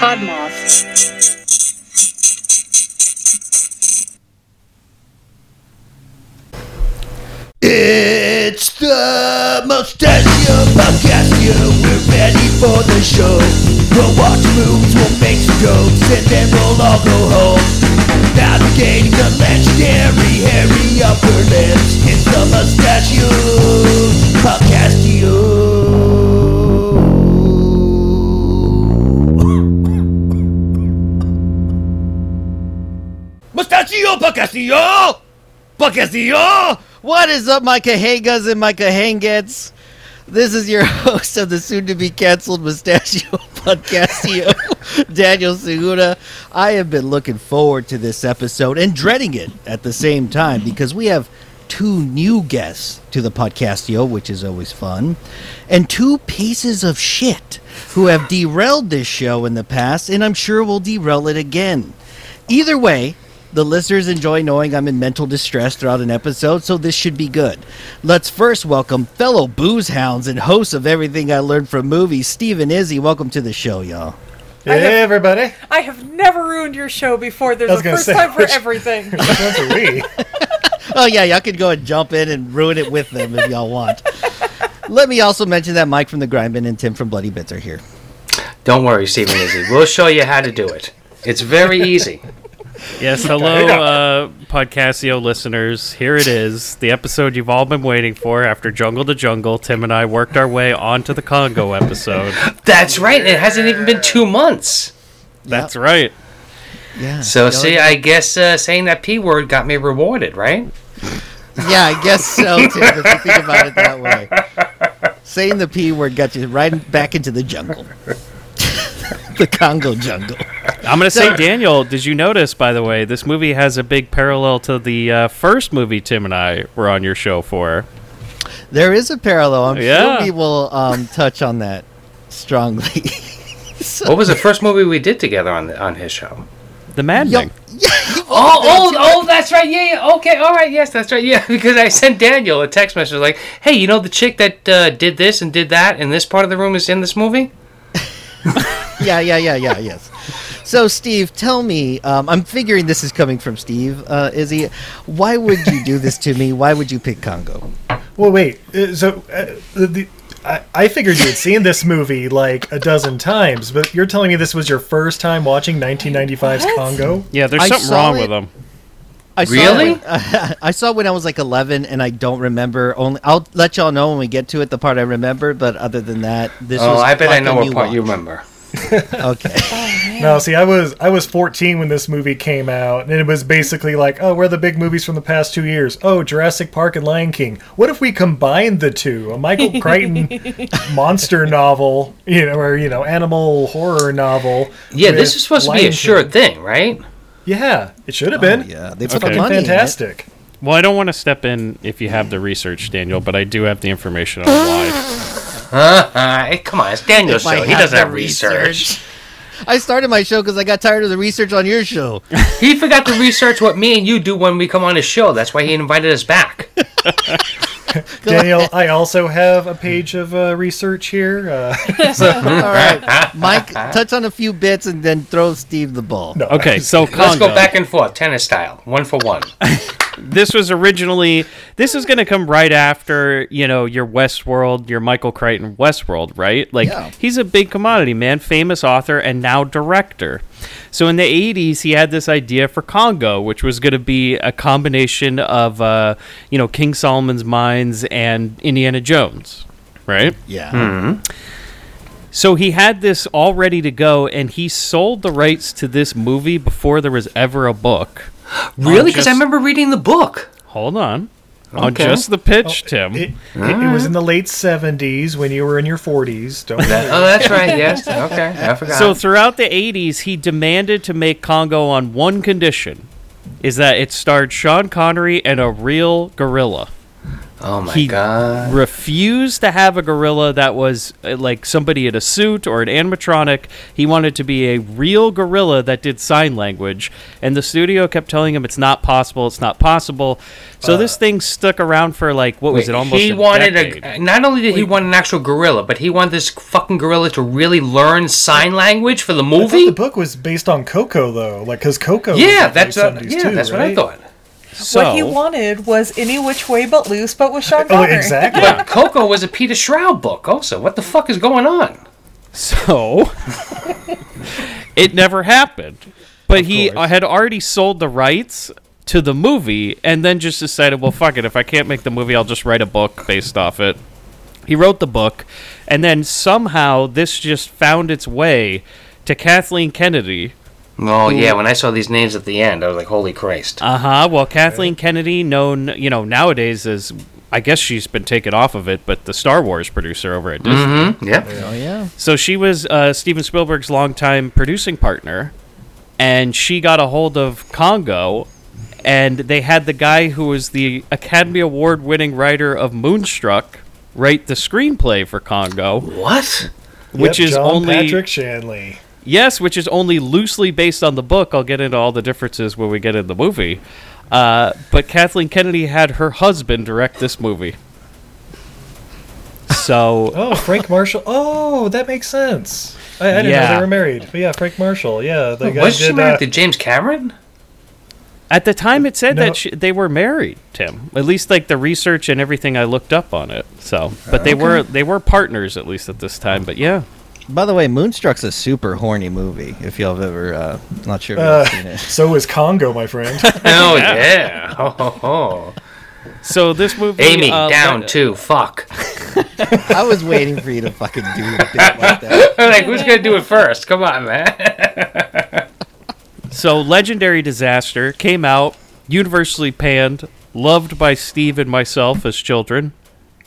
Podmoth. It's the Mustachio Podcastio. We're ready for the show. We'll watch movies, we'll make some jokes, and then we'll all go home. Navigating the legendary hairy upper lips. It's the Mustachio Podcastio. Mustachio Podcastio! Podcastio! What is up, my cahangas and my cahangets? This is your host of the soon to be canceled Mustachio Podcastio, Daniel Segura. I have been looking forward to this episode and dreading it at the same time because we have two new guests to the Podcastio, which is always fun, and two pieces of shit who have derailed this show in the past and I'm sure will derail it again. Either way, the listeners enjoy knowing I'm in mental distress throughout an episode, so this should be good. Let's first welcome fellow booze hounds and hosts of Everything I Learned from Movies, Steve and Izzy. Welcome to the show, y'all. Hey, have- everybody. I have never ruined your show before. There's I was a gonna first say, time for which- everything. Which ones are we? Oh, yeah, y'all could go and jump in and ruin it with them if y'all want. Let me also mention that Mike from the Grindbin and Tim from Bloody Bits are here. Don't worry, Stephen Izzy. We'll show you how to do it. It's very easy. Yes, hello, uh, Podcastio listeners. Here it is, the episode you've all been waiting for. After Jungle to Jungle, Tim and I worked our way onto the Congo episode. That's right. It hasn't even been two months. That's right. Yeah. So, Y'all- see, I guess uh, saying that P word got me rewarded, right? Yeah, I guess so, Tim, if you think about it that way. Saying the P word got you right back into the jungle. the Congo jungle. I'm going to say, Daniel, did you notice, by the way, this movie has a big parallel to the uh, first movie Tim and I were on your show for? There is a parallel. I'm Yeah. sure we will um, touch on that strongly. What was the first movie we did together on the, on his show? The Maddening. Oh, oh, oh, that's right. Yeah, yeah. Okay, all right. Yes, that's right. Yeah, because I sent Daniel a text message like, hey, you know the chick that uh, did this and did that and this part of the room is in this movie? yeah, yeah, yeah, yeah, yes. So, Steve, tell me. Um, I'm figuring this is coming from Steve. Uh, Izzy, why would you do this to me? Why would you pick Congo? Well, wait. uh, So, uh, the, the, I, I figured you had seen this movie like a dozen times, but you're telling me this was your first time watching 1995's What? Congo? Yeah, there's I something saw wrong it. with them. I saw Really? it when- I saw it when I was like 11, and I don't remember. Only I'll let y'all know when we get to it the part I remember. But other than that, this Oh, was I bet I like a know what new part you watch. remember. Okay. No, see, I was I was 14 when this movie came out, and it was basically like, oh, where are the big movies from the past two years? Oh, Jurassic Park and Lion King. What if we combined the two? A Michael Crichton monster novel, you know, or you know, animal horror novel. Yeah, with this is supposed to be Lion a Oh, sure King. thing, right? Yeah, it should have been. yeah, they It's put the fucking money in it. fantastic. Well, I don't want to step in if you have the research, Daniel, but I do have the information on why. Uh, come on, it's Daniel's If I show. He had doesn't the have research. I started my show because I got tired of the research on your show. He forgot to research what me and you do when we come on his show. That's why he invited us back. Daniel, I also have a Hmm. page of uh, research here. Uh, All right, Mike, touch on a few bits and then throw Steve the ball. no, Okay, so Congo. Let's go back and forth, tennis style, one for one. this was originally this is going to come right after you know your westworld your michael crichton westworld right like Yeah. he's a big commodity man famous author and now director so in the 80s he had this idea for congo which was going to be a combination of uh, you know king solomon's mines and indiana jones right Yeah. Hmm. so he had this all ready to go and he sold the rights to this movie before there was ever a book Really? Because just- I remember reading the book. hold on on Okay. just the pitch tim Hmm. It, it, it was in the late 70s when you were in your 40s. Don't worry. Oh, that's right. Yes. Okay, I forgot. So throughout the 80s, he demanded to make Congo on one condition is that it starred Sean Connery and a real gorilla. Oh my he god. refused to have a gorilla that was uh, like somebody in a suit or an animatronic. He wanted to be a real gorilla that did sign language, and the studio kept telling him it's not possible, it's not possible. So this thing stuck around for like what was Uh, Wait, it? Almost he a wanted decade. a not only did he want an actual gorilla, but he wanted this fucking gorilla to really learn sign language for the I thought movie. the book was based on Coco though, like because Coco. was yeah, like that's late uh, 70s yeah, too, that's right? what I thought. so what he wanted was any which way but loose, but with Sean Oh, Connery. exactly. But Coco was a Peter Shroud book. Also, what the fuck is going on? So it never happened. But he had already sold the rights to the movie and then just decided, well, fuck it. If I can't make the movie, I'll just write a book based off it. He wrote the book. And then somehow this just found its way to Kathleen Kennedy. Oh yeah, when I saw these names at the end, I was like, holy Christ! Uh huh. Well, Kathleen Kennedy, known, you know, nowadays as. I guess she's been taken off of it, but the Star Wars producer over at Disney. yeah. Oh yeah. So she was uh, Steven Spielberg's longtime producing partner, and she got a hold of Congo, and they had the guy who was the Academy Award winning writer of Moonstruck write the screenplay for Congo, What? which Yep, is John only Patrick Shanley. yes, which is only loosely based on the book. I'll get into all the differences when we get in the movie. Uh, but Kathleen Kennedy had her husband direct this movie. So Oh, Frank Marshall. Oh, that makes sense. I, I didn't know Yeah. they were married. But yeah, Frank Marshall. Yeah, the guy Was did. she married uh, to James Cameron? At the time, it said No. that she, they were married, Tim. At least, like the research and everything I looked up on it. So, but they were they were partners at least at this time. But yeah, By the way, Moonstruck's a super horny movie. If y'all have ever, uh, not sure if uh, you've seen it. so is Congo, my friend. Oh yeah. Ho, ho, ho. so this movie, Amy uh, down le- too. Fuck. I was waiting for you to fucking do it like that. I'm like, who's gonna do it first? Come on, man. So, legendary disaster came out, universally panned, loved by Steve and myself as children,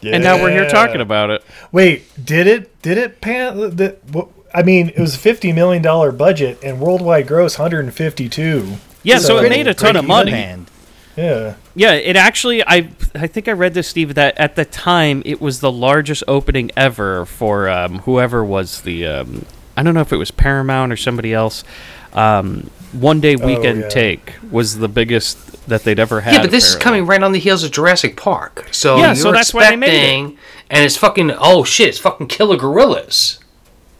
and now we're here Yeah. talking about it. Wait, did it? Did it pan? The, wh- I mean, it was a fifty million dollar budget and worldwide gross hundred and fifty two. Yeah, so, So it made a ton of breaking money. Band. Yeah. Yeah, it actually I I think I read this Steve that at the time it was the largest opening ever for um, whoever was the um, I don't know if it was Paramount or somebody else. Um, one day weekend Oh, yeah. take was the biggest that they'd ever had. Yeah, but this is apparently. coming right on the heels of Jurassic Park. So Yeah, you're so that's why they expecting, made it. and it's fucking oh shit, it's fucking killer gorillas.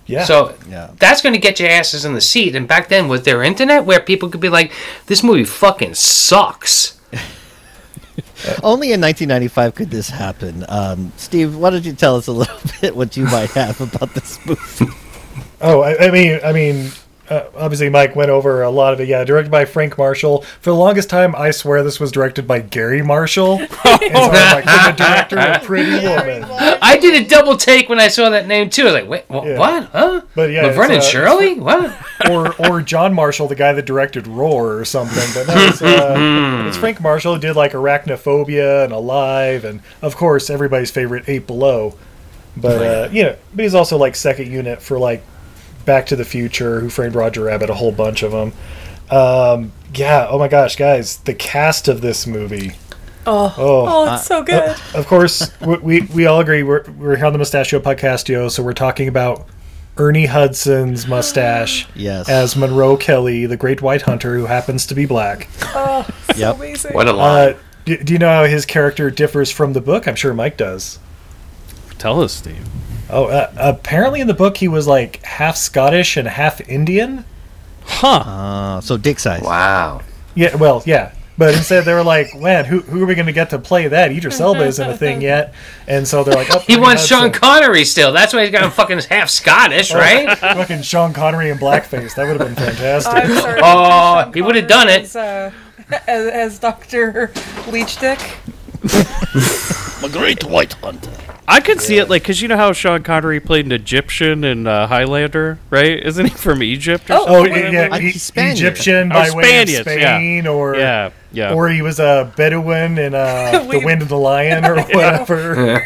Yeah. So Yeah. that's going to get your asses in the seat. And back then, was there internet where people could be like, "This movie fucking sucks." Only in 1995 could this happen. Um, Steve, why don't you tell us a little bit what you might have about this movie? Oh, I, I mean, I mean, uh, obviously Mike went over a lot of it. Yeah, directed by Frank Marshall. For the longest time, I swear this was directed by Gary Marshall. and so I'm like, the director of Pretty Woman. I did a double take when I saw that name too. I was like, "Wait, wha- Yeah. what? Huh? But yeah, Laverne and it's, uh, Shirley? What?" or or John Marshall, the guy that directed Roar or something. But no, it's, uh, it's Frank Marshall who did like Arachnophobia and Alive, and of course everybody's favorite Eight Below. But uh, you know, but he's also like second unit for like Back to the Future, Who Framed Roger Rabbit, a whole bunch of them. Um, yeah. Oh my gosh, guys, the cast of this movie. Oh, Oh, oh, it's so good. of course, we, we, we all agree we're, we're here on the Mustachio Podcastio, so we're talking about Ernie Hudson's mustache Yes. as Monroe Kelly, the great white hunter who happens to be black. Oh, it's Yep. so amazing. What a line! Uh, do, do you know how his character differs from the book? I'm sure Mike does. Tell us, Steve. Oh, uh, apparently in the book he was like half Scottish and half Indian. Huh? Uh, so dick size. wow. Yeah, well, yeah. But instead they were like, man, who, who are we going to get to play that? Idris Elba isn't a thing yet. And so they're like, oh, He Ernie wants Sean Hudson. Connery still. That's why he's got him fucking half Scottish, right? Fucking Sean Connery in blackface. That would have been fantastic. Uh, I'm sorry. Oh, he would've done it. As, uh, as, as Doctor Leech Dick. I'm a great white hunter. I could see it like because you know how Sean Connery played an Egyptian in uh, Highlander, right? Isn't he from Egypt? Or Oh, Oh, something? yeah, yeah, Like E- Spaniard. Egyptian Oh, by Or way of Spaniards, yeah. Spain, or yeah, yeah. or he was a Bedouin in uh, the We- Wind of the Lion or whatever.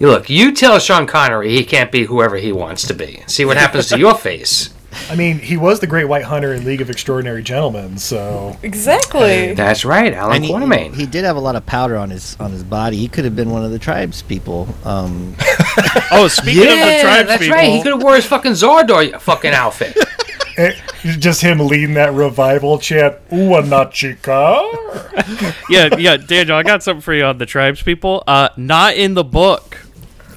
Look, you tell Sean Connery he can't be whoever he wants to be. See what happens to your face. I mean, he was the Great White Hunter in League of Extraordinary Gentlemen, so Exactly. That's right, Alan And he, Quartermain. he did have a lot of powder on his on his body. He could have been one of the tribes people. Um, Oh, speaking of the yeah, tribes that's people, right. He could have wore his fucking Zardor fucking outfit. eh, just him leading that revival chant, Uwanachika. yeah, yeah, Daniel, I got something for you on the tribes people. Uh, not in the book.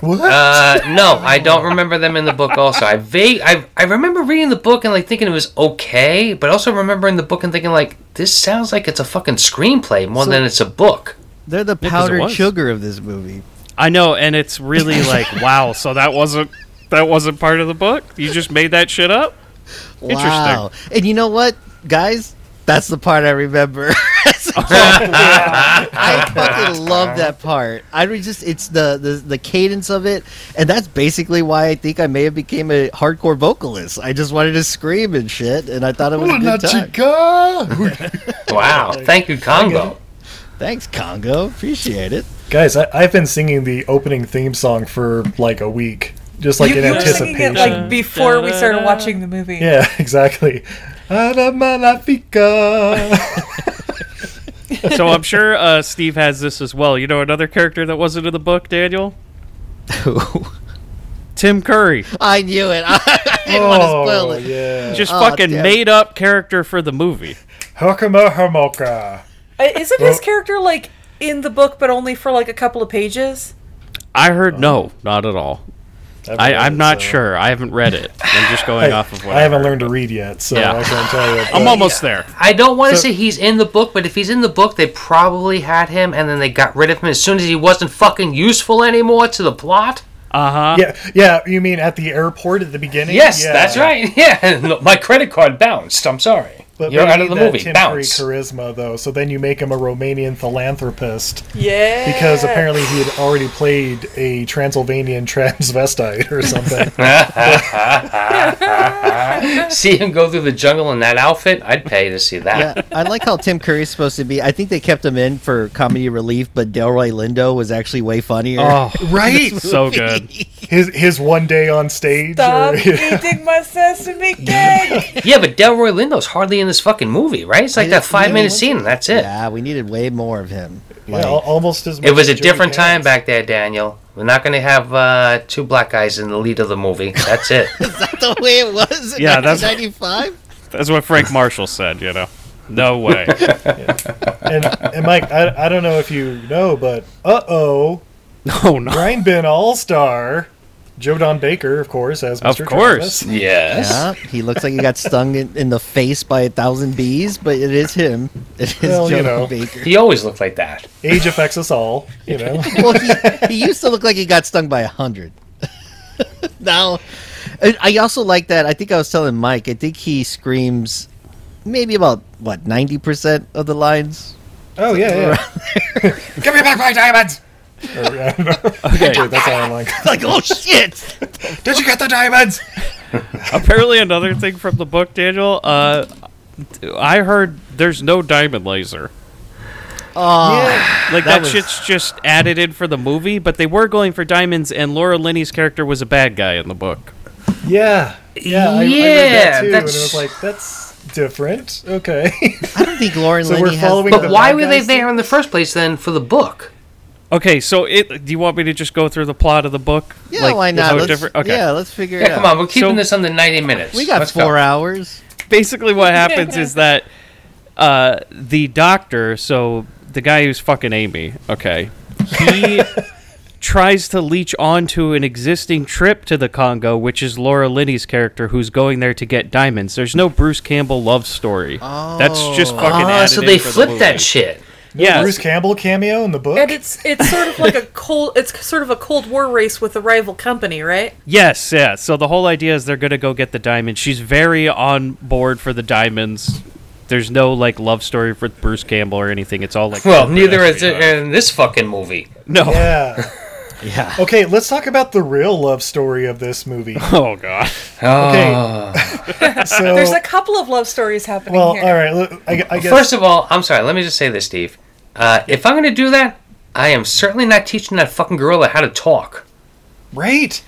What? Uh, no, I don't remember them in the book. Also, I vague, I, I remember reading the book and like thinking it was okay, but also remembering the book and thinking like this sounds like it's a fucking screenplay more So- than it's a book. they're the 'cause it powdered was. sugar of this movie. I know, and it's really like, wow. So that wasn't that wasn't part of the book. You just made that shit up. Interesting. Wow. And you know what, guys? That's the part I remember. As a kid. I fucking love that part. I was just it's the, the the cadence of it, and that's basically why I think I may have became a hardcore vocalist. I just wanted to scream and shit, and I thought it was a good time. Uwanachika. Wow, thank you, Congo. Thanks, Congo. Appreciate it. Guys, I, I've been singing the opening theme song for like a week, just like you, in you were singing anticipation. it like before we started watching the movie. yeah, exactly. Uwanachika. So I'm sure uh, Steve has this as well. You know, another character that wasn't in the book, Daniel. Tim Curry, I knew it. I didn't want to spoil Oh, it. yeah. just Oh, fucking damn. made up character for the movie. Hokumo Homoka. Uh, Isn't his Well- character like in the book, but only for like a couple of pages? I heard no, not at all. I've I, read I'm it, not so- sure. I haven't read it. I'm just I, going off of what uh, I haven't heard. learned to read yet, so Yeah. I can't tell you. I'm almost there. I don't want to say he's in the book, but if he's in the book, they probably had him and then they got rid of him as soon as he wasn't fucking useful anymore to the plot. Uh huh. Yeah, yeah. You mean at the airport at the beginning? Yes, Yeah. that's right. Yeah, Look, my credit card bounced. I'm sorry. But You're they out of need the that movie. Tim Curry Bounce. charisma, though, so then you make him a Romanian philanthropist Yeah. because apparently he had already played a Transylvanian transvestite or something. see him go through the jungle in that outfit, I'd pay to see that. Yeah, I like how Tim Curry's supposed to be. I think they kept him in for comedy relief, but Delroy Lindo was actually way funnier. Oh, right. so good. His his one day on stage. Stop Or, eating my sesame cake. Yeah, but Delroy Lindo's hardly in this fucking movie, right? It's like that didn't- five no, minute he scene, and that's it. yeah, we needed way more of him. yeah, al- almost as much It was a as Joey different time Pants. back there, Daniel. We're not going to have uh, two black guys in the lead of the movie. That's it. Is that the way it was in Yeah, that's- 1995? That's what Frank Marshall said. You know, no way. And, and Mike, I, I don't know if you know, but uh oh, No, no. Grind Bin All Star, Joe Don Baker, of course, as Mr. Of course. Travis. yes. Yeah, he looks like he got stung in, in the face by a thousand bees, but it is him. It is Well, you Jonah know. Baker. He always looked like that. Age affects us all, you know. Well, he, he used to look like he got stung by a hundred. now, and I also like that. I think I was telling Mike. I think he screams maybe about what ninety percent of the lines. Oh yeah, yeah. Give me back my diamonds. Or, I don't know. Okay. That's all I'm like. Like oh shit. Did you get the diamonds? Apparently, another thing from the book, Daniel. Uh, I heard there's no diamond laser. Oh, "Ah." Like that, was- shit's just added in for the movie, but they were going for diamonds, and Laura Linney's character was a bad guy in the book. Yeah, yeah. I, I read Yeah, that too, and that's- it was like, that's different. Okay. I don't think Lauren So Linney we're has- following- But The why bad were they guys- there in the first place then for the book? Okay, so it. Do you want me to just go through the plot of the book? Yeah, Like, why not? how Let's, different- Okay. Yeah, let's figure Yeah, it out. come on. We're keeping So- this under 90 minutes. We got Let's four go. hours. basically what happens is that uh, the doctor, so the guy who's fucking Amy, okay, he tries to leech onto an existing trip to the Congo, which is Laura Linney's character, who's going there to get diamonds. There's no Bruce Campbell love story. That's just fucking. Oh, added so in they for the flipped that movie. shit. Yeah, Bruce Campbell cameo in the book. and it's it's sort of like a cold it's sort of a cold war race with a rival company, right? Yes, yeah. So the whole idea is they're gonna go get the diamond. She's very on board for the diamonds. There's no like love story for Bruce Campbell or anything. It's all like Well, neither is it. it uh, in this fucking movie. No. yeah. Yeah. Okay, let's talk about the real love story of this movie. Oh god. Okay. Ah. So, There's a couple of love stories happening well, here. all right. look, I, I guess First of all, I'm sorry. Let me just say this, Steve. Uh, if I'm going to do that, I am certainly not teaching that fucking gorilla how to talk. right.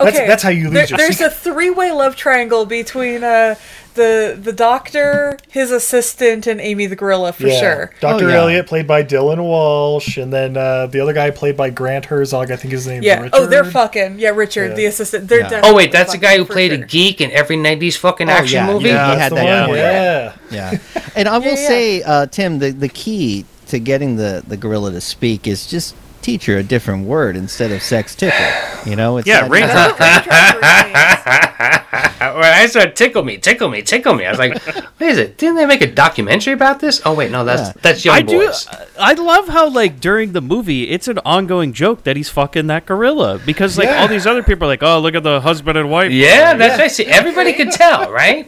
That's- that's how you lose There- your There's secret. a three-way love triangle between uh, the the doctor, his assistant, and Amy the gorilla for Yeah. sure. Dr. Oh, yeah. Elliot, played by Dylan Walsh, and then uh, the other guy played by Grant Herzog. I think his name Yeah. Richard. Oh, they're fucking yeah. Richard, Yeah. the assistant. They're Yeah. definitely Oh wait, that's the fucking guy who for played sure. a geek in every '90s fucking Oh, action yeah, movie. yeah. That's He had the that one, down. yeah. Yeah, and I will Yeah, yeah. say, uh, Tim, the the key to getting the the gorilla to speak is just teach her a different word instead of sex tickle. You know, it's Yeah, not- ring not- That's what ring transfer is. When I started tickle me, tickle me, tickle me. I was like, wait, is it? Didn't they make a documentary about this? Oh wait, no, that's Yeah. that's young I do. boys. I love how like during the movie, it's an ongoing joke that he's fucking that gorilla because like Yeah. all these other people are like, oh, look at the husband and wife. Yeah, that's right. See, everybody could tell, right?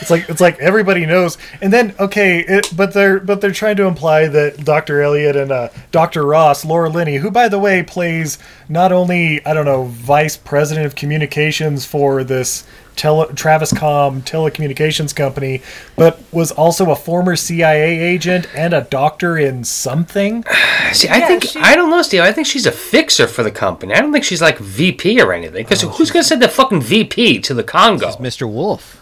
It's like it's like everybody knows. And then okay, it, but they're but they're trying to imply that Dr. Elliot and uh, Dr. Ross, Laura Linney, who by the way plays not only I don't know vice president of communications for this tele, Traviscom telecommunications company, but was also a former CIA agent and a doctor in something. See, I Yeah, think she- I don't know, Steve. I think she's a fixer for the company. I don't think she's like VP or anything. Because who's gonna send the fucking VP to the Congo? Mr. Wolf.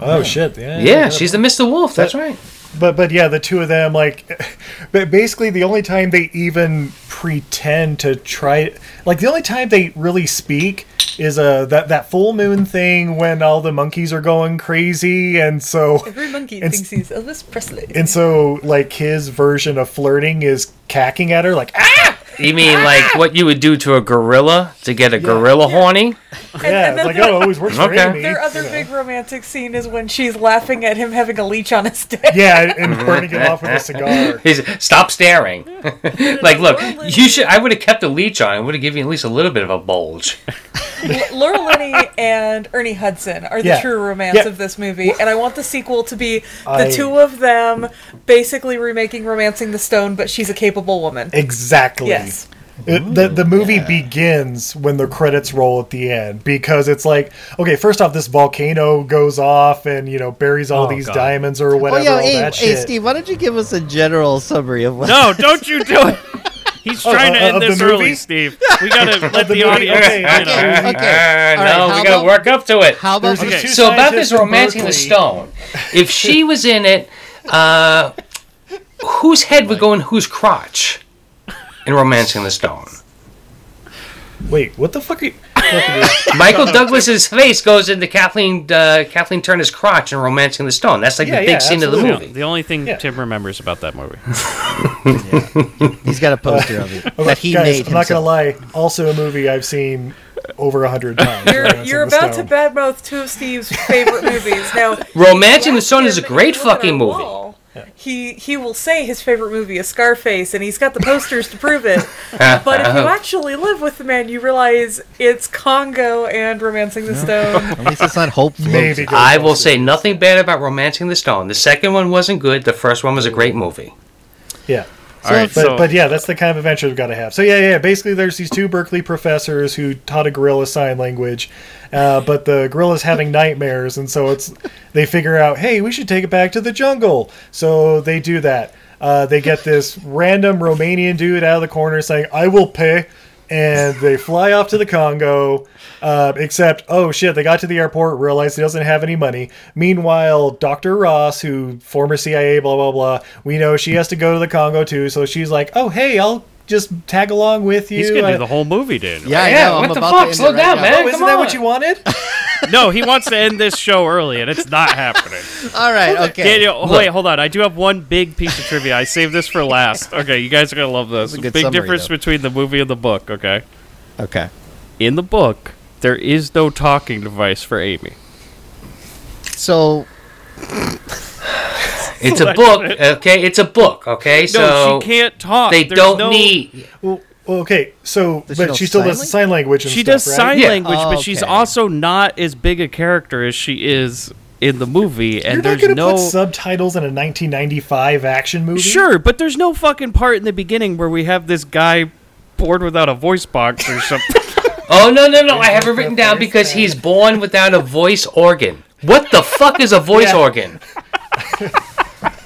Oh shit! Yeah, Yeah, she's the Mr. Wolf. That's That- right. But but yeah, the two of them like, but basically the only time they even pretend to try, like the only time they really speak is uh that that full moon thing when all the monkeys are going crazy, and so Every monkey And- thinks he's Elvis Presley. and so like his version of flirting is cacking at her like ah You mean like what you would do to a gorilla to get a gorilla horny? yeah and it's then like their- oh it always works for Okay. Amy Their other big romantic scene is when she's laughing at him having a leech on his dick. yeah and burning it off with a cigar He's stop staring. like, look, you should. I would have kept a leech on. I would have given you at least a little bit of a bulge. L- Laura Linney and Ernie Hudson are the Yeah. true romance Yeah. of this movie, and I want the sequel to be the I- two of them basically remaking Romancing the Stone, but she's a capable woman. exactly Yes. It, the the movie begins when the credits roll at the end because it's like okay first off this volcano goes off and you know buries all Oh, these God. diamonds or Oh whatever yeah, all hey, that hey shit. Steve, why don't you give us a general summary of what? No, don't you do it. He's trying to uh, end of the this early, movie? Steve. We gotta let the the, movie? audience. Okay, you know. okay. All Uh, right, no, how we gotta about- work up to it. How about There's these Okay. two so about scientists this in romancing the Berkeley. stone, if she was in it, uh, whose head would go in whose crotch in romancing the stone? Wait, what the fuck are you? Michael Douglas's face goes into Kathleen uh, Kathleen Turner's crotch in romancing the stone. That's like Yeah, the big yeah, scene of the absolutely. movie. Yeah, the only thing Yeah. Tim remembers about that movie. He's got a poster of it that he guys, made I'm not gonna himself. lie. Also, a movie I've seen over a hundred times. You're, Romancing you're the about to Stone. badmouth two of Steve's favorite movies. Now, Romancing the last Stone is a year, great if you look at fucking our movie. wall, He he will say his favorite movie is Scarface, and he's got the posters to prove it. Uh-huh. But if you actually live with the man, you realize it's Congo and Romancing the Stone. At least it's not hope. Maybe Floats. go I watch will it. say nothing bad about Romancing the Stone. The second one wasn't good. The first one was a great movie. Yeah. All right, But, so but yeah, that's the kind of adventure we've got to have. So yeah, yeah. Basically, there's these two Berkeley professors who taught a gorilla sign language, uh, but the gorilla's having nightmares, and so it's they figure out, hey, we should take it back to the jungle. So they do that. Uh, they get this random Romanian dude out of the corner saying, "I will pay." And they fly off to the Congo, uh, except, oh shit, they got to the airport, realized he doesn't have any money. Meanwhile, Dr. Ross, who former CIA, blah, blah, blah, we know she has to go to the Congo too, so she's like, oh, hey, I'll just tag along with you. uh, he's gonna I- do the whole movie, dude. Yeah, I Yeah, know. what I'm the about fuck? To end Slow it right down, now. man. Oh, isn't Come that on. what you wanted? No, he wants to end this show early, and it's not happening. All right, okay. Daniel, wait, hold on. I do have one big piece of trivia. I saved this for last. Okay, you guys are gonna love this. That's a Big good summary, difference though. between the movie and the book. Okay, Okay. in the book, there is no talking device for Amy. So It's a book, okay? It's a book, okay? no, So she can't talk. they There's don't no- need. Well, well, okay, so, Does she know but she still sign does sign language and She stuff, does right? sign Yeah. language, but she's Okay. also not as big a character as she is in the movie. And You're not there's going to no put subtitles in a 1995 action movie? Sure, but there's no fucking part in the beginning where we have this guy born without a voice box or something. Oh no, no, no! I have it written down because he's born without a voice organ. What the fuck is a voice Yeah. organ?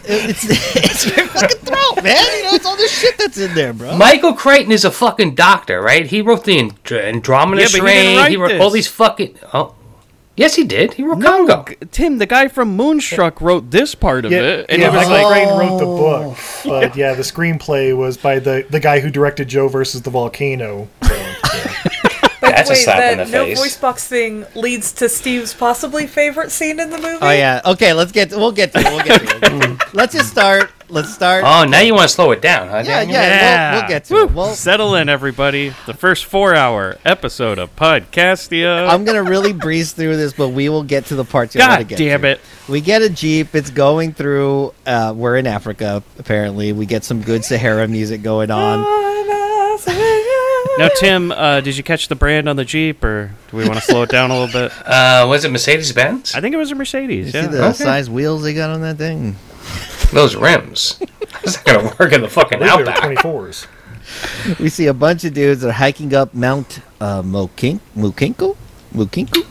It's, it's your fucking throat, man. You know, it's all this shit that's in there, bro. Michael Crichton is a fucking doctor, right? He wrote the Andr- Andromeda Yeah, but he Strain. didn't He, write wrote this. all these fucking. Oh, yes, he did. He wrote Congo. G- Tim, the guy from Moonstruck wrote this part of it, and yeah, it was Michael like, Crichton wrote the book, but yeah, the screenplay was by the the guy who directed Joe versus the Volcano. That's a Wait, slap that in the no face. voice box thing leads to Steve's possibly favorite scene in the movie. Oh yeah. Okay, let's get. We'll get to. It. We'll get to. It. We'll get to it. Let's just start. Let's start. Oh, now you want to slow it down, huh? yeah, yeah. Daniel? We'll, we'll get to. It. Woo. We'll, Settle in, everybody. The first four-hour episode of Podcastia. I'm gonna really breeze through this, but we will get to the parts. you wanna God get damn to. it! We get a jeep. It's going through. Uh, we're in Africa, apparently. We get some good Sahara music going on. Now, Tim, uh, did you catch the brand on the Jeep, or do we want to slow it down a little bit? Uh, was it Mercedes Benz? I think it was a Mercedes. You yeah. Oh. see the Okay. size wheels they got on that thing? Those rims. How's that gonna work in the fucking twenty outback? fours. We see a bunch of dudes that are hiking up Mount uh, Mokink, Mukinko, Mukinku,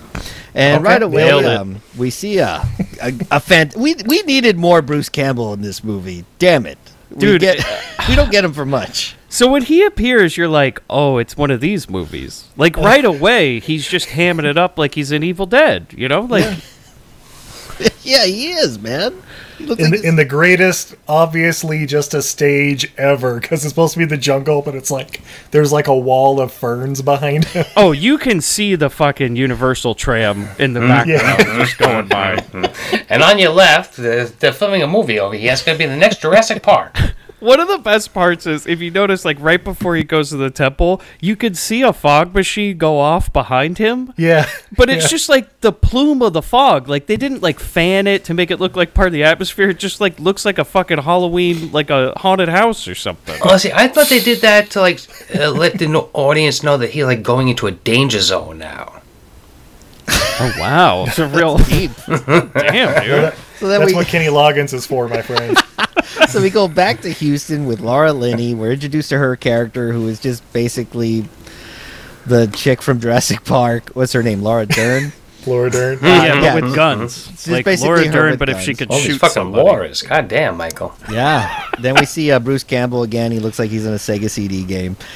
and Okay, right away nailed it. um, we see a a, a fan. We we needed more Bruce Campbell in this movie. Damn it, We, Dude. get, we don't get him for much. So when he appears, you're like, oh, it's one of these movies. Like Oh. right away, he's just hamming it up like he's in Evil Dead. You know, like yeah, he is, man. He looks In like the, in the greatest, obviously just a stage ever, because it's supposed to be the jungle, but it's like there's like a wall of ferns behind him. oh, you can see the fucking Universal tram in the background just going by. And on your left, they're, they're filming a movie over here. It's gonna be the next Jurassic Park. One of the best parts is if you notice, like right before he goes to the temple, you could see a fog machine go off behind him. Yeah, But it's just like the plume of the fog. Like they didn't like fan it to make it look like part of the atmosphere. It just like looks like a fucking Halloween, like a haunted house or something. Oh, see, I thought they did that to like uh, let the no- audience know that he like going into a danger zone now. Oh wow, it's a real deep. damn dude. So then that's we what Kenny Loggins is for, my friend. so we go back to Houston with Laura Linney. We're introduced to her character, who is just basically the chick from Jurassic Park. What's her name? Laura Dern. Laura Dern. Yeah, but yeah. with guns. It's like basically Laura her Dern, with but if she guns. could All these shoot fucking somebody. wars. God damn, Michael. yeah. Then we see uh, Bruce Campbell again. He looks like he's in a Sega CD game.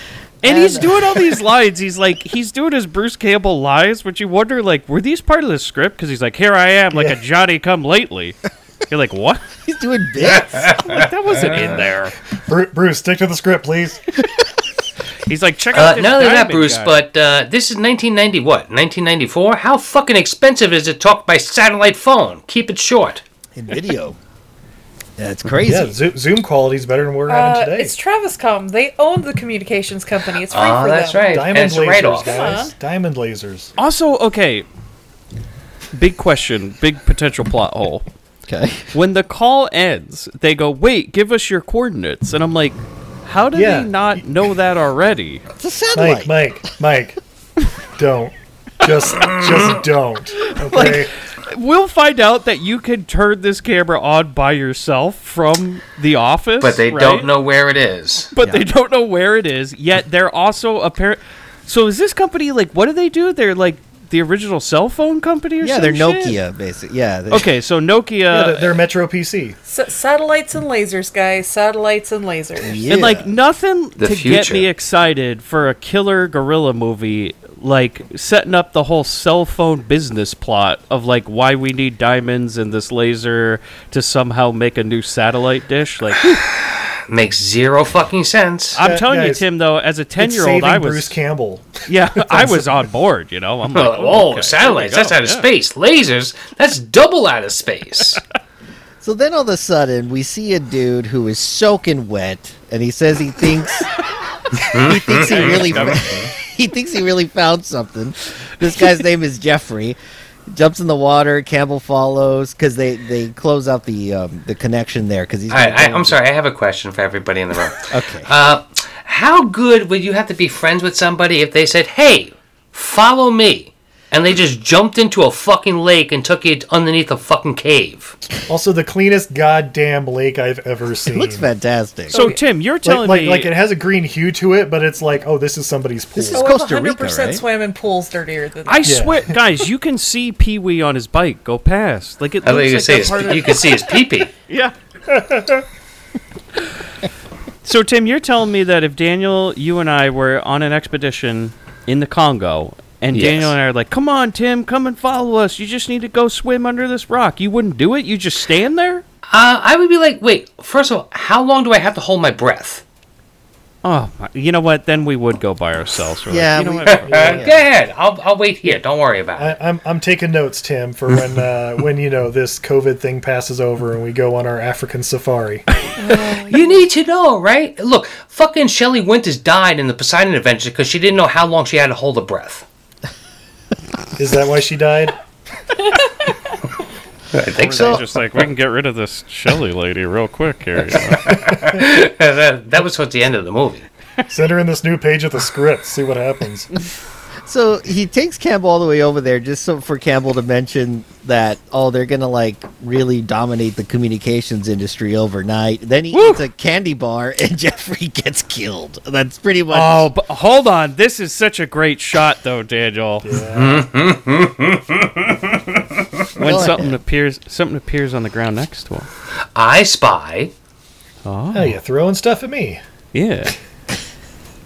And he's And- doing all these lines. He's like, he's doing his Bruce Campbell lies, which you wonder, like, were these part of the script? Because he's like, here I am, like a Johnny come lately. You're like, what? He's doing bits. Like, that wasn't in there. Bru- Bruce, stick to the script, please. He's like, check Uh, out this not only that, diamond Bruce, guy. but uh, this is 1990. What? 1994? How fucking expensive is it? Talk by satellite phone. Keep it short. in video. That's crazy. Yeah, zo- Zoom quality's better than we're having Uh, today. it's Traviscom. They own the communications company. It's free Oh, for that's them. right. and Diamond it's a lasers, write-off. guys. Huh? Diamond lasers. also, okay, big question, big potential plot hole. Okay. When the call ends, they go, wait, give us your coordinates. And I'm like, how did Yeah. they not know that already? It's a Mike, satellite. Mike, Mike, don't. Just, just don't. Okay. We'll find out that you can turn this camera on by yourself from the office. But they right? don't know where it is. But they don't know where it is. Yet they're also apparent. So is this company like? What do they do? They're like the original cell phone company or Yeah, some they're shit? Nokia, basically. Yeah. they- Okay, so Nokia Yeah, they're- they're Metro PC. S- satellites and lasers, guys. Satellites and lasers. Yeah. and like nothing The to get future. me excited for a killer gorilla movie. Like setting up the whole cell phone business plot of like why we need diamonds and this laser to somehow make a new satellite dish. Like Makes zero fucking sense. I'm Yeah, telling you, guys, Tim. Though as a ten It's year saving old, I was Bruce Campbell. Yeah, I was on board. You know, I'm like, Well, oh, okay, satellites, here we that's go, out of yeah. space. Lasers, that's double out of space. So then all of a sudden we see a dude who is soaking wet, and he says he thinks he thinks he really he thinks he really found something. This guy's name is Jeffrey. Jumps in the water. Campbell follows because they they close out the um, the connection there because he's. I, gonna I, go I'm into- sorry, I have a question for everybody in the room. Okay. Uh, how good would you have to be friends with somebody if they said, hey, follow me? And they just jumped into a fucking lake and took you underneath a fucking cave. Also, the cleanest goddamn lake I've ever seen. It looks fantastic. So, Tim, you're Like, telling like, me, like it has a green hue to it, but it's like, oh, this is somebody's pool. This is Oh, Costa Rica, 100% right? swam in pools dirtier than I that. Yeah. swear, guys, you can see Pee Wee on his bike go past. Like it I thought you looks could like say his, that's part of- you could see his pee pee. yeah. So, Tim, you're telling me that if Daniel, you and I were on an expedition in the Congo, and Yes. Daniel and I are like, "Come on, Tim, come and follow us. You just need to go swim under this rock. You wouldn't do it. You just stand there." Uh, I would be like, wait, first of all, how long do I have to hold my breath? Oh, my- you know what? Then we would go by ourselves. We're like, Yeah, you know we- what? Go ahead. I'll, I'll wait here. Don't worry about it. I, I'm I'm taking notes, Tim, for when uh, when you know this COVID thing passes over and we go on our African safari. You need to know, right? Look, fucking Shelley Winters died in the Poseidon Adventure because she didn't know how long she had to hold a breath. Is that why she died? I think Everybody's just like we can get rid of this Shelly lady real quick here. you know? that, that was towards the end of the movie. Send her in this new page of the script. See what happens. So he takes Campbell all the way over there just so for Campbell to mention that oh they're gonna like really dominate the communications industry overnight. Then he eats a candy bar and Jeffrey gets killed. That's pretty much oh, but hold on. This is such a great shot, though, Daniel. when Go something ahead. appears, something appears on the ground next to him. I spy. Oh, Oh, you throwing stuff at me? Yeah.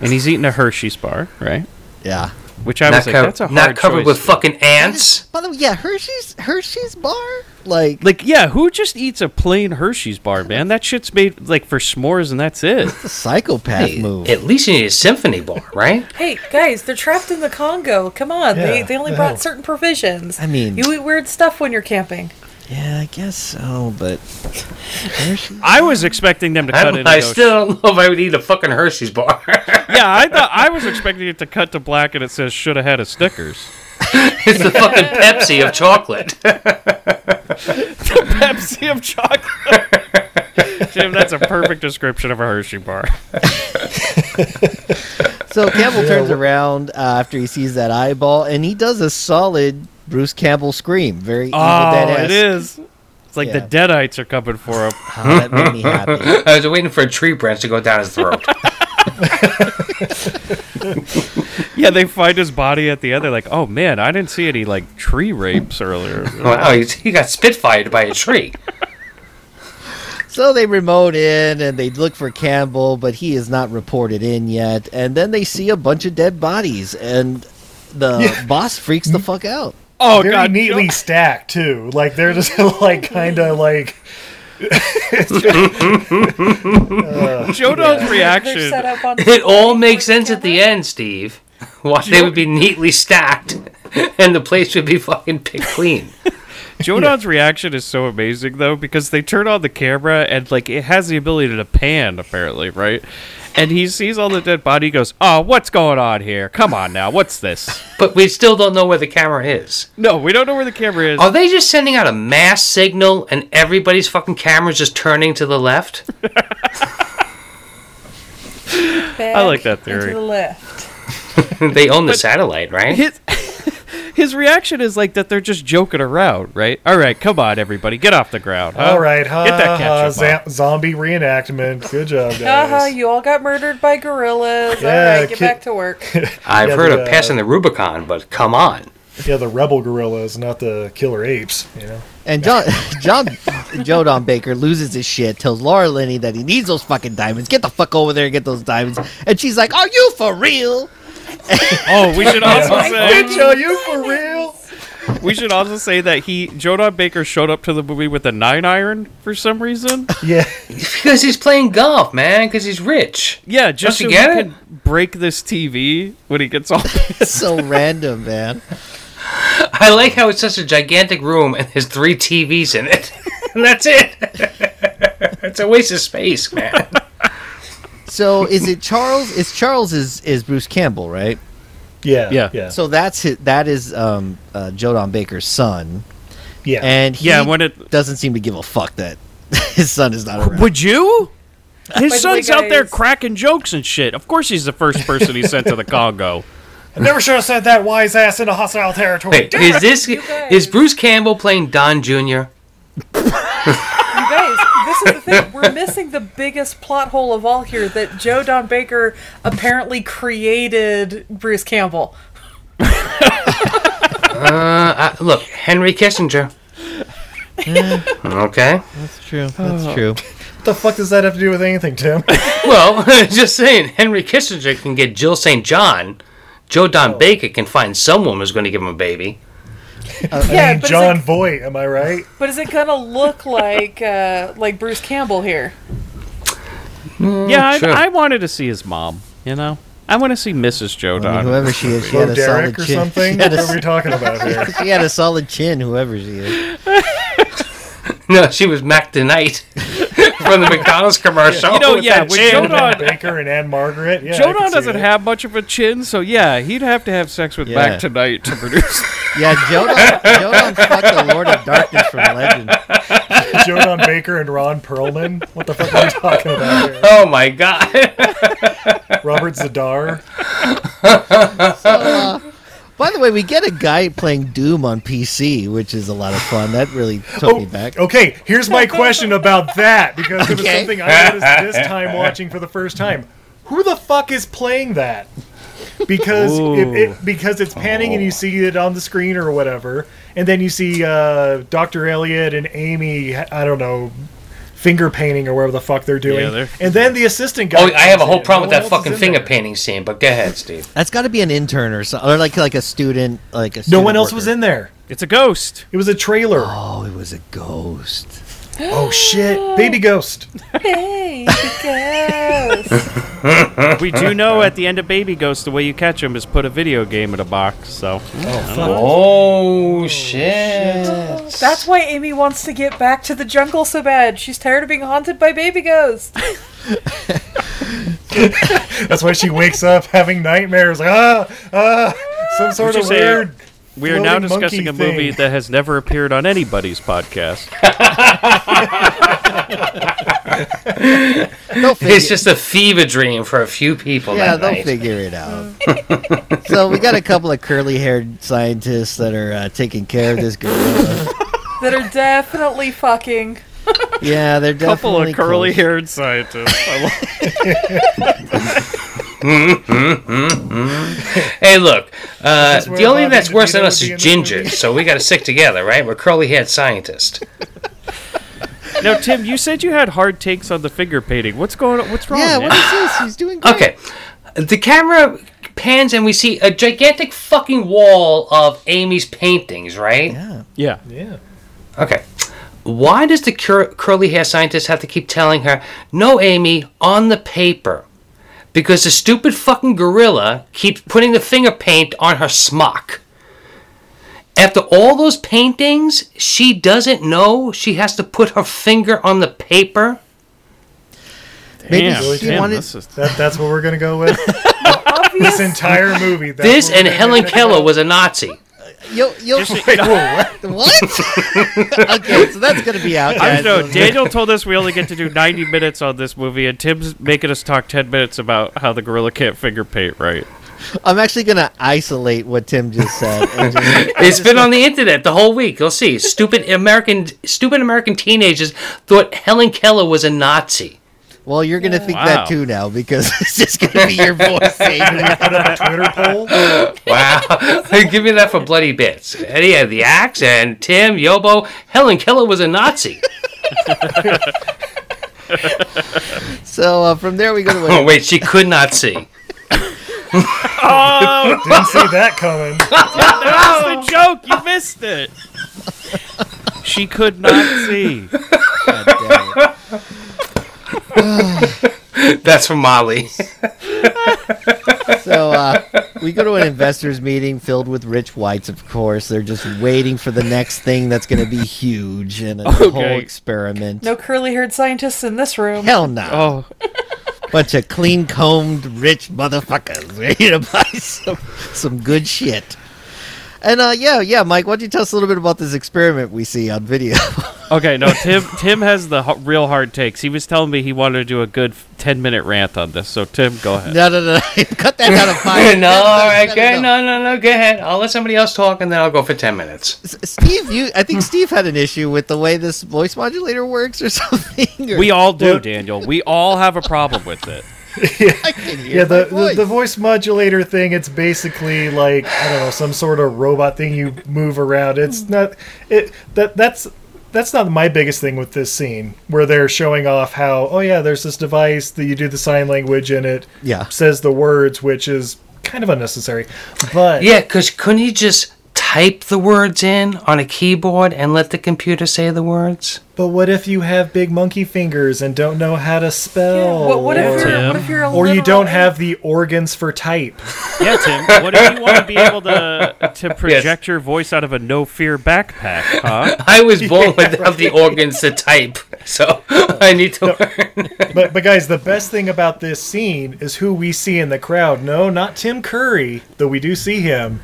and he's eating a Hershey's bar, right? yeah. Which I Not, was like, cov- that's a hard not covered choice with to- fucking ants. By the way, yeah, Hershey's Hershey's bar? Like Like, yeah, who just eats a plain Hershey's bar, man? That shit's made like for s'mores, and that's it. a psychopath move. At least you need a symphony bar, right? Hey guys, they're trapped in the Congo. Come on, they Yeah, they only the hell. brought certain provisions. I mean- you eat weird stuff when you're camping. yeah, I guess so, but Hershey I was expecting them to cut I'm- it. I, still don't know if I would eat a fucking Hershey's bar. yeah, I thought I was expecting it to cut to black, and it says should have had a Snickers. it's the fucking Pepsi of chocolate. Pepsi of chocolate. Jim, that's a perfect description of a Hershey bar. So Campbell turns wha- around uh, after he sees that eyeball and he does a solid Bruce Campbell scream. Very evil Oh, dead it is. It's like the Deadites are coming for him. Oh, that made me happy. I was waiting for a tree branch to go down his throat. Yeah, they find his body at the end. They're like, "Oh man, I didn't see any like tree rapes earlier." wow, he, he oh, got spitfired by a tree. So they remote in and they look for Campbell, but he is not reported in yet. And then they see a bunch of dead bodies, and the boss freaks the fuck out. oh Very god, neatly stacked too. Like they're just like kind of like Jodo's They're reaction. set up on It all makes sense at the end, Steve. Why they would be neatly stacked, and the place would be fucking picked clean. Jodo's reaction is so amazing though because they turn on the camera and like it has the ability to pan apparently, right? And he sees all the dead body. He goes, "Oh, what's going on here? Come on now, what's this?" But we still don't know where the camera is. No, we don't know where the camera is. Are they just sending out a mass signal and everybody's fucking camera's just turning to the left? I like that theory. To the left. they own the satellite, right? His his reaction is like that they're just joking around, right? All right, come on, everybody, get off the ground. Huh? all right, ha, get that ha, ketchup off. za- zombie reenactment. Good job, guys. Haha, Uh-huh, you all got murdered by gorillas. Yeah, all right, get kid- back to work. I've Yeah, heard the, of uh, passing the Rubicon, but come on. yeah, the rebel gorillas, not the killer apes. You know. And John, John, Jodan Baker loses his shit, tells Laura Linney that he needs those fucking diamonds. Get the fuck over there and get those diamonds. And she's like, "Are you for real?" Oh, we should also say Bitch, are you for real? we should also say that he Jonah Baker showed up to the movie with a nine iron for some reason. Yeah. Because he's playing golf, man, because he's rich. Yeah, just so you he get it? can break this TV when he gets off. It's so random, man. I like how it's such a gigantic room and there's three TVs in it. and that's it. it's a waste of space, man. So is it Charles? It's Charles is is Bruce Campbell, right? Yeah. Yeah. Yeah. So that's his, that is um, uh, Jodan Baker's son, yeah. and he Yeah, when it- doesn't seem to give a fuck that his son is not around. Would you? By His the way, son's out there guys- cracking jokes and shit. Of course, he's the first person he sent to the Congo. I never should have said that wise ass into hostile territory. Wait, is this guys. is Bruce Campbell playing Don Jr.? You guys, this is the thing. We're missing the biggest plot hole of all here that Joe Don Baker apparently created Bruce Campbell. Uh, I, look, Henry Kissinger. okay. That's true. That's true. What the fuck does that have to do with anything, Tim? Well, just saying, Henry Kissinger can get Jill St. John. Joe Don Baker can find someone who's going to give him a baby. yeah, I mean, but, John Is it, Voight, am I right? but is it gonna look like uh, like Bruce Campbell here? yeah, I, sure. I wanted to see his mom. You know, I want to see Mrs. Joe I mean, Don. whoever she is, she Bo had a solid Derek or chin. something? She had, What a, are we talking about here? s- she had a solid chin, whoever she is. No, she was Mac Tonight from the McDonald's commercial. You know, with yeah, that with chin. Joe Don- Baker and Anne Margaret. Yeah, I Joe can Don see doesn't that. have much of a chin, so yeah, he'd have to have sex with Yeah. Mac tonight to produce. Yeah, Jodan, Jodan fucked the Lord of Darkness from Legend. Joe Don Baker and Ron Perlman. What the fuck are we talking about here? Oh my God! Robert Zadar. By the way, we get a guy playing Doom on PC, which is a lot of fun. That really took Oh, me back. Okay, here's my question about that because it was Okay. something I noticed this time watching for the first time. Who the fuck is playing that? Because it, it because it's panning and you see it on the screen or whatever, and then you see uh, Doctor Elliot and Amy. I don't know. Finger painting or whatever the fuck they're doing, Yeah, they're- and then the assistant guy. Oh, I have a comes whole in. problem with No that one else is fucking in finger there. painting scene. But go ahead, Steve. That's got to be an intern or something, or like like a student, like a. No student one else worker. was in there. it's a ghost. It was a trailer. Oh, it was a ghost. oh shit, baby ghost. Hey, because We do know at the end of Baby Ghost, the way you catch him is put a video game in a box. So Oh shit! that's why Amy wants to get back to the jungle so bad. She's tired of being haunted by baby ghosts. That's why she wakes up having nightmares. Like, ah, ah, some sort Would you of say- weird. we are now Floating monkey discussing a movie thing. that has never appeared on anybody's podcast. They'll figure, It's just a fever dream for a few people. yeah, that they'll night. figure it out. Mm. so we got a couple of curly-haired scientists that are uh, taking care of this gorilla. that are definitely fucking. Yeah, they're A couple definitely of curly close. haired scientists. I love- Hey, look. Uh, where the only Bobby thing that's worse than DeVito us would be is in this ginger. movie. So we got to stick together, right? We're curly-haired scientists. now, Tim, you said you had hard takes on the finger painting. What's going on? What's wrong? Yeah, man? what is this? He's doing great. Okay. The camera pans and we see a gigantic fucking wall of Amy's paintings, right? Yeah. yeah. Yeah. Okay. Why does the cur- curly hair scientist have to keep telling her, no, Amy, on the paper? Because the stupid fucking gorilla keeps putting the finger paint on her smock. After all those paintings, she doesn't know she has to put her finger on the paper. Maybe Damn, he Tim, wanted- this is- That, that's what we're gonna go with. this entire movie. that's This what we're and gonna Helen go Keller was a Nazi. You'll, you'll, what? okay, so that's gonna be out. I Guys. don't know. Daniel told us we only get to do 90 minutes on this movie, and Tim's making us talk 10 minutes about how the gorilla can't finger paint right. I'm actually gonna isolate what Tim just said. And just, It's been on the internet the whole week. You'll see. Stupid American, stupid American teenagers thought Helen Keller was a Nazi. well, you're gonna think Wow. that too now because it's just gonna be your voice saying it. with. Twitter poll. Wow! Give me that for bloody bits. Eddie had the axe, and Tim Yobo. Helen Keller was a Nazi. So uh, from there we go to Oh what, wait, she could not see. Didn't see that coming. That's the joke. You missed it. She could not see. That's from Molly. so uh, we go to an investors meeting filled with rich whites. Of course, they're just waiting for the next thing that's gonna be huge and a Okay. whole experiment. No curly-haired scientists in this room. Hell no! Oh, Bunch of clean combed rich motherfuckers ready to buy some some good shit. And uh, yeah, yeah, Mike, why don't you tell us a little bit about this experiment we see on video? okay. No, Tim. Tim has the h- real hard takes. He was telling me he wanted to do a good 10 minute rant on this. So Tim, go ahead. No, no, no. no. Cut that out of no, five. all right, Cut it good. out. No, no, no. Go ahead. I'll let somebody else talk, and then I'll go for ten minutes. S- Steve, you. I think Steve had an issue with the way this voice modulator works, or something. Or We all do, Daniel. We all have a problem with it. I can hear Yeah, the, my voice. the the voice modulator thing. It's basically Hmm. like I don't know some sort of robot thing you move around. It's not it that that's that's not my biggest thing with this scene where they're showing off how oh yeah there's this device that you do the sign language and it Yeah. says the words which is kind of unnecessary but Yeah, because couldn't you just type the words in on a keyboard and let the computer say the words? but what if you have big monkey fingers and don't know how to spell Yeah, what, Oh, what, if Tim. you're, what if you're a or you literal don't in- have the organs for type Yeah, Tim. What if you want to be able to to project your voice out of a no fear backpack? Huh? I was born without the organs to type, so I need to learn. but but guys the best thing about this scene is who we see in the crowd no not tim curry though we do see him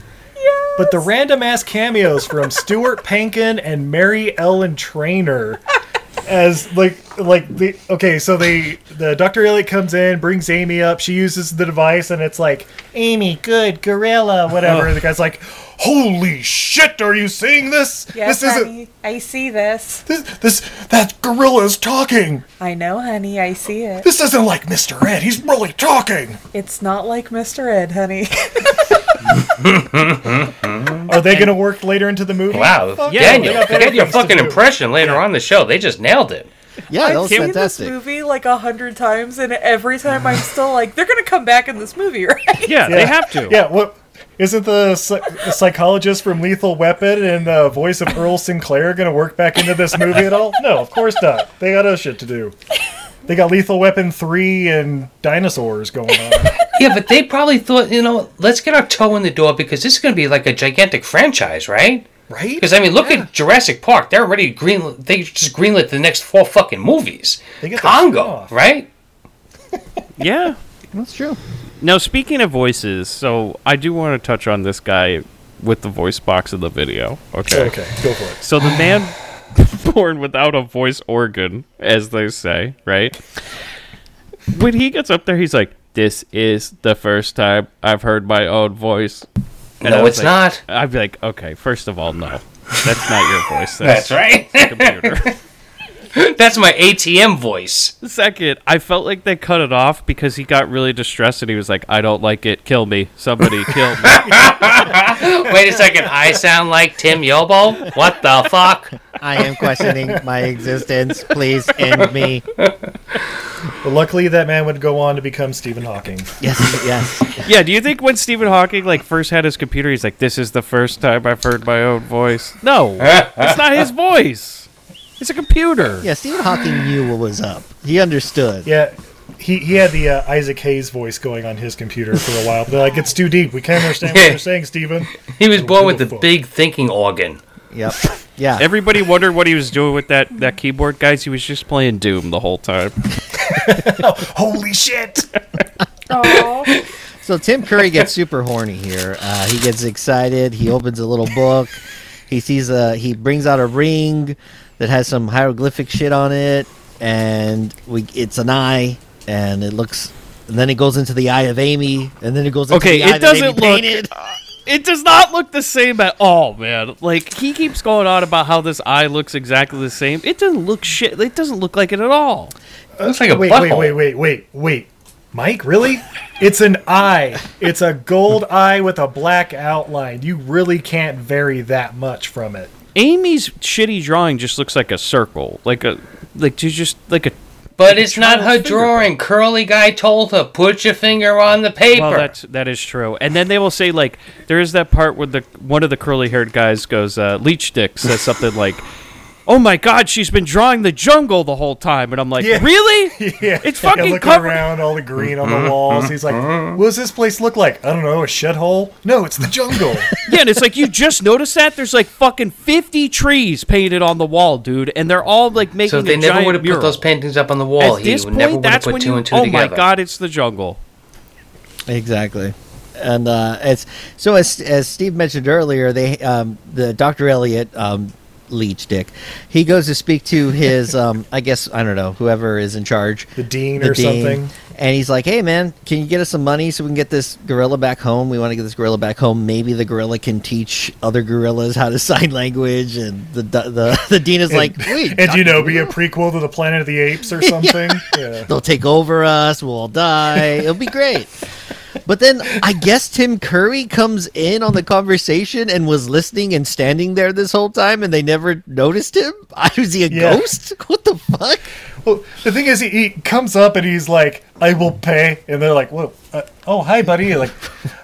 but the random ass cameos from Stuart Pankin and Mary Ellen Trainer as like like the okay so they the Dr. Elliot comes in brings Amy up she uses the device and it's like Amy good gorilla whatever the guy's like holy shit are you seeing this Yes, this isn't honey, I see this. this, this that gorilla is talking I know, honey, I see it. this isn't like Mr. Ed he's really talking It's not like Mr. Ed, honey. Are they going to work later into the movie? Wow, Fuck Daniel, yeah, they got better forget your things to fucking do. impression later on in the show. They just nailed it. Yeah, that I've was seen this fantastic. movie like a hundred times, and every time I'm still like, they're gonna come back in this movie, right? Yeah, they have to. Yeah, what isn't the, psy- the psychologist from Lethal Weapon and the voice of Earl Sinclair going to work back into this movie at all? No, of course not. They got other shit to do. They got Lethal Weapon 3 and dinosaurs going on. Yeah, but they probably thought, you know, let's get our toe in the door because this is going to be like a gigantic franchise, right? Right? Because I mean, look at Jurassic Park. They're already green. They just greenlit the next four fucking movies. They get the Congo, spin-off. right? yeah. That's true. Now, speaking of voices, so I do want to touch on this guy with the voice box in the video. Okay. Okay, go for it. So the man born without a voice organ, as they say, right? When he gets up there, he's like, "This is the first time I've heard my own voice." And I no, was it's like- not. I'd be like, "Okay, first of all, no, that's not your voice. That's, That's right. a computer." That's my ATM voice. Second, I felt like they cut it off because he got really distressed and he was like, "I don't like it. Kill me, somebody, kill me." Wait a second. I sound like Tim Yobo. What the fuck? I am questioning my existence. Please end me. But luckily, that man would go on to become Stephen Hawking. Yes, yes. Yeah, do you think when Stephen Hawking like first had his computer, he's like, "This is the first time I've heard my own voice." No, it's not his voice. It's a computer. Yeah, Stephen Hawking knew what was up. He understood. Yeah. He, he had the uh, Isaac Hayes voice going on his computer for a while. They're like, it's too deep. We can't understand what you're saying, Stephen. He was born with the Beautiful. big thinking organ. Yep. Yeah. Everybody wondered what he was doing with that that keyboard, guys. He was just playing Doom the whole time. Holy shit! Aw. So Tim Curry gets super horny here. Uh, he gets excited. He opens a little book. He sees a. He brings out a ring that has some hieroglyphic shit on it, and we. It's an eye, and it looks. And then it goes into the eye of Amy, and then it goes into Okay, the it eye that Amy doesn't look- painted. It does not look the same at all, man. Like he keeps going on about how this eye looks exactly the same. It doesn't look shit. It doesn't look like it at all. Looks like a wait, wait, butthole. wait, wait, wait, wait. Mike, really? It's an eye. It's a gold eye with a black outline. You really can't vary that much from it. Amy's shitty drawing just looks like a circle, like a like she's just like a. But it's not her Charles drawing. Curly guy told her, "Put your finger on the paper." Well, that's that is true. And then they will say like there is that part where the one of the curly haired guys goes uh, leech dick says something like. Oh my God! She's been drawing the jungle the whole time, and I'm like, Yeah. really? Yeah, Mm-hmm. It's yeah, fucking looking covered. around, all the green on the walls. He's like, "What does this place look like? I don't know, a shithole? No, it's the jungle." Yeah, and it's like you just noticed that there's like fucking 50 trees painted on the wall, dude, and they're all like making. so if they a never giant would have put mural. those paintings up on the wall. At he this would never point, would have that's put when two you. and two oh together. my God! It's the jungle. Exactly. And uh, it's so as as Steve mentioned earlier, they um, the Dr. Elliot um, Leech Dick, he goes to speak to his um, I guess I don't know whoever is in charge, The dean or something. and he's like, "Hey man, can you get us some money so we can get this gorilla back home? We want to get this gorilla back home. Maybe the gorilla can teach other gorillas how to sign language." And the the the, the dean is like, "Wait, and you know, be a prequel to the Planet of the Apes or something. yeah. They'll take over us. We'll all die. It'll be great. But then I guess Tim Curry comes in on the conversation and was listening and standing there this whole time, and they never noticed him. I was he a Yeah. ghost? What the fuck? Well, the thing is, he, he comes up and he's like, "I will pay," and they're like, "Whoa, uh, oh hi, buddy!" Like,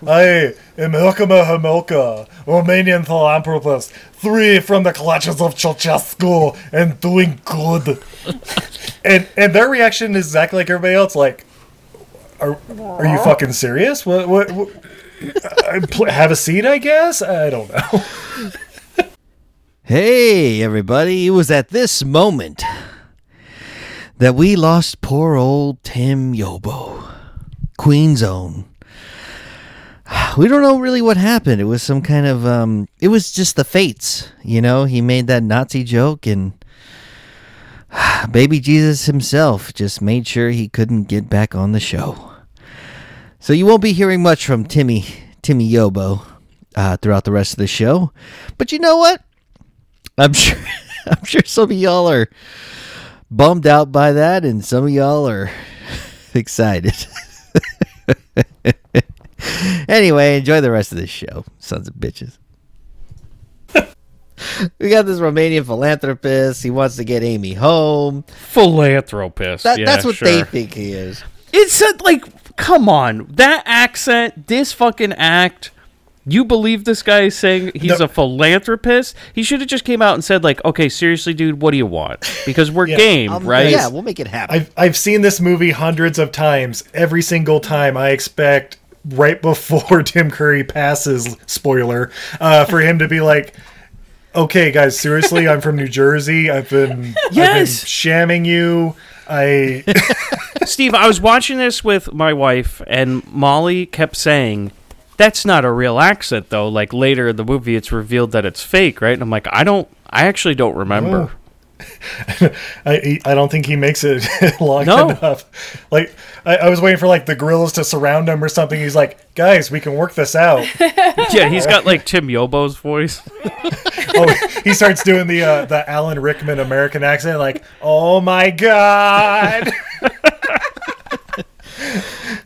I am Hilkama Homilka, Romanian philanthropist, three from the clutches of Ceausescu, and doing good. and and their reaction is exactly like everybody else. Like, are are you fucking serious? What what? what I- pl- have a seat, I guess. I don't know. Hey, everybody. It was at this moment that we lost poor old Tim Yobo, Queen's Own. We don't know really what happened. It was some kind of, um, it was just the fates, you know? He made that Nazi joke, and baby Jesus himself just made sure he couldn't get back on the show. So you won't be hearing much from Timmy, Timmy Yobo, uh, throughout the rest of the show. But you know what? I'm sure I'm sure some of y'all are bummed out by that and some of y'all are excited. anyway, enjoy the rest of this show, sons of bitches. we got this Romanian philanthropist. He wants to get Amy home. Philanthropist. That, yeah, that's what sure. they think he is. It's a, like, come on, that accent, this fucking act. You believe this guy is saying he's No. a philanthropist? He should have just came out and said like, "Okay, seriously, dude, what do you want?" Because we're game, Um, right? Yeah, we'll make it happen. I've I've seen this movie hundreds of times. Every single time, I expect right before Tim Curry passes, spoiler, uh, for him to be like, "Okay, guys, seriously, I'm from New Jersey. I've been, I've Yes. been shamming you. I Steve, I was watching this with my wife, and Molly kept saying, "That's not a real accent, though." Like later in the movie, it's revealed that it's fake, right? And I'm like, I don't, I actually don't remember. I, I don't think he makes it long No. enough. Like I, I was waiting for like the gorillas to surround him or something. He's like, guys, we can work this out. yeah, he's got like Tim Yobo's voice. oh, he starts doing the uh, the Alan Rickman American accent, like, "Oh my god,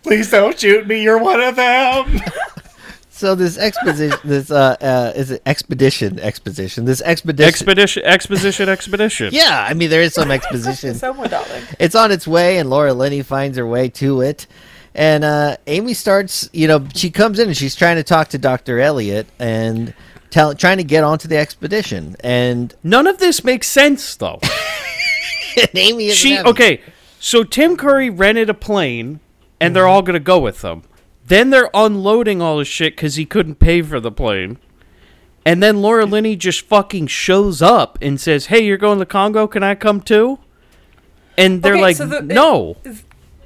please don't shoot me. You're one of them." so this exposition, this uh, uh, is it expedition, exposition, this expedition. Expedition, exposition, expedition. yeah, I mean there is some exposition. Somewhere, darling. it's on its way, and Laura Linney finds her way to it. And uh, Amy starts, you know, she comes in and she's trying to talk to Dr. Elliot and tell, trying to get onto the expedition. And None of this makes sense, though. Amy isn't she having it. okay so tim curry rented a plane and Mm-hmm. they're all gonna go with them then they're unloading all this shit because he couldn't pay for the plane and then laura linney just fucking shows up and says hey you're going to congo can i come too and they're Okay, like so the- no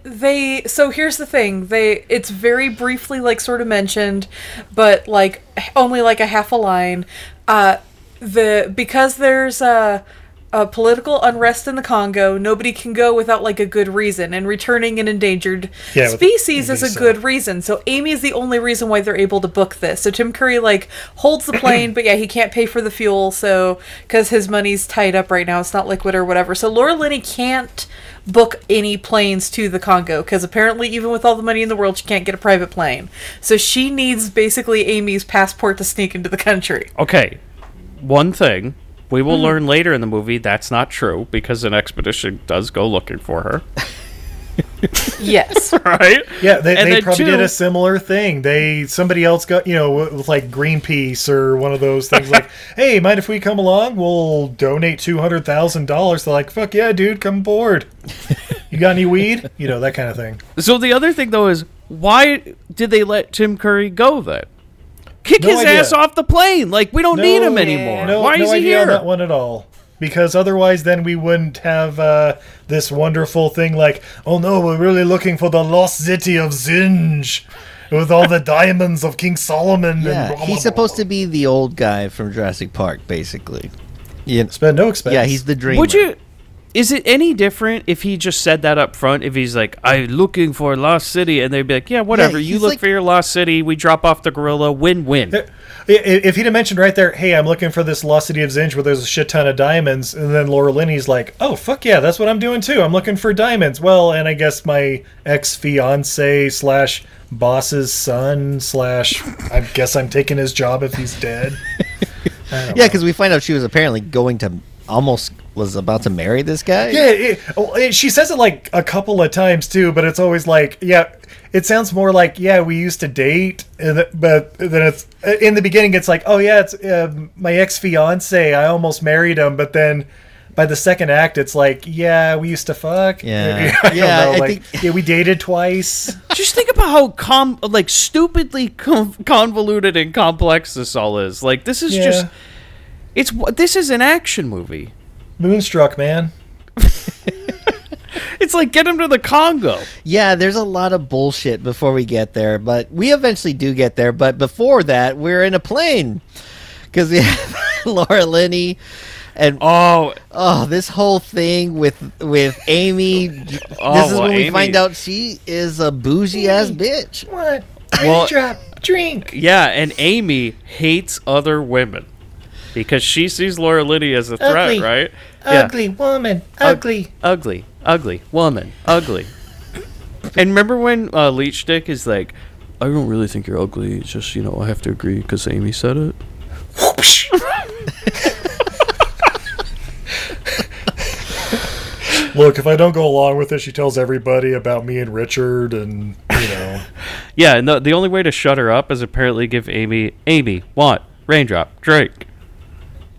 they so here's the thing they it's very briefly like sort of mentioned but like only like a half a line uh the because there's a a political unrest in the Congo, nobody can go without like a good reason, and returning an endangered Yeah, with- species is a so- good reason. So Amy is the only reason why they're able to book this. So Tim Curry like holds the plane, but yeah, he can't pay for the fuel, so because his money's tied up right now, it's not liquid or whatever. So Laura Linney can't book any planes to the Congo because apparently, even with all the money in the world, she can't get a private plane. So she needs basically Amy's passport to sneak into the country. okay one thing we Mm-hmm. will learn later in the movie that's not true because an expedition does go looking for her Yes. right Yeah, they, And they then probably two- did a similar thing. They somebody else got you know with like Greenpeace or one of those things like, "Hey, mind if we come along? We'll donate two hundred thousand dollars." They're like, "Fuck yeah, dude, come aboard." You got any weed? You know that kind of thing. So the other thing though is why did they let Tim Curry go then? Kick No his idea. ass off the plane. Like we don't need him No, anymore. No, why no is he idea on here? that one at all. Because otherwise, then we wouldn't have uh, this wonderful thing like, oh no, we're really looking for the lost city of Zinj with all the diamonds of King Solomon. Yeah, and blah, he's blah, blah, supposed to be the old guy from Jurassic Park, basically. Yeah, blah. Spend no expense. yeah he's the dreamer. Would you is it any different if he just said that up front? If he's like, I'm looking for Lost City, and they'd be like, Yeah, whatever. you he's look like- for your Lost City, we drop off the gorilla, win win. I- i- If he'd have mentioned right there, hey, I'm looking for this lost city of Zinj where there's a shit ton of diamonds, and then Laura Linney's like, oh, fuck yeah, that's what I'm doing too. I'm looking for diamonds. Well, and I guess my ex fiance slash boss's son slash. I guess I'm taking his job if he's dead. I don't Yeah, know. because we find out she was apparently going to almost was about to marry this guy. Yeah, it, oh, it- she says it like a couple of times too, but it's always like, yeah, it sounds more like, yeah, we used to date, and th- but then it's uh, in the beginning, it's like, oh yeah, it's um my ex fiance. I almost married him, but then by the second act, it's like, yeah, we used to fuck. Yeah. I don't Yeah, know, I like, think- yeah, we dated twice. Just think about how com like stupidly com- convoluted and complex this all is. Like this is Yeah. just it's this is an action movie. Moonstruck, man. It's like get him to the Congo. Yeah, there's a lot of bullshit before we get there, but we eventually do get there. But before that, we're in a plane because we have Laura Linney and oh. Oh, this whole thing with with Amy. Oh, this is well, when we Amy- find out she is a bougie ass bitch. What? Well- Drop drink. yeah, and Amy hates other women because she sees Laura Linney as a threat, Ugly. right? Ugly woman. Uh, Ugly. ugly, ugly woman, ugly. and remember when uh, Leech Dick is like, I don't really think you're ugly. It's just you know I have to agree because Amy said it. Look, if I don't go along with this, she tells everybody about me and Richard, and you know. Yeah, and the, the only way to shut her up is apparently give Amy Amy want raindrop drink,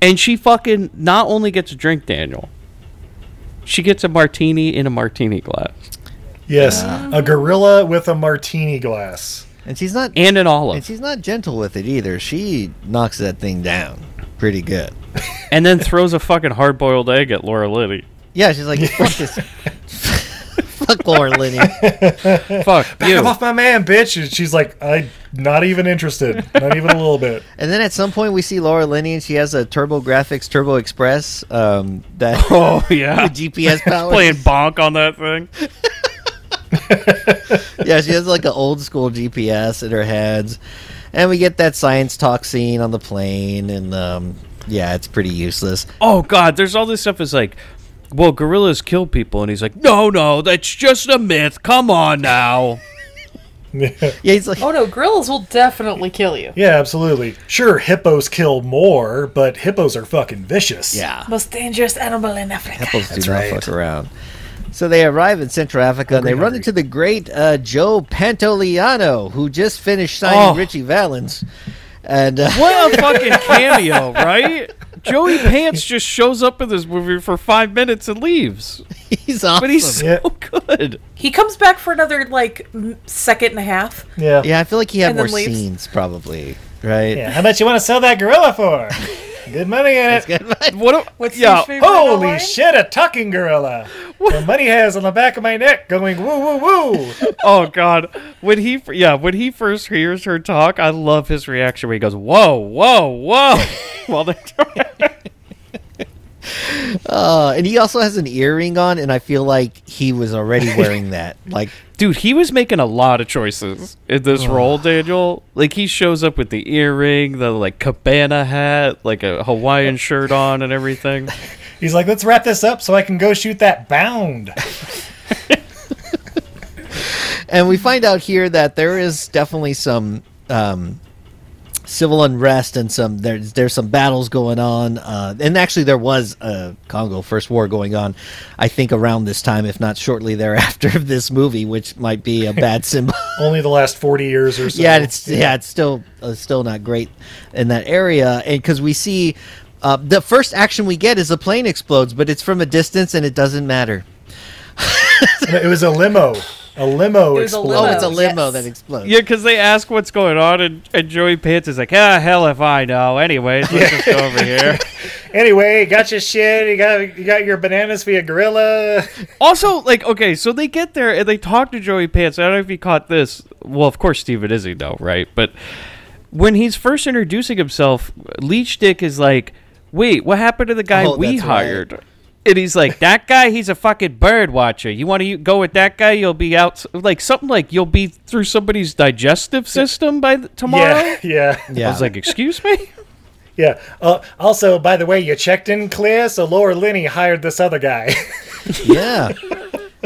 and she fucking not only gets a drink, Daniel. She gets a martini in a martini glass Yes, a gorilla with a martini glass. And she's not and an olive. and she's not gentle with it either. She knocks that thing down pretty good. and then throws a fucking hard boiled egg at Laura Liddy. Yeah, she's like fuck this. Fuck Laura Linney. Fuck you. Come off my man, bitch! And she's like, I'm not even interested, not even a little bit. And then at some point we see Laura Linney and she has a Turbo Graphics Turbo Express um, that Oh yeah. with GPS power. Playing bonk on that thing. Yeah, she has like an old school GPS in her hands. And we get that science talk scene on the plane and um, yeah, it's pretty useless. Oh god, there's all this stuff is like well, gorillas kill people, and he's like, "No, no, that's just a myth. Come on now." Yeah, he's like Oh no, gorillas will definitely kill you. Yeah, absolutely. Sure, hippos kill more, but hippos are fucking vicious. Yeah. Most dangerous animal in Africa. Apples do not fuck around. So they arrive in Central Africa and they run into the great uh, Joe Pantoliano, who just finished signing Oh. Richie Valens. And uh, What a fucking cameo, right? Joey Pants just shows up in this movie for five minutes and leaves, he's awesome. but he's so Yeah. good. He comes back for another like m- second and a half. yeah. yeah, I feel like he had And more then leaves. scenes probably, right? Yeah, How much you want to sell that gorilla for? Good money in it. What? A, What's yeah. your favorite Holy line? shit, a talking gorilla! The money has on the back of my neck, going woo woo woo. Oh god. When he fir- yeah when he first hears her talk, I love his reaction where he goes, "Whoa, whoa, whoa!" While they're Uh, and he also has an earring on, and I feel like he was already wearing that. Like, Dude, he was making a lot of choices in this role, Daniel. Like he shows up with the earring, the like cabana hat, like a Hawaiian shirt on and everything. He's like, let's wrap this up so I can go shoot that bound. and we find out here that there is definitely some um, civil unrest and some there's there's some battles going on uh, and actually there was a congo first war going on i think around this time if not shortly thereafter of this movie which might be a bad symbol Only the last forty years or so. yeah and it's yeah it's still uh, still not great in that area and because we see uh, the first action we get is the plane explodes but it's from a distance and it doesn't matter It was a limo. A limo It was a exploded. oh it's a Oh, limo yes. that explodes Yeah, because they ask what's going on, and, and Joey Pants is like, ah, hell if I know. Anyways, let's just go over here. Anyway, got your shit. You got you got your bananas via gorilla. Also, like, okay, so they get there and they talk to Joey Pants. I don't know if you caught this. Well, of course, Steven Izzy, though, right? But when he's first introducing himself, Leech Dick is like, wait, what happened to the guy Oh, we that's right. hired? And he's like, that guy, he's a fucking bird watcher. You want to go with that guy? You'll be out, like, something like you'll be through somebody's digestive system by th- tomorrow? Yeah, yeah, yeah I was like, excuse me? yeah. Uh, also, by the way, you checked in clear, so Laura Linney hired this other guy. Yeah.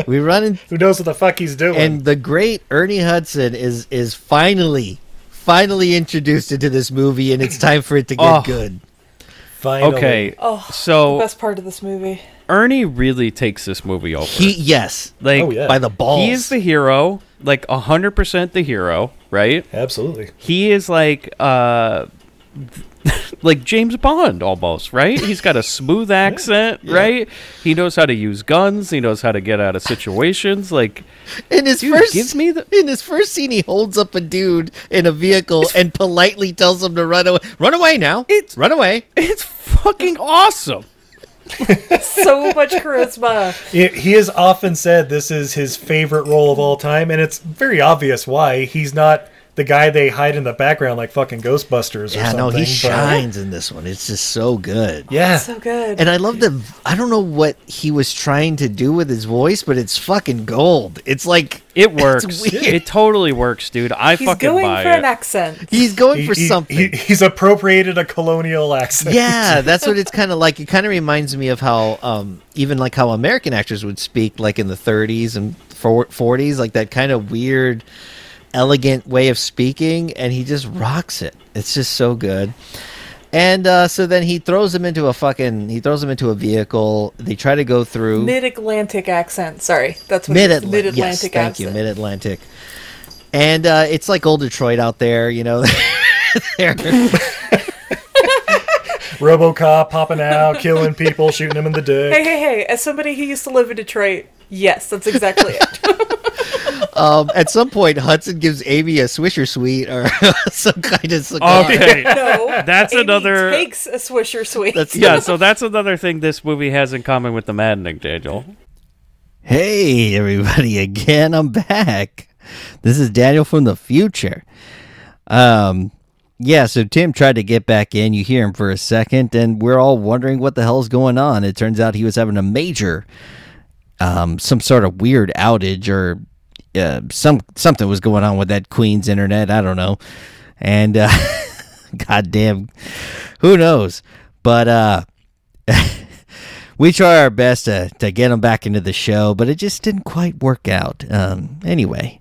we run in, Who knows what the fuck he's doing? and the great Ernie Hudson is is finally finally introduced into this movie, and it's time for it to get Oh. good. Finally. Okay, Oh, so best part of this movie. Ernie really takes this movie over. He yes, like Oh, yeah. by the balls. he is the hero, like hundred percent the hero, right? Absolutely. He is like uh like James Bond almost, right? He's got a smooth accent, right? He knows how to use guns, he knows how to get out of situations, like in his Dude, first give me the- in his first scene, he holds up a dude in a vehicle and politely tells him to run away. Run away now! It's- run away. it's fucking awesome. So much charisma. He- he has often said this is his favorite role of all time, and it's very obvious why. He's not the guy they hide in the background like fucking Ghostbusters or Yeah, something. no, he but- shines in this one. It's just so good. Yeah. So good. And I love the. I don't know what he was trying to do with his voice, but it's fucking gold. It's like It works. weird. It totally works, dude. I He's fucking going buy for it. an accent. he's going He- for he- something. he- he's appropriated a colonial accent. yeah, that's what it's kind of like. It kind of reminds me of how, um, even like how American actors would speak, like in the 30s and for- 40s, like that kind of weird, elegant way of speaking. And he just rocks it. It's just so good. And uh, so then he throws him into a fucking. He throws him into a vehicle. They try to go through Mid Atlantic accent. Sorry. That's what Mid it is. Atlantic. Yes, Mid-Atlantic thank you, accent. Mid Atlantic. And uh, it's like old Detroit out there, you know. They're- Robocop popping out, killing people, shooting them in the dick. Hey, hey, hey. As somebody who used to live in Detroit, yes, that's exactly it. um, at some point, Hudson gives Amy a Swisher Sweet or some kind of cigar. Okay. No. That's Amy another- takes a Swisher Sweet. That's- yeah, so that's another thing this movie has in common with The Maddening, Daniel. Hey, everybody, again, I'm back. This is Daniel from the future. Um, yeah, so Tim tried to get back in. You hear him for a second, and we're all wondering what the hell's going on. It turns out he was having a major, um, some sort of weird outage or uh, some something was going on with that Queen's internet. I don't know. And, uh, goddamn, who knows? But, uh, we try our best to, to get him back into the show, but it just didn't quite work out. Um, anyway,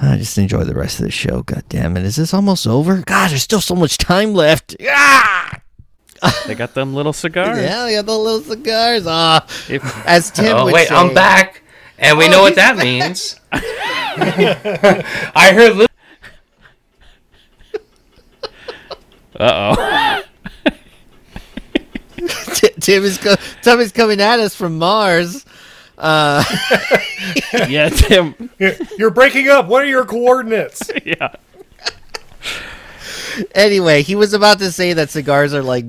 I just enjoy the rest of the show. God damn it. Is this almost over? God, there's still so much time left. Ah! They got them little cigars. Yeah, we got the little cigars. Ah, If- as Tim Oh would wait, say, I'm back, and Oh, we know what that means. I heard Lu- T- Tim is co- Tim is coming at us from Mars. yeah, Tim. You're- You're breaking up. What are your coordinates? Yeah. Anyway, he was about to say that cigars are like.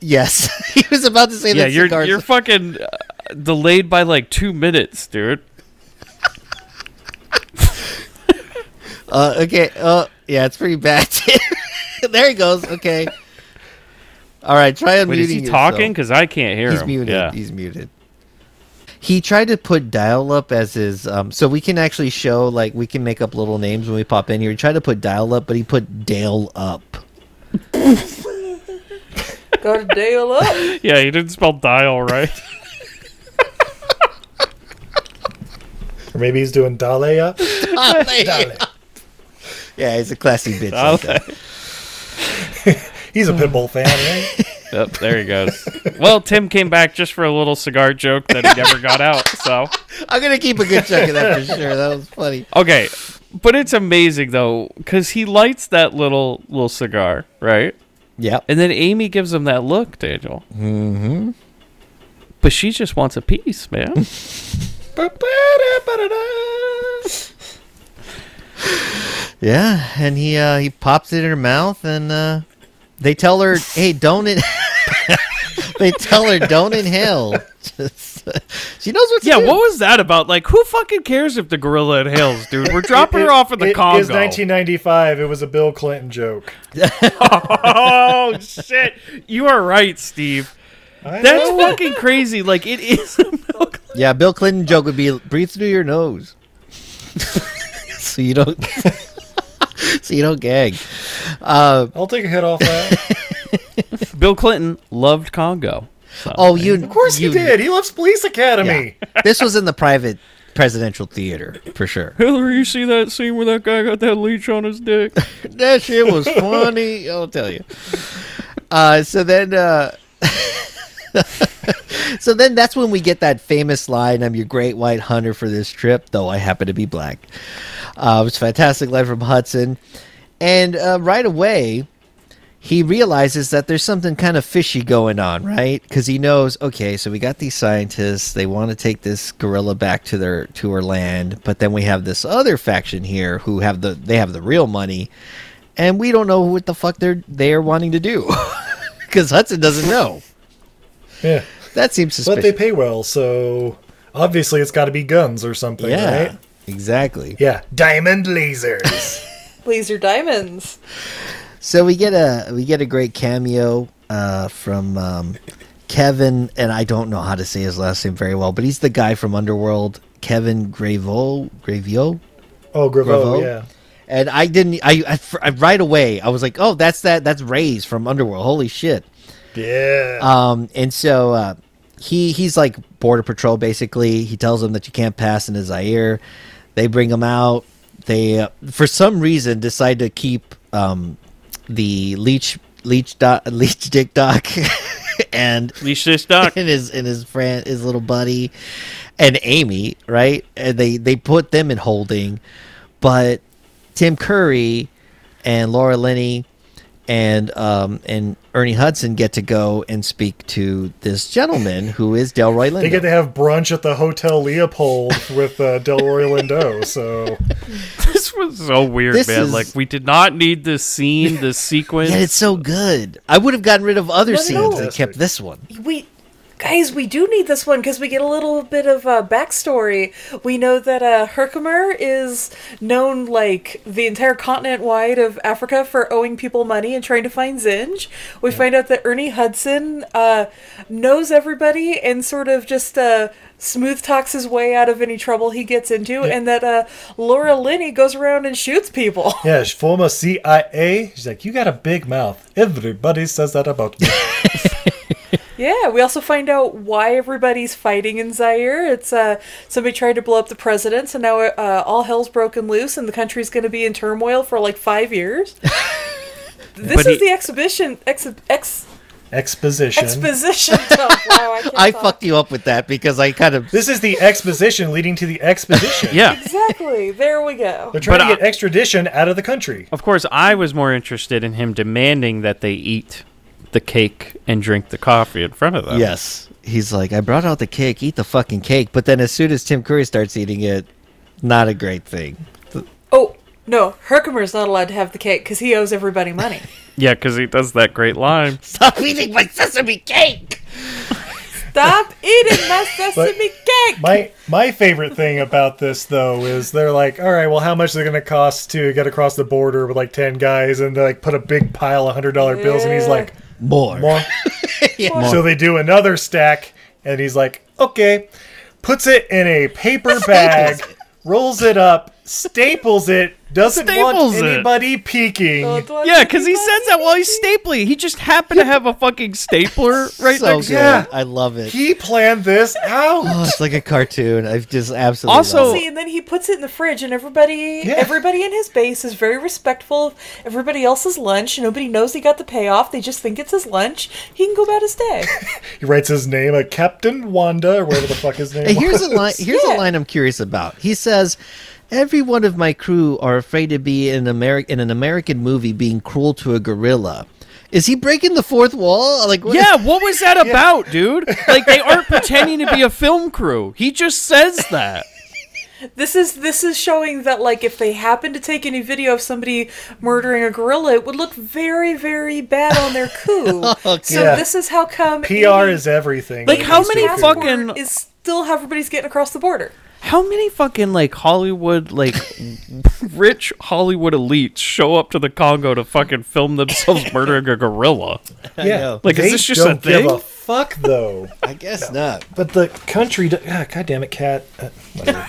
Yes, he was about to say Yeah, that you're cigars. you're fucking uh, delayed by like 2 minutes, dude. uh, okay. Oh, yeah, it's pretty bad. Tim. there he goes. Okay. All right, try unmuting Wait, is he yourself. talking cuz I can't hear He's him. muted. Yeah. He's muted. He tried to put dial up as his um, so we can actually show like we can make up little names when we pop in here. He tried to put dial up, but he put Dale up. Go to Dale up. yeah, he didn't spell dial right. Or maybe he's doing Dale up. yeah, he's a classy bitch. like that. He's a Pitbull fan, right? yep, there he goes. Well, Tim came back just for a little cigar joke that he never got out. So, I'm gonna keep a good chunk of that for sure. That was funny. okay. But it's amazing though cuz he lights that little little cigar, right? Yep. And then Amy gives him that look, Daniel. Mm-hmm. But she just wants a piece, man. Yeah, and he uh, he pops it in her mouth, and uh, they tell her, "Hey, don't." In- they tell her, "Don't inhale." Just- she knows what. To yeah, do. what was that about? Like, who fucking cares if the gorilla inhales, dude? We're dropping her off in the it Congo. is 1995. It was a Bill Clinton joke. oh shit! You are right, Steve. I That's know. fucking crazy. Like, it is a milk. Yeah, Bill Clinton joke would be breathe through your nose. so you don't so you don't gag. I'll take a hit off that. Bill Clinton loved Congo. Oh, you. Of course he did. He loves Police Academy. this was in the private presidential theater for sure. Hillary, you see that scene where that guy got that leech on his dick? that shit was funny. I'll tell you. Uh, so then, uh, so then that's when we get that famous line: "I'm your great white hunter for this trip, though I happen to be black." Uh, it's a fantastic line from Hudson, and uh, right away he realizes that there's something kind of fishy going on, right? Because he knows, okay, so we got these scientists. They want to take this gorilla back to their to her land, but then we have this other faction here who have the they have the real money, and we don't know what the fuck they're they are wanting to do, because Hudson doesn't know. Yeah. That seems But suspicious. they pay well, so obviously it's got to be guns or something, yeah, right? exactly. Yeah. Diamond lasers. Laser diamonds. So we get a we get a great cameo uh, from um, Kevin, and I don't know how to say his last name very well, but he's the guy from Underworld, Kevin Graveau, Gravio. oh, Graveau, Graveau? yeah. And I didn't. I, I, fr- I right away I was like, oh, that's that. That's Ray's from Underworld. Holy shit! Yeah. Um, and so uh, he he's like border patrol basically. He tells them that you can't pass into Zaire. They bring him out. They uh, for some reason decide to keep um, the leech leech doc, leech dick doc and Leech this doc. and his and his friend his little buddy and Amy right and they they put them in holding, but Tim Curry and Laura Linney and um and Ernie Hudson get to go and speak to this gentleman who is Delroy Lindo. they get to have brunch at the Hotel Leopold with uh, Delroy Lindo, so This was so weird, This man. is- Like we did not need this scene, this sequence. yeah, it's so good. I would have gotten rid of other No, no, scenes and no. kept this one. we guys we do need this one because we get a little bit of uh, backstory we know that uh, herkimer is known like the entire continent wide of africa for owing people money and trying to find zinj we find out that ernie hudson uh, knows everybody and sort of just uh, smooth talks his way out of any trouble he gets into and that uh, laura linney goes around and shoots people yeah, she's former CIA. She's like, you got a big mouth. Everybody says that about me. Yeah, we also find out why everybody's fighting in Zaire. It's uh, somebody tried to blow up the president, so now uh, all hell's broken loose, and the country's going to be in turmoil for like five years. this is But he- the exhibition ex, ex, Exposition. exposition. oh, wow, I, can't I talk. fucked you up with that because I kind of this is the exposition leading to the exposition. yeah. Exactly. There we go. They're trying But uh, to get I- extradition out of the country. Of course, I was more interested in him demanding that they eat the cake and drink the coffee in front of them. Yes. He's like, I brought out the cake, eat the fucking cake. But then as soon as Tim Curry starts eating it, not a great thing. Oh no, Herkimer's not allowed to have the cake because he owes everybody money. Yeah, because he does that great line. Stop eating my sesame cake! Stop eating my sesame cake. My my favorite thing about this though is they're like, all right, well, how much is it going to cost to get across the border with like ten guys, and they like put a big pile of hundred dollar bills, and he's like, More. more. So they do another stack, and he's like, okay, puts it in a paper bag, rolls it up, staples it, doesn't Staples want it. Oh. anybody peeking. Don't want Yeah, because he everybody- says that while he's stapling. He just happened to have a fucking stapler right so next good. to Yeah. I love it. He planned this out. Oh, it's like a cartoon. I've just absolutely Also- love it. See, and then he puts it in the fridge, and everybody, Yeah. everybody in his base is very respectful of everybody else's lunch. Nobody knows he got the payoff; they just think it's his lunch. He can go about his day. He writes his name, a Captain Wanda, or whatever the fuck his name. Hey, here's was. a line here's Yeah. a line I'm curious about. He says Every one of my crew are afraid to be in, Ameri- in an American movie being cruel to a gorilla. Is he breaking the fourth wall? Like, what- Yeah, what was that about, dude? Like they aren't pretending to be a film crew. He just says that. this is this is showing that, like, if they happen to take any video of somebody murdering a gorilla, it would look very, very bad on their coup. So Oh, Yeah. this is how come PR any is everything. Like, It how was many stupid. passport fucking- is still how everybody's getting across the border. How many fucking like Hollywood like rich Hollywood elites show up to the Congo to fucking film themselves murdering a gorilla? Yeah, Like, is They this just a don't give thing? a fuck though. I guess not. but the country. Do- ah, God damn it, cat. Uh, whatever.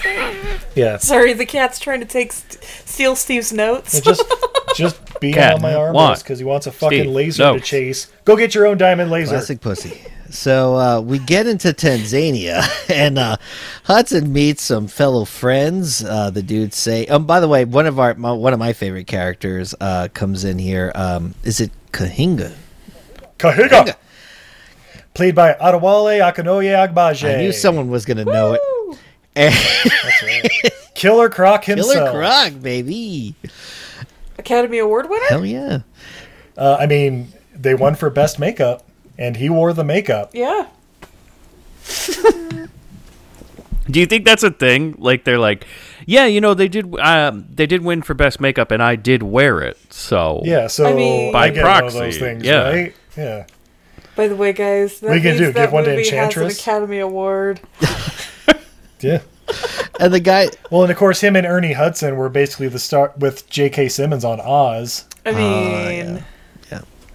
yeah, Sorry, the cat's trying to take st- steal Steve's notes. It just just being Cat, on my arm want. because he wants a fucking Steve, laser no. to chase. Go get your own diamond laser. Classic pussy. So uh, we get into Tanzania, and uh, Hudson meets some fellow friends. Uh, the dudes say, "Um, by the way, one of our my, one of my favorite characters uh, comes in here. Um, is it Kahinga? Kahiga! Played by Adewale Akinoye Agbaje. I knew someone was gonna know it. And Killer Croc himself. Killer Croc, baby. Academy Award winner? Hell yeah. Uh, I mean, they won for best makeup, and he wore the makeup. Yeah. Do you think that's a thing? Like they're like, yeah, you know, they did um, they did win for best makeup, and I did wear it. So Yeah, so I mean- By I get one of proxy, those things, yeah. right? Yeah. By the way, guys, that We can means do, that give one to movie Enchantress. has an Academy Award. Yeah. And the guy, Well, and of course, him and Ernie Hudson were basically the start with J.K. Simmons on Oz. I mean,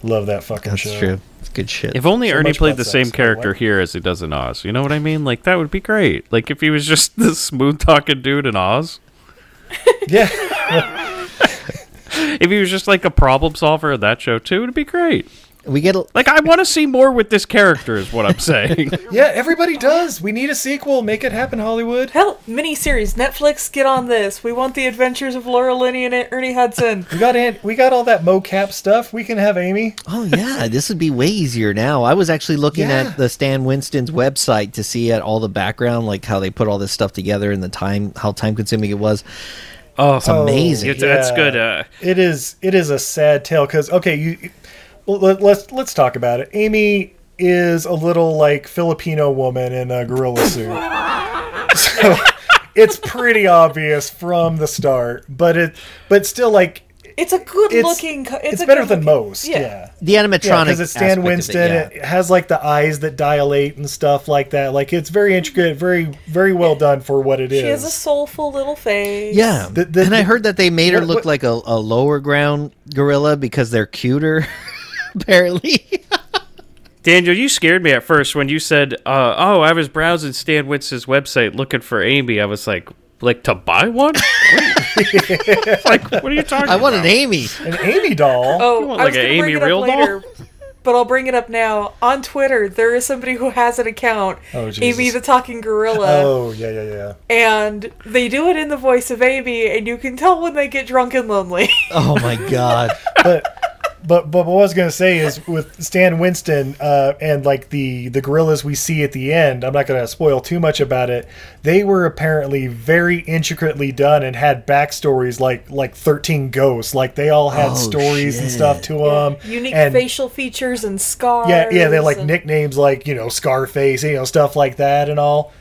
Love that fucking that's show. true. It's good shit. If only Ernie much played about the sex, same but character what? here as he does in Oz. You know what I mean? Like that would be great. Like if he was just this smooth talking dude in Oz. Yeah. If he was just like a problem solver in that show too, it'd be great. we get a, Like I want to see more with this character is what I'm saying. yeah, everybody does. We need a sequel. Make it happen, Hollywood. hell, miniseries, Netflix, get on this. We want the adventures of Laura Linney and Ernie Hudson. We got Aunt, we got all that mocap stuff. We can have Amy. Oh yeah, this would be way easier now. I was actually looking Yeah. at the Stan Winston's website to see at all the background, like how they put all this stuff together and the time, how time consuming it was. oh, It's amazing. yeah, that's yeah. good. Uh, It is it is a sad tale because okay, you well, let, let's let's talk about it. Amy is a little like Filipino woman in a gorilla suit, so it's pretty obvious from the start. But it but still like It's a good it's looking. co- it's, It's, a better good than looking- most. Yeah. Yeah, The animatronic because it's Stan aspect of it, Winston. It, yeah. has like the eyes that dilate and stuff like that. Like it's very intricate, very very well done for what it is. She has a soulful little face. Yeah, The- the- and I heard that they made her what- look what- like a, a lower ground gorilla because they're cuter, apparently. Daniel, you scared me at first when you said, uh, "Oh, I was browsing Stan Witz's website looking for Amy." I was like, "Like to buy one?" like, what are you talking? I want about? an Amy. An Amy doll. Oh, You want, I like, was gonna an Amy bring it up Real doll? later, but I'll bring it up now. On Twitter, there is somebody who has an account, Oh, Jesus. Amy the Talking Gorilla, Oh yeah yeah yeah. and they do it in the voice of Amy, and you can tell when they get drunk and lonely. Oh my god. But but what I was gonna say is with Stan Winston uh, and like the the gorillas we see at the end, I'm not gonna spoil too much about it. They were apparently very intricately done and had backstories like like 13 ghosts. Like they all had Oh, stories and shit. stuff to them. Unique and, facial features and scars. Yeah yeah they like and- nicknames like you know Scarface you know stuff like that and all.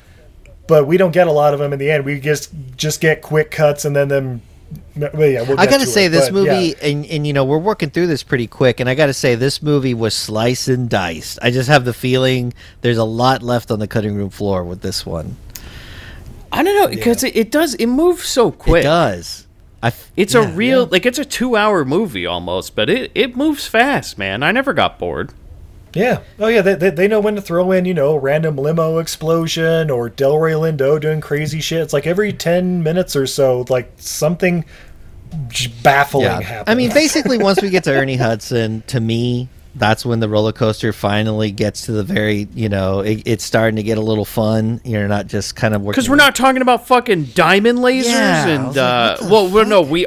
But we don't get a lot of them in the end. We just just get quick cuts and then them. Well, yeah, we'll I get gotta to say, it, this but, yeah. movie, and, and you know, we're working through this pretty quick, and I gotta say, this movie was sliced and diced. I just have the feeling there's a lot left on the cutting room floor with this one. I don't know because it, it does. It moves so It quick. does. I f- It's a yeah. real like it's a two hour movie almost, but it it moves fast, man. I never got bored. Yeah. Oh, yeah. They, they, they know when to throw in, you know, random limo explosion or Delray Lindo doing crazy shit. It's like every 10 minutes or so, like something j- baffling happens. I mean, basically, once we get to Ernie Hudson, to me, that's when the roller coaster finally gets to the very, you know, it, it's starting to get a little fun. You're not just kind of working Because we're not talking about fucking diamond lasers Yeah, I and was like, uh, what the well, we're, no, we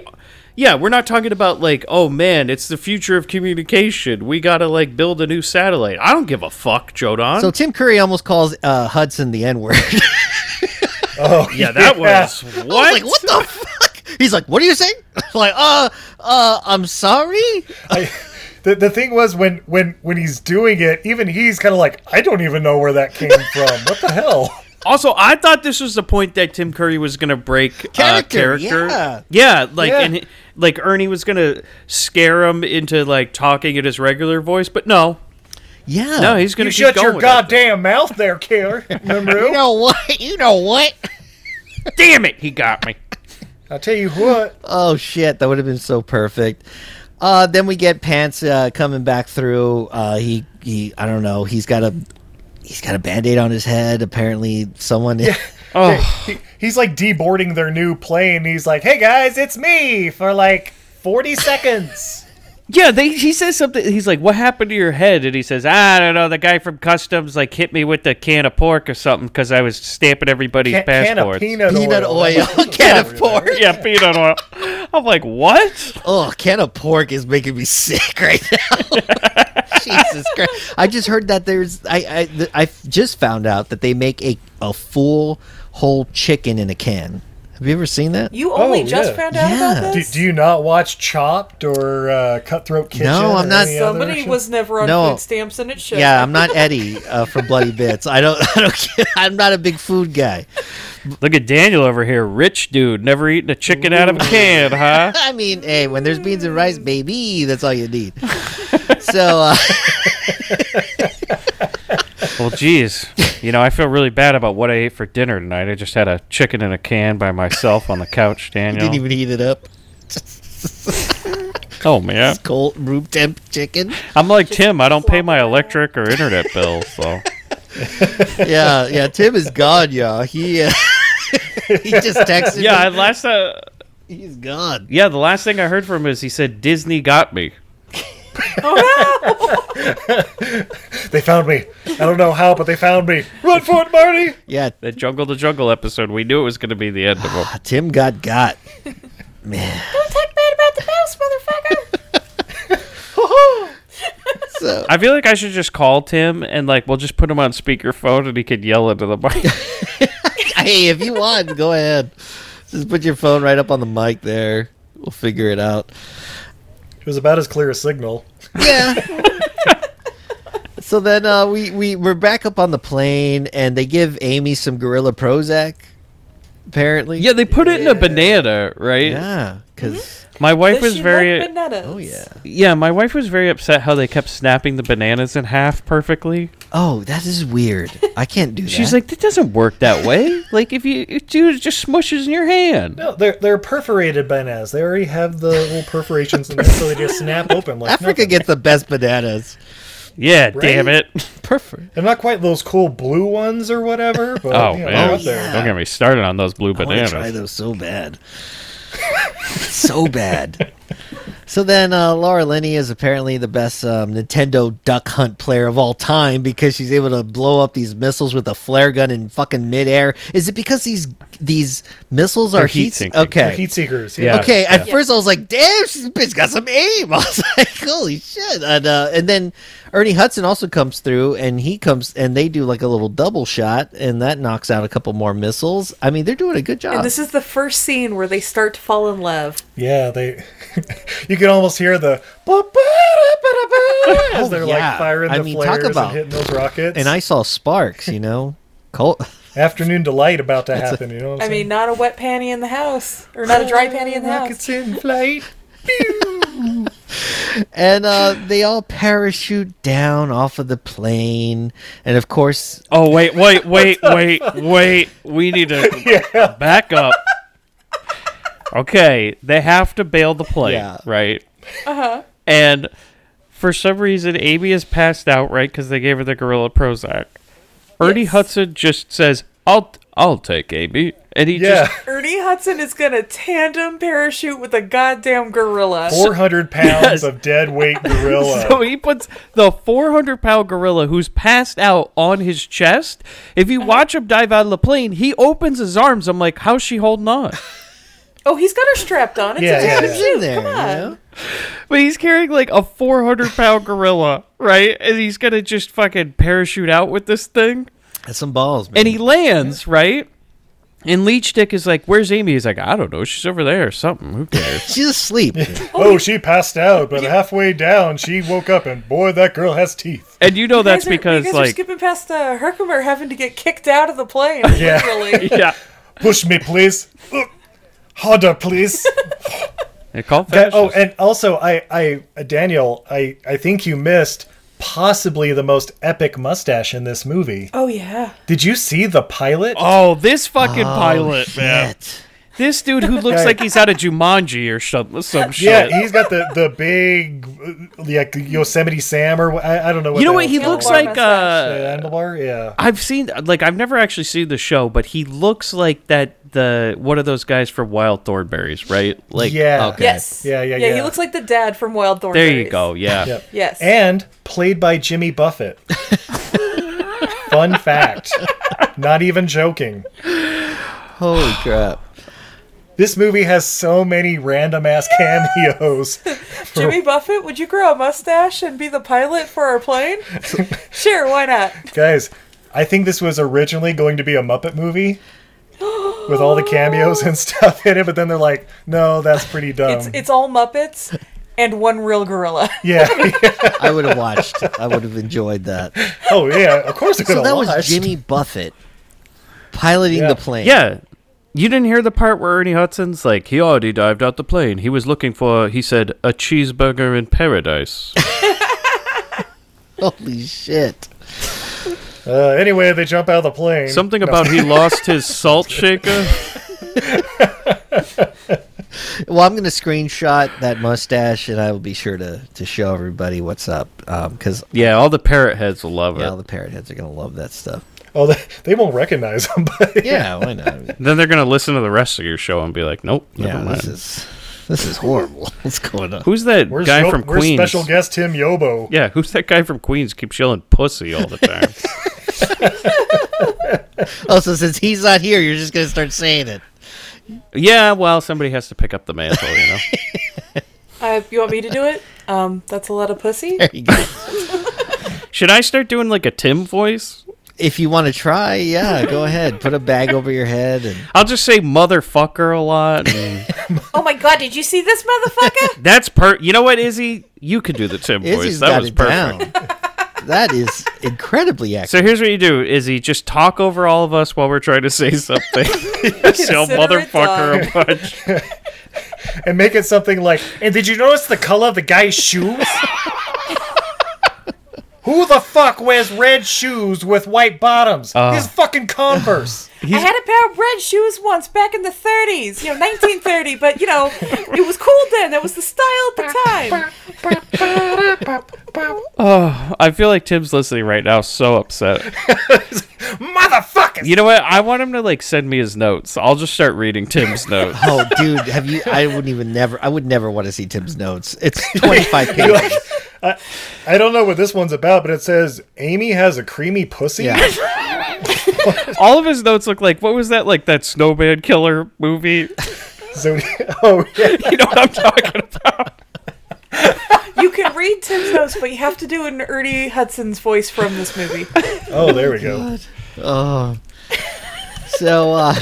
yeah, we're not talking about like oh man, it's the future of communication. We gotta like build a new satellite. I don't give a fuck, Jodan. So Tim Curry almost calls uh, Hudson the N word. yeah, that Yeah. was what? I was like, what the fuck? He's like, what are you saying? I'm like, uh, uh, I'm sorry. I- the, the thing was, when, when, when he's doing it, even he's kind of like, I don't even know where that came from. What the hell? Also, I thought this was the point that Tim Curry was gonna break Character, uh, character. yeah. Yeah, like Yeah. and he- like Ernie was gonna scare him into like talking in his regular voice, but no, Yeah. no, he's gonna You keep shut going your with it. goddamn mouth there, killer. You Monroe. know what? You know what? Damn it, he got me. I'll tell you what. Oh shit, that would have been so perfect. Uh, then we get Pants uh, coming back through. Uh, he he, I don't know. He's got a he's got a band-aid on his head. Apparently, someone. Oh, He- he's like deboarding their new plane. He's like, "Hey guys, it's me for like 40 seconds." Yeah, they, he says something. He's like, "What happened to your head?" And he says, "I don't know. The guy from customs like hit me with a can of pork or something because I was stamping everybody's Can, can of passports." peanut, Peanut oil. oil, can of pork. yeah, peanut oil. I'm like, what? Oh, can of pork is making me sick right now. Jesus Christ! I just heard that there's. I I, th- I just found out that they make a a full whole chicken in a can. Have you ever seen that? You only just Oh, yeah. found out Yeah. about Do, this? do you not watch Chopped or uh, Cutthroat Kitchen? I'm or not- any other Somebody shit? was never on No. food stamps and it should. Yeah, I'm not Eddie uh, for Bloody Bits. I don't. I don't. Care. I'm not a big food guy. Look at Daniel over here, rich dude, never eaten a chicken out of a can, huh? I mean, hey, when there's beans and rice, baby, that's all you need. so uh, Well, geez, you know, I feel really bad about what I ate for dinner tonight. I just had a chicken in a can by myself on the couch, Daniel. didn't even heat it up. oh man, Cold room temp chicken. I'm like Tim. I don't pay my electric or internet bills, so. Yeah, yeah. Tim is gone, y'all. He uh, he just texted. Yeah, I- me. last uh, he's gone. yeah, the last thing I heard from him is he said Disney got me. They found me. I don't know how, but they found me. Run for it, Marty! Yeah, That Jungle to Jungle episode, we knew it was going to be the end of him. Tim got got. Don't talk bad about the mouse, motherfucker. So I feel like I should just call Tim and like we'll just put him on speakerphone and he can yell into the mic. hey, if you want, go ahead. Just put your phone right up on the mic there. We'll figure it out. It was about as clear a signal. Yeah. so then uh, we we we're back up on the plane, and they give Amy some Gorilla Prozac. Apparently, yeah, they put it in a banana, right? yeah, because My wife Does was she very like bananas? oh yeah, yeah. My wife was very upset how they kept snapping the bananas in half perfectly. oh that is weird. I can't do that. She's like, that doesn't work that way. like if you it dude, it just smushes in your hand. No, they're they're perforated bananas. They already have the little perforations in there, so they just snap open. Like Africa nothing. gets the best bananas. Yeah, damn it. Perfect. They're not quite those cool blue ones or whatever. But, Oh you know, man, they're up there. don't get me started on those blue I want to bananas. try those so bad. so bad. So then, uh, Laura Linney is apparently the best um, Nintendo Duck Hunt player of all time because she's able to blow up these missiles with a flare gun in fucking midair. Is it because these these missiles are heat heat? sinking. okay, Heat seekers. Yeah. okay. At first, I was like, "Damn, she's bitch got some aim." I was like, "Holy shit!" And uh, and then Ernie Hudson also comes through, and he comes, and they do like a little double shot, and that knocks out a couple more missiles. I mean, they're doing a good job. And this is the first scene where they start to fall in love. Yeah, they. you can almost hear the. as they're yeah. like firing I the mean, talk flares about- and hitting those rockets. and I saw sparks, you know. Cold. Afternoon delight about to happen. you know what I'm I saying? mean, not a wet panty in the house, or not a Oh, dry panty in the house. rockets in flight. And uh, they all parachute down off of the plane. And of course, Oh wait, wait, wait, wait, wait. We need to back up. Okay, they have to bail the plane, Yeah. right? Uh-huh. And for some reason, Amy is passed out, right? Because they gave her the gorilla Prozac. Ernie Hudson just says, "I'll, I'll take Amy," and he Yeah, just Ernie Hudson is gonna tandem parachute with a goddamn gorilla. 400 pounds of dead weight gorilla. so he puts the 400 pound gorilla who's passed out on his chest. If you watch him dive out of the plane, he opens his arms. I'm like, how's she holding on? Oh, he's got her strapped on. It's Yeah, a yeah, tandem yeah. chute. in there, Come you on. know? But he's carrying like a 400 pound gorilla, right? And he's gonna just fucking parachute out with this thing. That's some balls, man. And he lands, right? And Leech Dick is like, Where's Amy? He's like, I don't know. She's over there or something. Who cares? She's asleep. Oh, she passed out, but halfway down, she woke up, and boy, that girl has teeth. and you know You guys that's are- because, you guys are like, skipping past uh, Herkimer having to get kicked out of the plane. Literally. yeah. Push me, please. Ugh. Harder, please. They call That- oh, fascists. and also, I, I, uh, Daniel, I, I think you missed possibly the most epic mustache in this movie. Oh yeah. Did you see the pilot? Oh, Oh, this fucking pilot, man. Shit. This dude who looks Right. like he's out of Jumanji or some some Yeah, shit. he's got the the big uh, like Yosemite Sam or wh- I, I don't know. What you know the what? hell He it's looks Handlebar like mustache. uh, called. Uh, handlebar. Yeah. I've seen like I've never actually seen the show, but he looks like that the one of those guys from Wild Thornberries, right? Like Yeah. okay. Yes. Yeah, yeah, yeah. yeah. He looks like the dad from Wild Thornberries. There you go. Yeah. Yep. Yes. And played by Jimmy Buffett. Fun fact. Not even joking. Holy crap. This movie has so many random ass cameos. Jimmy Buffett, would you grow a mustache and be the pilot for our plane? sure, why not? Guys, I think this was originally going to be a Muppet movie with all the cameos and stuff in it, but then they're like, no, that's pretty dumb. It's it's all Muppets and one real gorilla. yeah. I would have watched. I would have enjoyed that. oh, yeah. Of course it could So have that watched. was Jimmy Buffett piloting Yeah. the plane. Yeah. You didn't hear the part where Ernie Hudson's like, he already dived out the plane. He was looking for, he said, a cheeseburger in paradise. Holy shit. Uh, anyway, they jump out of the plane. Something about he lost his salt shaker. Well, I'm going to screenshot that mustache, and I will be sure to, to show everybody what's up. Because Yeah, all the parrot heads will love it. yeah, all the parrot heads are going to love that stuff. Oh, they, they won't recognize him, but Yeah, why not? Then they're going to listen to the rest of your show and be like, nope, never yeah, mind. this is this is horrible. What's going on? Who's that Where's guy Yo- from where's Queens? special guest Tim Yobo? Yeah, who's that guy from Queens keeps yelling pussy all the time? Oh, so since he's not here, you're just going to start saying it. yeah, well, somebody has to pick up the mantle, you know? Uh, you want me to do it? Um, that's a lot of pussy. There you go. Should I start doing like a Tim voice? if you want to try, yeah, go ahead. Put a bag over your head, and I'll just say motherfucker a lot. and- Oh my god, did you see this motherfucker? That's per. You know what, Izzy? You could do the Tim voice. Izzy's That got was it perfect. down. That is incredibly accurate. So here's what you do, Izzy. Just talk over all of us while we're trying to say something. Sell it motherfucker a bunch. And make it something like, and did you notice the color of the guy's shoes? Who the fuck wears red shoes with white bottoms? Uh. These fucking Converse. I had a pair of red shoes once back in the 30s, you know, 1930, but you know, it was cool then. That was the style at the time. Oh, I feel like Tim's listening right now, so upset. Motherfuckers! You know what? I want him to like send me his notes. I'll just start reading Tim's notes. Oh, dude, have you? I wouldn't even never. I would never want to see Tim's notes. It's twenty five pages. I don't know what this one's about, but it says Amy has a creamy pussy. Yeah, All of his notes look like what was that like that snowman killer movie? So, oh yeah. You know what I'm talking about? You can read Tim's notes, but you have to do an Ernie Hudson's voice from this movie. Oh, there we go. So uh,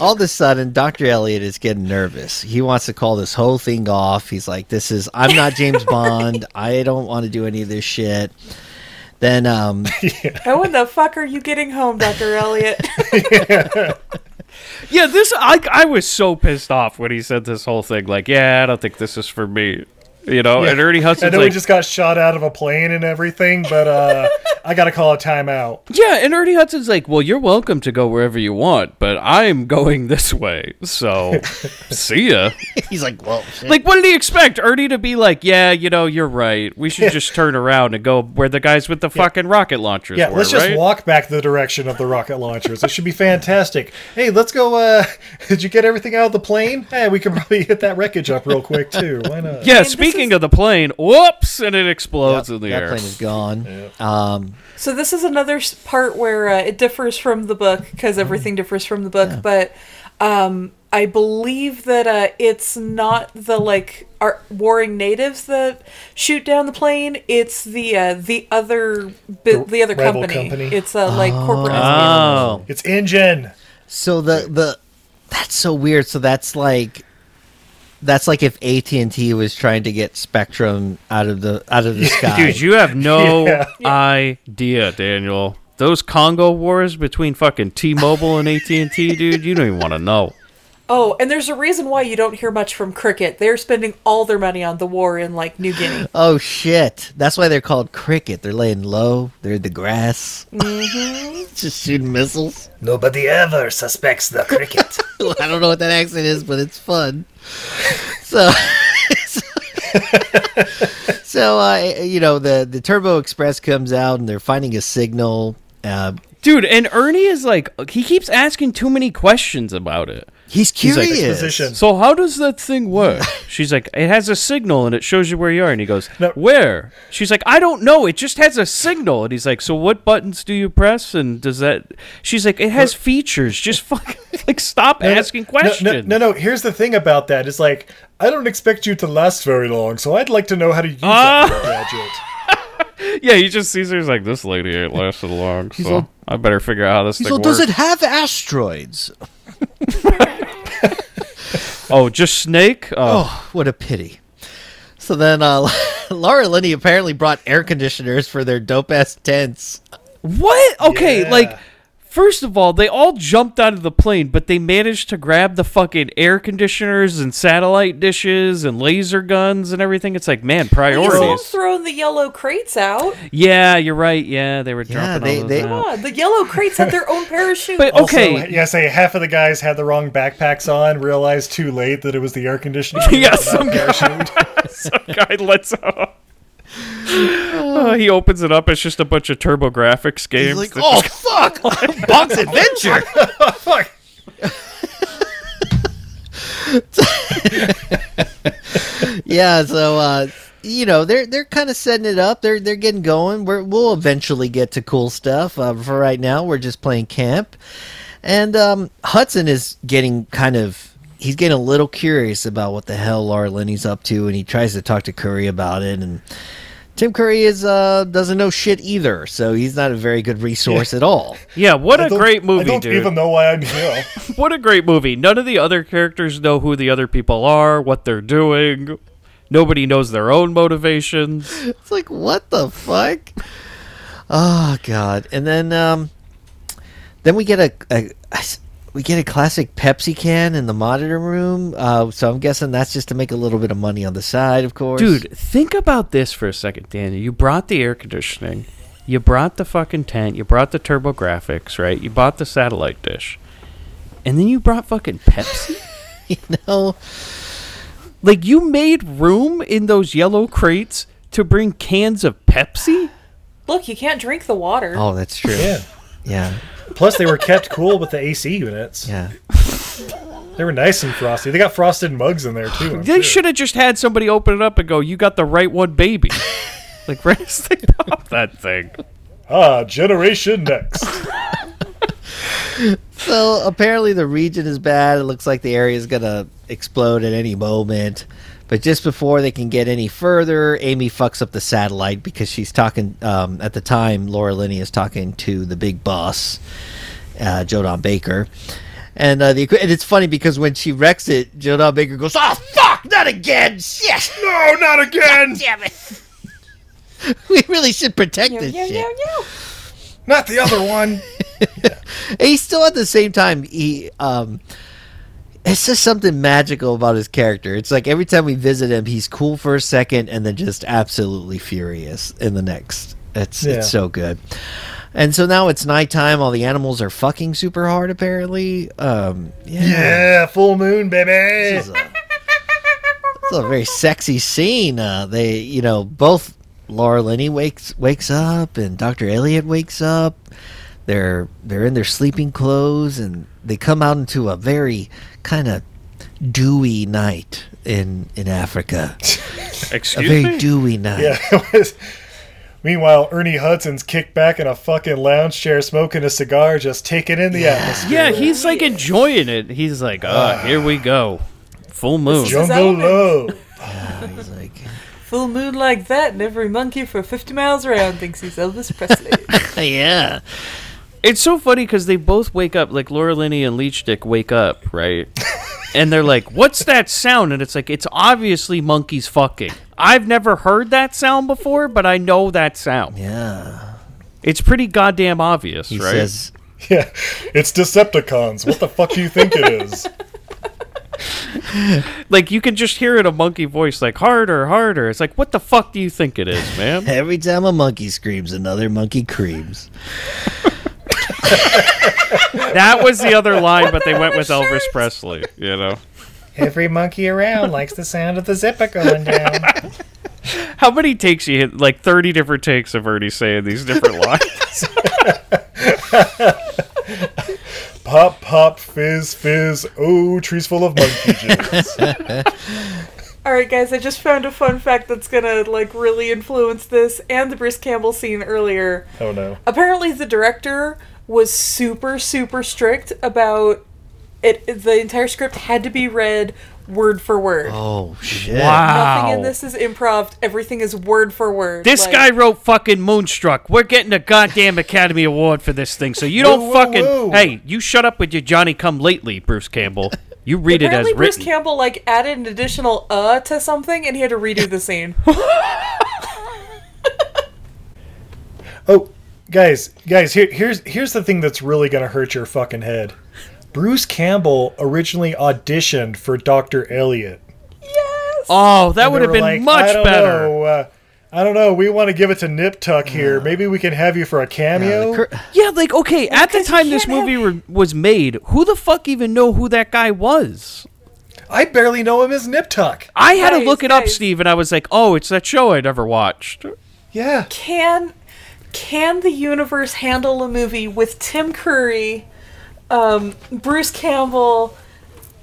all of a sudden, Dr. Elliot is getting nervous. He wants to call this whole thing off. He's like, "This is I'm not James Bond. I don't want to do any of this shit." Then um, Now, when Oh, the fuck are you getting home, Dr. Elliot? Yeah, this I I was so pissed off when he said this whole thing. Like, yeah, I don't think this is for me. You know, and Ernie I Hudson's know like, we just got shot out of a plane and everything, but uh, I gotta call a timeout. yeah, and Ernie Hudson's like, well, you're welcome to go wherever you want, but I'm going this way, so see ya. he's like, "Well, shit." Like, what did he expect Ernie to be like? Yeah, you know, you're right. We should just turn around and go where the guys with the fucking rocket launchers Yeah, were, let's just right? walk back the direction of the rocket launchers. It should be fantastic. Hey, let's go. Uh, did you get everything out of the plane? Hey, we can probably hit that wreckage up real quick too. Why not? yeah, this speaking is- of the plane, whoops, and it explodes in the that air. plane is gone." So this is another s- part where uh, it differs from the book because Mm. everything differs from the book. But um, I believe that uh, it's not the like our warring natives that shoot down the plane. It's the uh, the other bi- The the other rival company. company. It's uh, like corporate. oh, It's engine. So the the that's so weird. So that's like that's like if AT and T was trying to get Spectrum out of the out of the sky. dude, you have no idea, Daniel. Those Congo wars between fucking T-Mobile and AT and T, dude, you don't even want to know. Oh, and there's a reason why you don't hear much from cricket. They're spending all their money on the war in like New Guinea. Oh shit! That's why they're called cricket. They're laying low. They're in the grass. Just shooting missiles. Nobody ever suspects the cricket. I don't know what that accent is, but it's fun. So, so uh, you know the the Turbo Express comes out and they're finding a signal. Uh, Dude, and Ernie is like, he keeps asking too many questions about it. he's like, curious. Exposition. So how does that thing work? She's like, it has a signal and it shows you where you are. And he goes, where? She's like, I don't know. It just has a signal. And he's like, so what buttons do you press? And does that? She's like, it has features. Just fuck, like stop No, no, asking no, no, questions. No, no, Here's the thing about that. It's like I don't expect you to last very long, so I'd like to know how to use that Ah. little gadget. Yeah, he just sees her. He's like, this lady ain't lasted long, so all- I better figure out how this thing so works. does it have asteroids? oh, just snake. Oh, Oh, what a pity. So then uh, Laura Linney apparently brought air conditioners for their dope ass tents. what? Okay, Yeah. like. First of all, they all jumped out of the plane, but they managed to grab the fucking air conditioners and satellite dishes and laser guns and everything. It's like, man, He's all priorities. throwing the yellow crates out. Yeah, you're right. Yeah, they were Yeah, dropping they- all those they- out. God, Ah, the yellow crates had their own parachute. oh. But okay, Also, yeah, say half of the guys had the wrong backpacks on, realized too late that it was the air conditioning. unit, Yeah, not some guy- parachute. some guy lets out. Uh, he opens it up. It's just a bunch of TurboGrafx He's games. like, that oh fuck, Bonk's adventure. Fuck. yeah, so uh, you know they're they're kind of setting it up. They're they're getting going. We're, we'll eventually get to cool stuff. Uh, for right now, we're just playing camp, and um, Hudson is getting kind of he's getting a little curious about what the hell Laura Linney's up to, and he tries to talk to Curry about it. And Tim Curry is uh, doesn't know shit either, so he's not a very good resource at all. Yeah, what a Don't- great I movie, don't dude. even know why I'm here. What a great movie. None of the other characters know who the other people are, what they're doing. Nobody knows their own motivations. It's like what the fuck? Oh god. And then um then we get a, a- a s- we get a classic Pepsi can in the monitor room. Uh, so I'm guessing that's just to make a little bit of money on the side, of course. Dude, think about this for a second, Daniel. You brought the air conditioning. You brought the fucking tent. You brought the turbo graphics, right? You bought the satellite dish. And then you brought fucking Pepsi? no. like you made room in those yellow crates to bring cans of Pepsi? Look, you can't drink the water. Oh, that's true. Yeah. Yeah. Plus, they were kept cool with the AC units. Yeah. They were nice and frosty. They got frosted mugs in there too. I'm They sure. should have just had somebody open it up and go, "You got the right one, baby." like right as they pop that thing. Ah, Generation Next. So apparently the region is bad. It looks like the area is gonna explode at any moment. But just before they can get any further, Amy fucks up the satellite because she's talking. Um, at the time, Laura Linney is talking to the big boss, uh, Jodan Baker, and uh, the equi- and it's funny because when she wrecks it, Jodan Baker goes, "Oh fuck, not again! Shit, no, not again! damn it! we really should protect Yo, this yo, shit." yo, yo. Not the other one. And he's still at the same time he um it's just something magical about his character. It's like every time we visit him, he's cool for a second and then just absolutely furious in the next. It's Yeah. it's so good. And so now it's nighttime. All the animals are fucking super hard, apparently. Um, yeah, Yeah, full moon, baby. This is a, it's a very sexy scene. Uh, they, you know, both Laura Linney wakes wakes up and Doctor Elliot wakes up. They're they're in their sleeping clothes and they come out into a very kind of dewy night in in Africa. a Excuse very dewy night. Yeah. it was- Meanwhile, Ernie Hudson's kicked back in a fucking lounge chair, smoking a cigar, just taking in the atmosphere. Yeah, he's like enjoying it. He's like, "Ah, here we go, full moon." is- Jungle Zone. low. It's like Full moon like that, and every monkey for 50 miles around thinks he's Elvis Presley. yeah. It's so funny because they both wake up, like Laura Linney and Leech Dick wake up, right? and they're like, "What's that sound?" And it's like, "It's obviously monkeys fucking." I've never heard that sound before, but I know that sound. Yeah. It's pretty goddamn obvious, He right? says Yeah, it's Decepticons. What the fuck do you think it is? Like you can just hear it a monkey voice like harder, harder. It's like what the fuck do you think it is, man? Every time a monkey screams, another monkey creams. that was the other line, but they went with Elvis Presley. You know. Every monkey around likes the sound of the zipper going down. How many takes you hit? Like thirty different takes of Ernie saying these different lines. pop, pop, fizz, fizz. Oh, trees full of monkey juice. All right, guys, I just found a fun fact that's gonna like really influence this and the Bruce Campbell scene earlier. Oh no. Apparently, the director was super, super strict about it. The entire script had to be read word for word. Oh shit! wow. Nothing in this is improv. Everything is word for word. This Like, guy wrote fucking Moonstruck. We're getting a goddamn Academy Award for this thing, so you don't Whoa, whoa, fucking. whoa. Hey, you shut up with your Johnny Come Lately, Bruce Campbell. You read it as Apparently, Bruce written. Campbell like added an additional "uh" to something, and he had to redo the scene. Oh, guys, guys, here, here's here's the thing that's really gonna hurt your fucking head. Bruce Campbell originally auditioned for Doctor Elliot. oh, that And would they have were been like, much I don't better. know, uh, I don't know. We want to give it to Nip Tuck here. Maybe we can have you for a cameo. Yeah, like okay, at the 'cause you time this can't movie were, was made, who the fuck even know who that guy was? I barely know him as Nip Tuck. I had to Guys, look it up, guys. Steve, and I was like, "Oh, it's that show I never watched." Yeah. can can the universe handle a movie with Tim Curry, um, Bruce Campbell,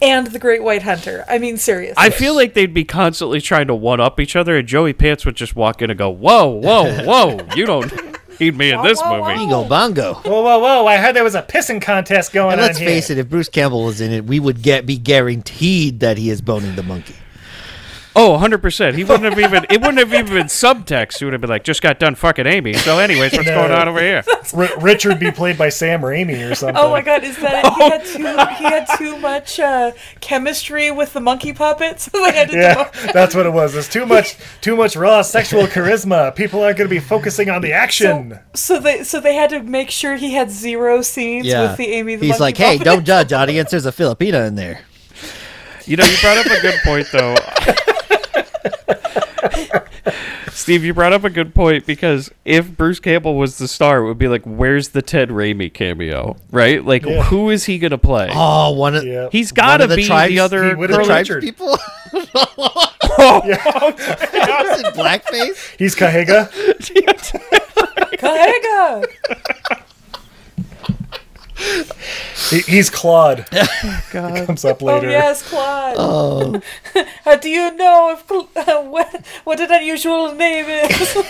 and the Great White Hunter? I mean, seriously. I feel like they'd be constantly trying to one up each other, and Joey Pants would just walk in and go, "Whoa, whoa, whoa! You don't need me in this whoa, movie." whoa. Bingo bongo. Whoa, whoa, whoa! I heard there was a pissing contest going And on let's here. face it, if Bruce Campbell was in it, we would get be guaranteed that he is boning the monkey. Oh, 100%. He wouldn't have even it wouldn't have even been subtext. He would have been like, just got done fucking Amy. So anyways, what's going on over here? R- Richard be played by Sam Raimi or something. Oh my god, is that it? He had too, he had too much uh, chemistry with the monkey puppet, so they had to Yeah, do that's what it was. It's too much, too much raw sexual charisma. People aren't going to be focusing on the action. so they so they had to make sure he had zero scenes with the Amy the He's monkey like, hey, puppet. don't judge, audience. There's a Filipina in there. You know, you brought up a good point though. Steve, you brought up a good point because if Bruce Campbell was the star, it would be like, where's the Ted Raimi cameo? Right? Like, Yeah. who is he going to play? Oh, one of yeah, He's one got to of the be tribes- the he other. would've the girl- tried- tribes Richard. people. He's in blackface. he's Cahiga. Kahiga! He, he's Claude. He comes up Oh later. yes, Claude. How do you know if Cl- what what an unusual name is?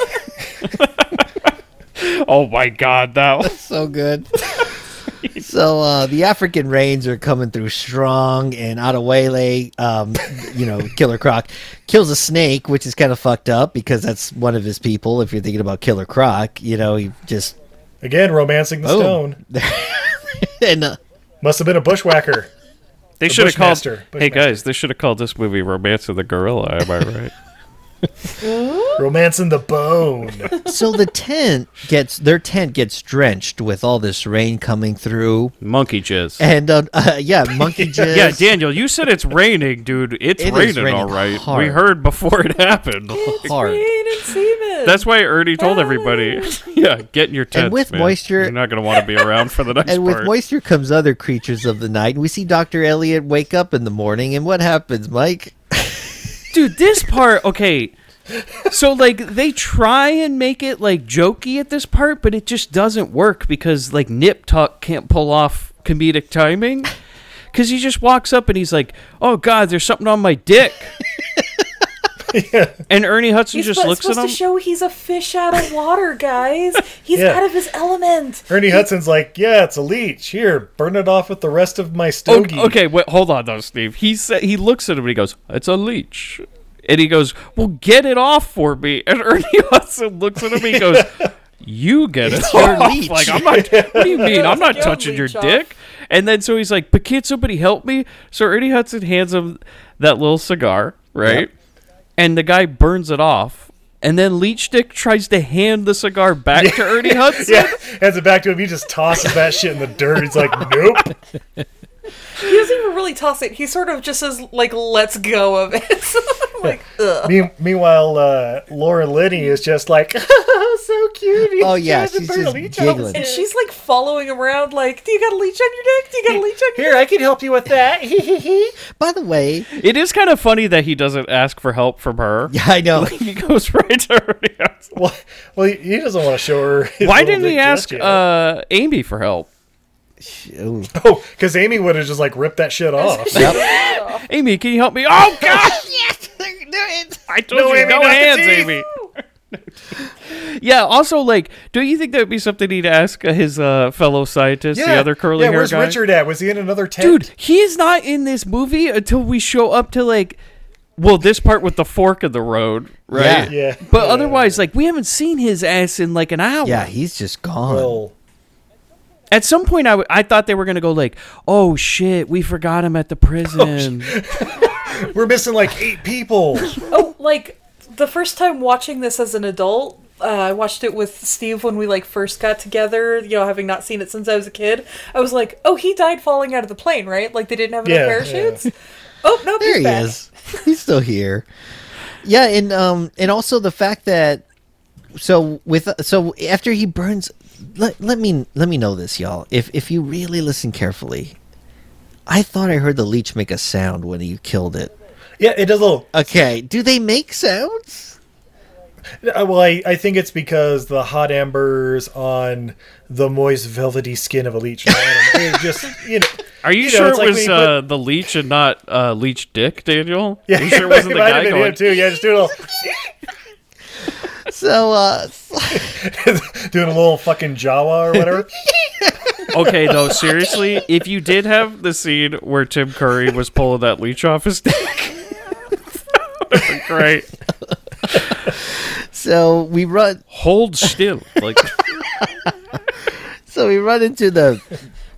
oh my God, that was. so good. so uh, the African rains are coming through strong, and Adewale, um, you know, Killer Croc kills a snake, which is kind of fucked up because that's one of his people. If you're thinking about Killer Croc, you know, he just Again, romancing the Boom. stone. and uh, Must have been a bushwhacker. They should have called. Bushmaster, Bushmaster. Hey guys, they should have called this movie "Romance of the Gorilla." Am I right? Romancing the bone. so the tent gets their tent gets drenched with all this rain coming through, Monkey jizz. and uh, uh, yeah, monkey jizz. Yeah, Daniel, you said it's raining, dude. It's It is raining, raining all right. We hard. heard before it happened. hard. Rain and semen. That's why Ernie told everybody, yeah, get in your tents, with man. moisture- You're not going to want to be around for the next And with part. moisture comes other creatures of the night. And we see Dr. Elliot wake up in the morning. And what happens, Mike? dude, this part, okay. So like they try and make it like jokey at this part, but it just doesn't work because like Nip Tuck can't pull off comedic timing. Cause he just walks up and he's like, "Oh God, there's something on my dick," and Ernie Hudson He's just sp- looks at supposed him. to show he's a fish out of water, guys. He's Yeah. out of his element. Ernie Hudson's like, yeah, it's a leech. Here, burn it off with the rest of my O- stogie. Oh, Okay, wait, hold on though, Steve. He said he looks at him and he goes, "It's a leech," and he goes, "Well, get it off for me." And Ernie Hudson looks at him and he goes, "You get it your off." leech. Like I'm not. What do you mean? I'm not Your touching your leech off. dick. And then so he's like, "But can't somebody help me?" So Ernie Hudson hands him that little cigar, right? And the guy burns it off. And then Leech Dick tries to hand the cigar back to Ernie Hudson. Yeah, hands it back to him. He just tosses that shit in the dirt. He's like, nope. He doesn't even really toss it. He sort of just says, like, let's go of it. I'm like, ugh. Me- meanwhile, uh, Laura Linney is just like, so cute. He's Oh, yeah, just a she's bird just leech on his giggling. And she's like following him around, like, do you got a leech on your dick? Do you got a leech on your Here, I can help you with that. By the way, It is kind of funny that he doesn't ask for help from her. yeah, I know. He goes right to her. and asks- well, well, he- he doesn't want to show her. his Why little didn't dick he just ask yet. uh, Amy for help? Ooh. oh, because Amy would have just like ripped that shit off. Amy, can you help me? Oh God! I told No, you Amy, no not the hands, teeth. Amy. yeah. Also, like, do you think that would be something he'd ask uh, his uh, fellow scientist, the other curly yeah, hair where's guy? Richard at? Was he in another tent? Dude, he's not in this movie until we show up to like, well, this part with the fork in the road, right? Yeah. Yeah. But otherwise, like, we haven't seen his ass in like an hour. Yeah, he's just gone. Well, At some point, I, w- I thought they were gonna go like, oh shit, we forgot him at the Oh, prison. we're missing like eight people. Oh, like the first time watching this as an adult, uh, I watched it with Steve when we like first got together. You know, having not seen it since I was a kid, I was like, "Oh, he died falling out of the plane, right? Like they didn't have enough Yeah, parachutes." Oh no, There he's he back. is. He's still here. Yeah, and um, and also the fact that so with so after he burns, let let me let me know this, y'all. If if you really listen carefully, I thought I heard the leech make a sound when he killed it. yeah, it does a little. Okay, do they make sounds? Uh, Well, I, I think it's because the hot embers on the moist, velvety skin of a leech. I don't know. It just you know. Are you, You know, sure it's it like was when you put- uh, the leech and not uh, leech dick, Daniel? Yeah, you sure it wasn't the might have guy been going? him too. Yeah, just doing a little, So uh, so- doing a little fucking Jawa or whatever. Okay, no, seriously, if you did have the scene where Tim Curry was pulling that leech off his dick, that would be great. so we run Hold still, like so we run into the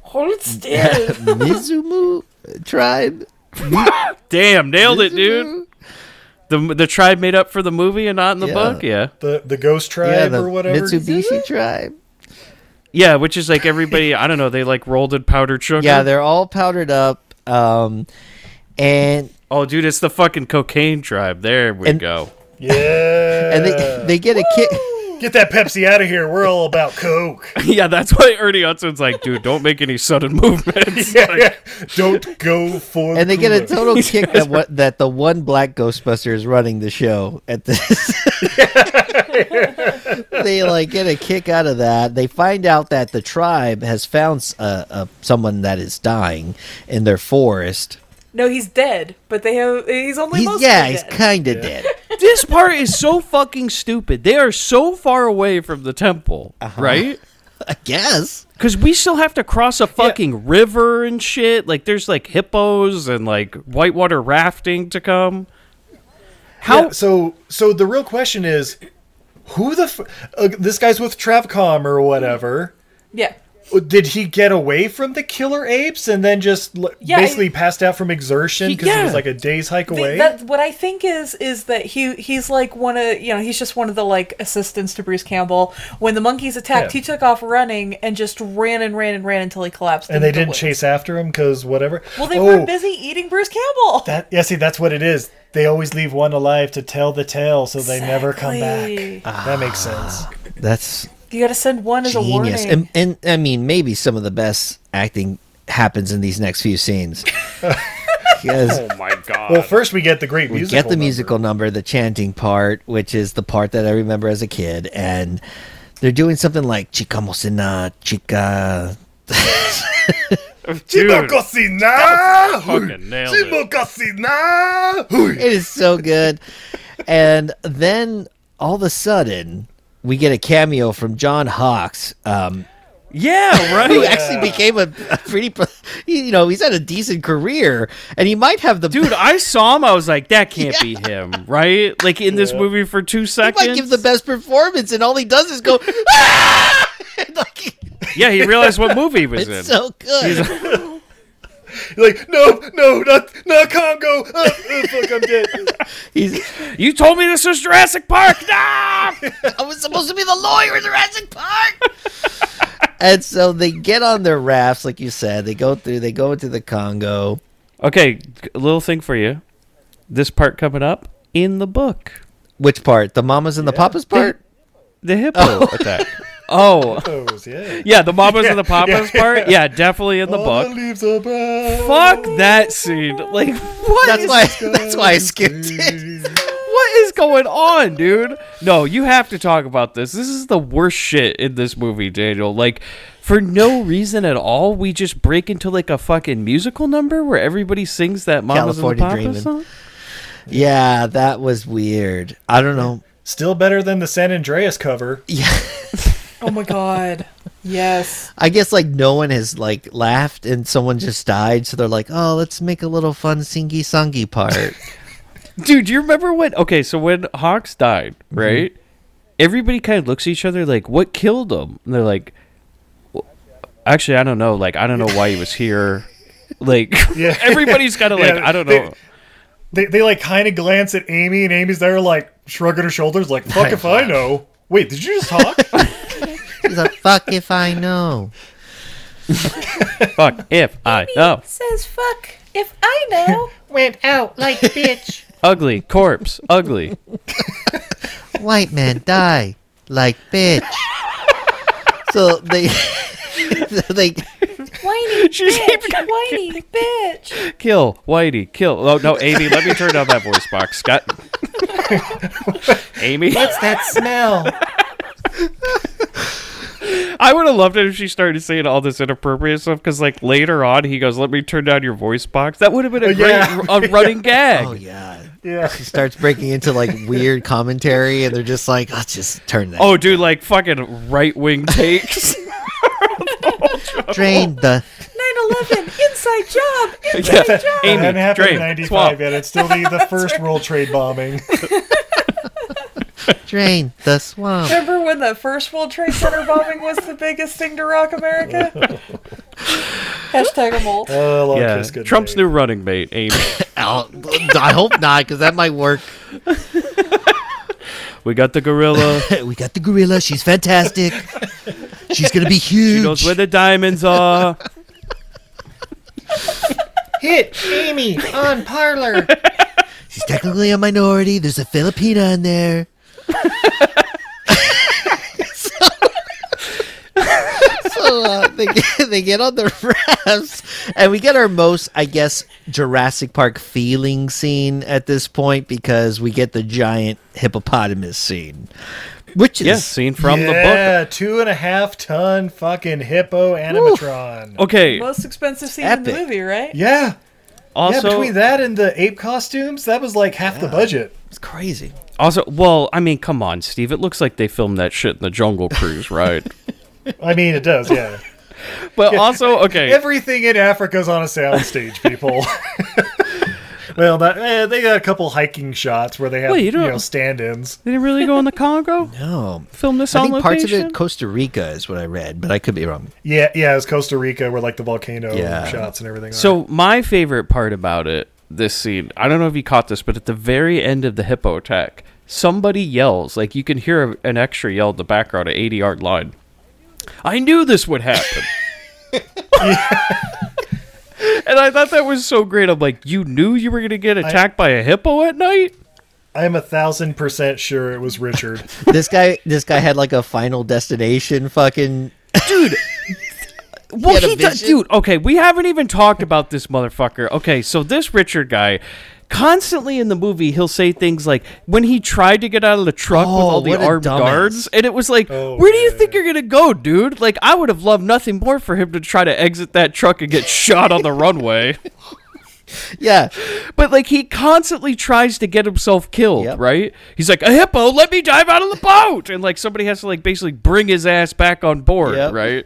Hold still. Mizumu tribe. damn, nailed it, dude. The the tribe made up for the movie and not in the Yeah. book, yeah, The the ghost tribe Yeah, the or whatever. Mitsubishi tribe. yeah, which is like everybody, I don't know, they like rolled in powdered sugar. Yeah, they're all powdered up. Um, and oh, dude, it's the fucking cocaine tribe. There we And- go. Yeah. and they, they get a kick. Get that Pepsi out of here. We're all about Coke. Yeah, that's why Ernie Hudson's like, dude, don't make any sudden movements. Yeah, Like, yeah. Don't go for. And they get a Coke. total kick that what that the one black Ghostbuster is running the show at this. they like get a kick out of that. They find out that the tribe has found uh, uh, someone that is dying in their forest. no, he's dead. But they have. He's only He's, mostly yeah, dead. he's kind of dead. this part is so fucking stupid. They are so far away from the temple, Uh-huh. right? I guess. Because we still have to cross a fucking river and shit. Like, there's like hippos and like whitewater rafting to come. How? Yeah, so so the real question is, who the f- uh, this guy's with Travcom or whatever? yeah. Did he get away from the killer apes and then just l- Yeah, basically he- passed out from exertion He- because it yeah. was like a day's hike Th- away? That, what I think is is that he he's like one of you know he's just one of the like assistants to Bruce Campbell. When the monkeys attacked, Yeah. he took off running and just ran and ran and ran until he collapsed. and into they the didn't woods. chase after him because whatever. Well, they oh, were busy eating Bruce Campbell. That yeah, see that's what it is. They always leave one alive to tell the tale, so they never come Exactly. back. that makes sense. That's You got to send one as a warning. genius. And, and I mean, maybe some of the best acting happens in these next few scenes. Because oh my god. Well, first we get the great we musical. get the musical number, the chanting part, which is the part that I remember as a kid, and they're doing something like "Chica Mocena, Chica." dude, Chimokosina! fucking nailed it. Chimokosina! Hui. It is so good, and then all of a sudden we get a cameo from John Hawks, um, Oh, yeah, right. who actually became a, a pretty, pro- he- you know, he's had a decent career, and he might have the Dude, I saw him. I was like, that can't be him, right? Like in this movie for two he seconds. might give the best performance, and all he does is go. "Ah!" And, like, yeah, he realized what movie he was in. it's so good. Like, no, no, not, not Congo! Uh, uh, fuck, I'm dead. He's, you told me this was Jurassic Park. No! I was supposed to be the lawyer in Jurassic Park. And so they get on their rafts, like you said. They go through. They go into the Congo. Okay, a little thing for you. This part coming up in the book. Which part? The mamas and the papas part. The hippo attack. Oh, Those, yeah. yeah, the mamas and the papas part. Yeah, definitely in the book. leaves are brown. Fuck that scene. Like, what That's is- why. That's why I skipped it. what is going on, dude? No, you have to talk about this. This is the worst shit in this movie, Daniel. Like, for no reason at all, we just break into like a fucking musical number where everybody sings that Mamas and the California Papas Dreamin'. song. Yeah, that was weird. I don't know. Still better than the San Andreas cover. Oh my god. Yes. I guess like no one has like laughed and someone just died, so they're like, "Oh, let's make a little fun singy songy part." Dude, you remember when? Okay, so when Hawks died, Mm-hmm. right? Everybody kind of looks at each other like, "What killed him?" And they're like, "Well, "Actually, I don't know. Like, I don't know why he was here." Like, Yeah. everybody's kind of like, Yeah, "I don't they- know." They, they like kind of glance at Amy, and Amy's there like shrugging her shoulders, like "Fuck if I know." Wait, did you just talk? He's like, "Fuck if I know." Fuck if I know. Says fuck if I know. Ugly corpse. Ugly. White man die like bitch. so they, so they, Whiny She's bitch. Whiny bitch. Kill Whitey. Kill. Oh no, Amy. Let me turn down that voice box, Scott. Amy, That smell. I would have loved it if she started saying all this inappropriate stuff because, like, later on, he goes, "Let me turn down your voice box." That would have been a great yeah. a running gag. oh yeah, yeah. starts breaking into like weird commentary, and they're just like, "Let's just turn that." Oh, dude, like fucking right wing takes. drain the 9/11 inside job. Inside yeah. job. Amy, That happened in Drain, '95, Swamp. yet it's still the, the first World Trade bombing. drain the swamp. Remember when the first World Trade Center bombing was the biggest thing to rock America? Hashtag a mold. Oh, Lord, Yeah. kiss good Trump's day. new running mate, Amy. Ow. I hope not, because that might work. we got the gorilla. We got the gorilla. She's fantastic. She's gonna be huge. She knows where the diamonds are. Hit Amy on parlor. She's technically a minority. There's a Filipina in there. so so, uh, they, get, they get on the rafts, and we get our most, I guess, Jurassic Park feeling scene at this point because we get the giant hippopotamus scene, which is Yes, scene from the book. yeah, two and a half ton fucking hippo animatron. Okay. Most expensive scene in Epic. the movie, right? Yeah, Also, yeah. Between that and the ape costumes, that was like half the budget. it's crazy. Also, well, I mean, come on, Steve. It looks like they filmed that shit in the Jungle Cruise, right? I mean, it does. Yeah, but also, okay, everything in Africa's on a soundstage, people. well, that, eh, they got a couple hiking shots where they have Well, you you, don't- know stand-ins. they didn't really go in the Congo. No, Film this I on think parts of location. it Costa Rica is what I read, but I could be wrong. Yeah, yeah, it's Costa Rica where like the volcano Yeah. shots and everything. are. so my favorite part about it, this scene. I don't know if you caught this, but at the very end of the hippo attack, somebody yells. Like you can hear an extra yell in the background, an eighty-yard line. I knew this would happen. and I thought that was so great. I'm like, you knew you were going to get attacked by a hippo at night. I'm a thousand percent sure it was Richard. this guy, this guy had like a Final Destination fucking dude. Well, had a he does, vision? dude. Okay, we haven't even talked about this motherfucker. Okay, so this Richard guy, constantly in the movie, he'll say things like when he tried to get out of the truck with Oh, all the what a armed dumbass. guards, and it was like, Oh, where do you yeah, think you're gonna go, dude? Like, I would have loved nothing more for him to try to exit that truck and get shot on the runway. yeah. But like, he constantly tries to get himself killed. Yep. Right? He's like, a hippo, let me dive out of the boat, and like somebody has to like basically bring his ass back on board. Yep. Right?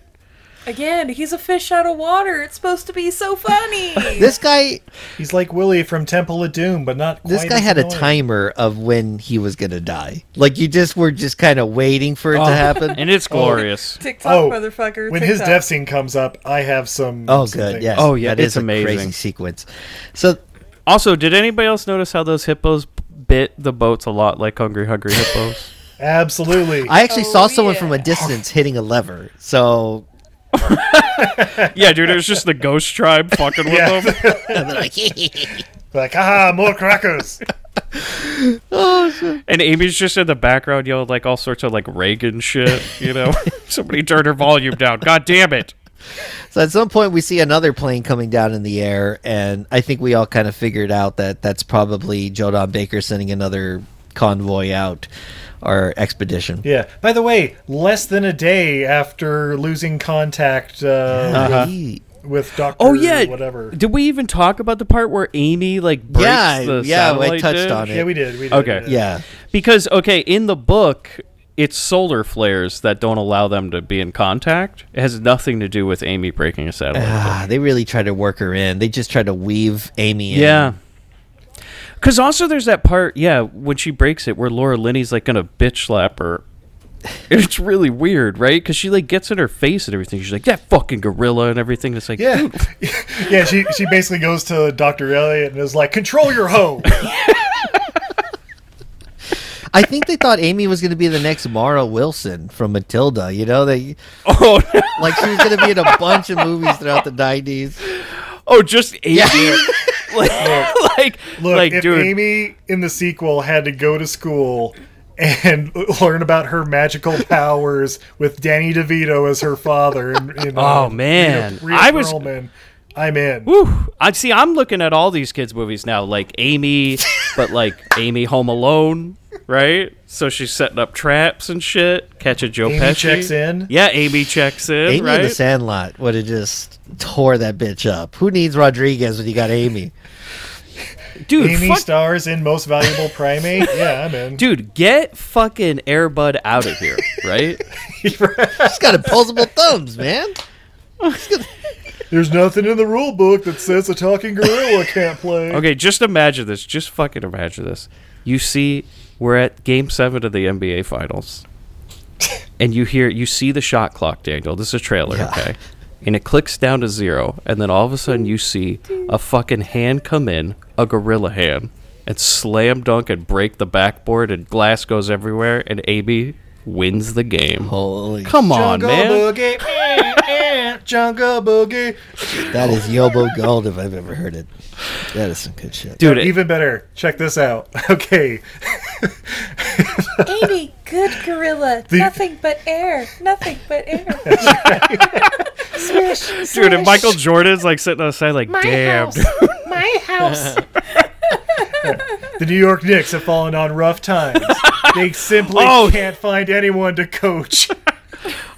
Again, he's a fish out of water. It's supposed to be so funny. This guy, He's like Willie from Temple of Doom, but not. Quite this guy as had a annoying. timer of when he was gonna die. Like you just were just kind of waiting for Oh. it to happen. And it's glorious. TikTok Oh, motherfucker. When his TikTok. death scene comes up, I have some. Oh, some good. things. Yeah. Oh, yeah, That is it's a amazing. crazy sequence. So Also, did anybody else notice how those hippos bit the boats a lot like Hungry Hungry Hippos? absolutely. I actually Oh, saw someone from a yeah. distance hitting a lever. So Yeah, dude, it was just the ghost tribe fucking with Yeah. them. Like, haha, more crackers. And Amy's just in the background yelling like all sorts of like Reagan shit, you know. Somebody turn her volume down. God damn it. So at some point, we see another plane coming down in the air, and I think we all kind of figured out that that's probably Jodan Baker sending another convoy out or expedition. yeah. By the way, less than a day after losing contact uh, Uh-huh. Yeet. with, with Doctor. Oh yeah, whatever. Did we even talk about the part where Amy like breaks Yeah, the yeah, I satellite touched dish? on it. yeah, we did. We did. Okay. we did. Yeah. Because okay, in the book, it's solar flares that don't allow them to be in contact. It has nothing to do with Amy breaking a satellite. Ah, they really tried to work her in. They just tried to weave Amy in. yeah. Cause also there's that part, yeah, when she breaks it, where Laura Linney's like gonna bitch slap her. It's really weird, right? Because she like gets in her face and everything. She's like that fucking gorilla and everything. It's like, Yeah. yeah, she, she basically goes to Dr. Elliot and is like, control your hoe. I think they thought Amy was going to be the next Mara Wilson from Matilda. You know, they oh, no. like she was going to be in a bunch of movies throughout the nineties. oh, just Amy. like, like, Look, like, if dude. Amy in the sequel had to go to school and learn about her magical powers with Danny DeVito as her father, and, and Oh, uh, man. Rita, Rita I was- Perlman, I'm in. Whew. I see. I'm looking at all these kids' movies now, like Amy, but like Amy Home Alone, right? So she's setting up traps and shit. Catching Joe Amy Pesci. checks in. Yeah, Amy checks in. Amy right? in the Sandlot would have just tore that bitch up. Who needs Rodriguez when you got Amy? dude, Amy fuck- stars in Most Valuable Primate. Yeah, I'm in. dude, get fucking Airbud out of here, right? She's got opposable thumbs, man. There's nothing in the rule book that says a talking gorilla can't play. Okay, just imagine this. Just fucking imagine this. You see, we're at game seven of the NBA Finals. And you hear, you see the shot clock, Daniel. This is a trailer, okay? And it clicks down to zero. And then all of a sudden, you see a fucking hand come in, a gorilla hand, and slam dunk and break the backboard, and glass goes everywhere, and AB wins the game. Holy, Come on, Jungle man. Boogie. eh, eh, Jungle Boogie. that is Yobo Gold if I've ever heard it. That is some good shit. Dude, it- Even better. Check this out. Okay. Amy, good gorilla. The- Nothing but air. Nothing but air. Swish, dude, and swish. Michael Jordan's like sitting on the side, like, My damn. house. My house. The New York Knicks have fallen on rough times. They simply Oh. can't find anyone to coach.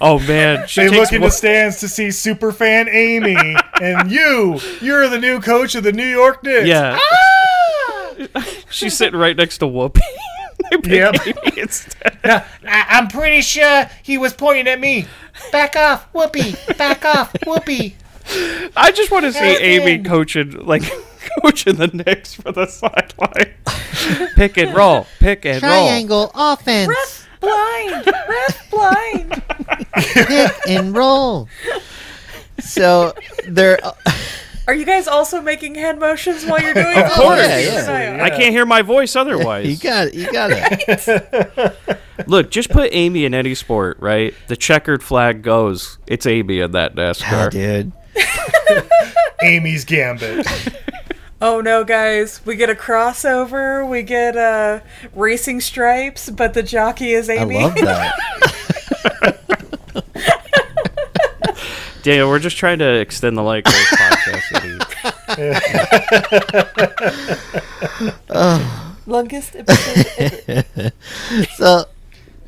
Oh, man. She They takes look in the one- stands to see superfan Amy, and you, you're the new coach of the New York Knicks. Yeah. She's sitting right next to Whoopi. They pick Yep. Amy instead. I- I'm pretty sure he was pointing at me. Back off, Whoopi. Back off, Whoopi. I just want to see Amy Kevin. coaching, like coaching the Knicks for the sideline. pick and roll, pick and roll. Triangle offense, blind. Ref blind. pick and roll. So oh, they're Are you guys also making hand motions while you're doing of course. Yeah, yeah. I can't hear my voice you otherwise. got it, you got it. Look, just put Amy in any sport, right? The checkered flag goes. It's Amy in that Oh, NASCAR. dude. Amy's gambit. Oh no, guys! We get a crossover. We get uh, racing stripes, but the jockey is I Amy. love that. Daniel, we're just trying to extend the like rate podcast. Longest episode So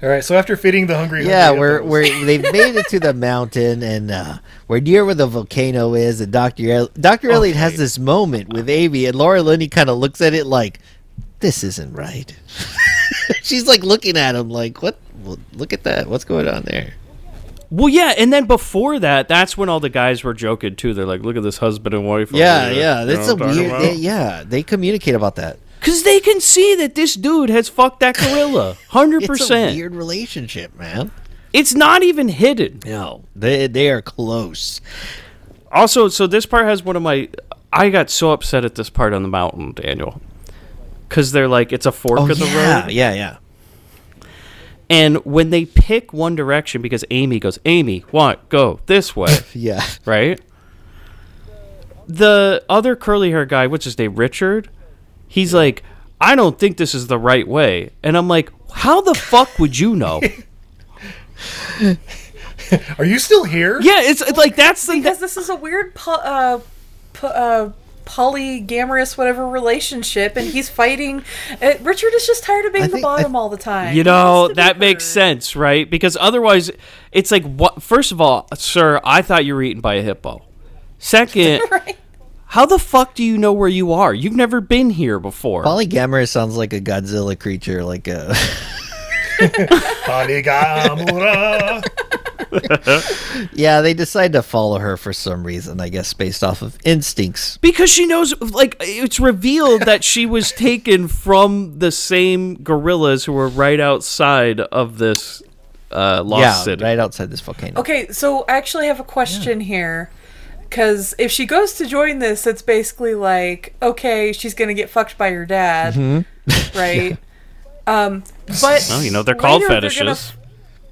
All right, so after feeding the hungry, yeah, hungry we're hippos- we're they've made it to the mountain and uh, we're near where the volcano is. And Doctor El- Doctor Oh, Elliot has this moment with Amy, and Laura Linney kind of looks at it like, "This isn't right." She's like looking at him like, "What? Well, look at that! What's going on there?" Oh, Well, yeah, and then before that, that's when all the guys were joking too. They're like, "Look at this husband and wife." over Yeah, here." yeah, You that's know a what I'm talking weird. about? they- yeah, they communicate about that. Because they can see that this dude has fucked that gorilla. 100%. It's It's, a weird relationship, man. not even hidden. No, they they are close. Also, so this part has one of my. I got so upset at this part on the mountain, Daniel. Because they're like, it's a fork Oh in the yeah, road. yeah, yeah. And when they pick one direction, because Amy goes, Amy, want, go this way, Yeah. right? The other curly hair guy, what's his name, Richard, he's like, I don't think this is the right way. And I'm like, how the fuck would you know? Are you still here? yeah, it's, it's like that's the because this is a weird po- uh, po- uh, polygamorous whatever relationship, and he's fighting. Uh, Richard is just tired of being I the think- bottom all the time. You He know, wants to be that makes heard. sense, right? Because otherwise, it's like, what? First of all, sir, I thought you were eaten by a hippo. Second, Right? how the fuck do you know where you are? You've never been here before. Polygamorous sounds like a Godzilla creature, like a Polygamura. Yeah, they decide to follow her for some reason, I guess based off of instincts. because she knows, like, it's revealed that she was taken from the same gorillas who were right outside of this uh, lost yeah, city. right outside this volcano. Okay, so I actually have a question here. Because if she goes to join this, it's basically like, okay, she's going to get fucked by her dad. Mm-hmm. Right? um, but. Well, you know, they're called later fetishes. gonna f-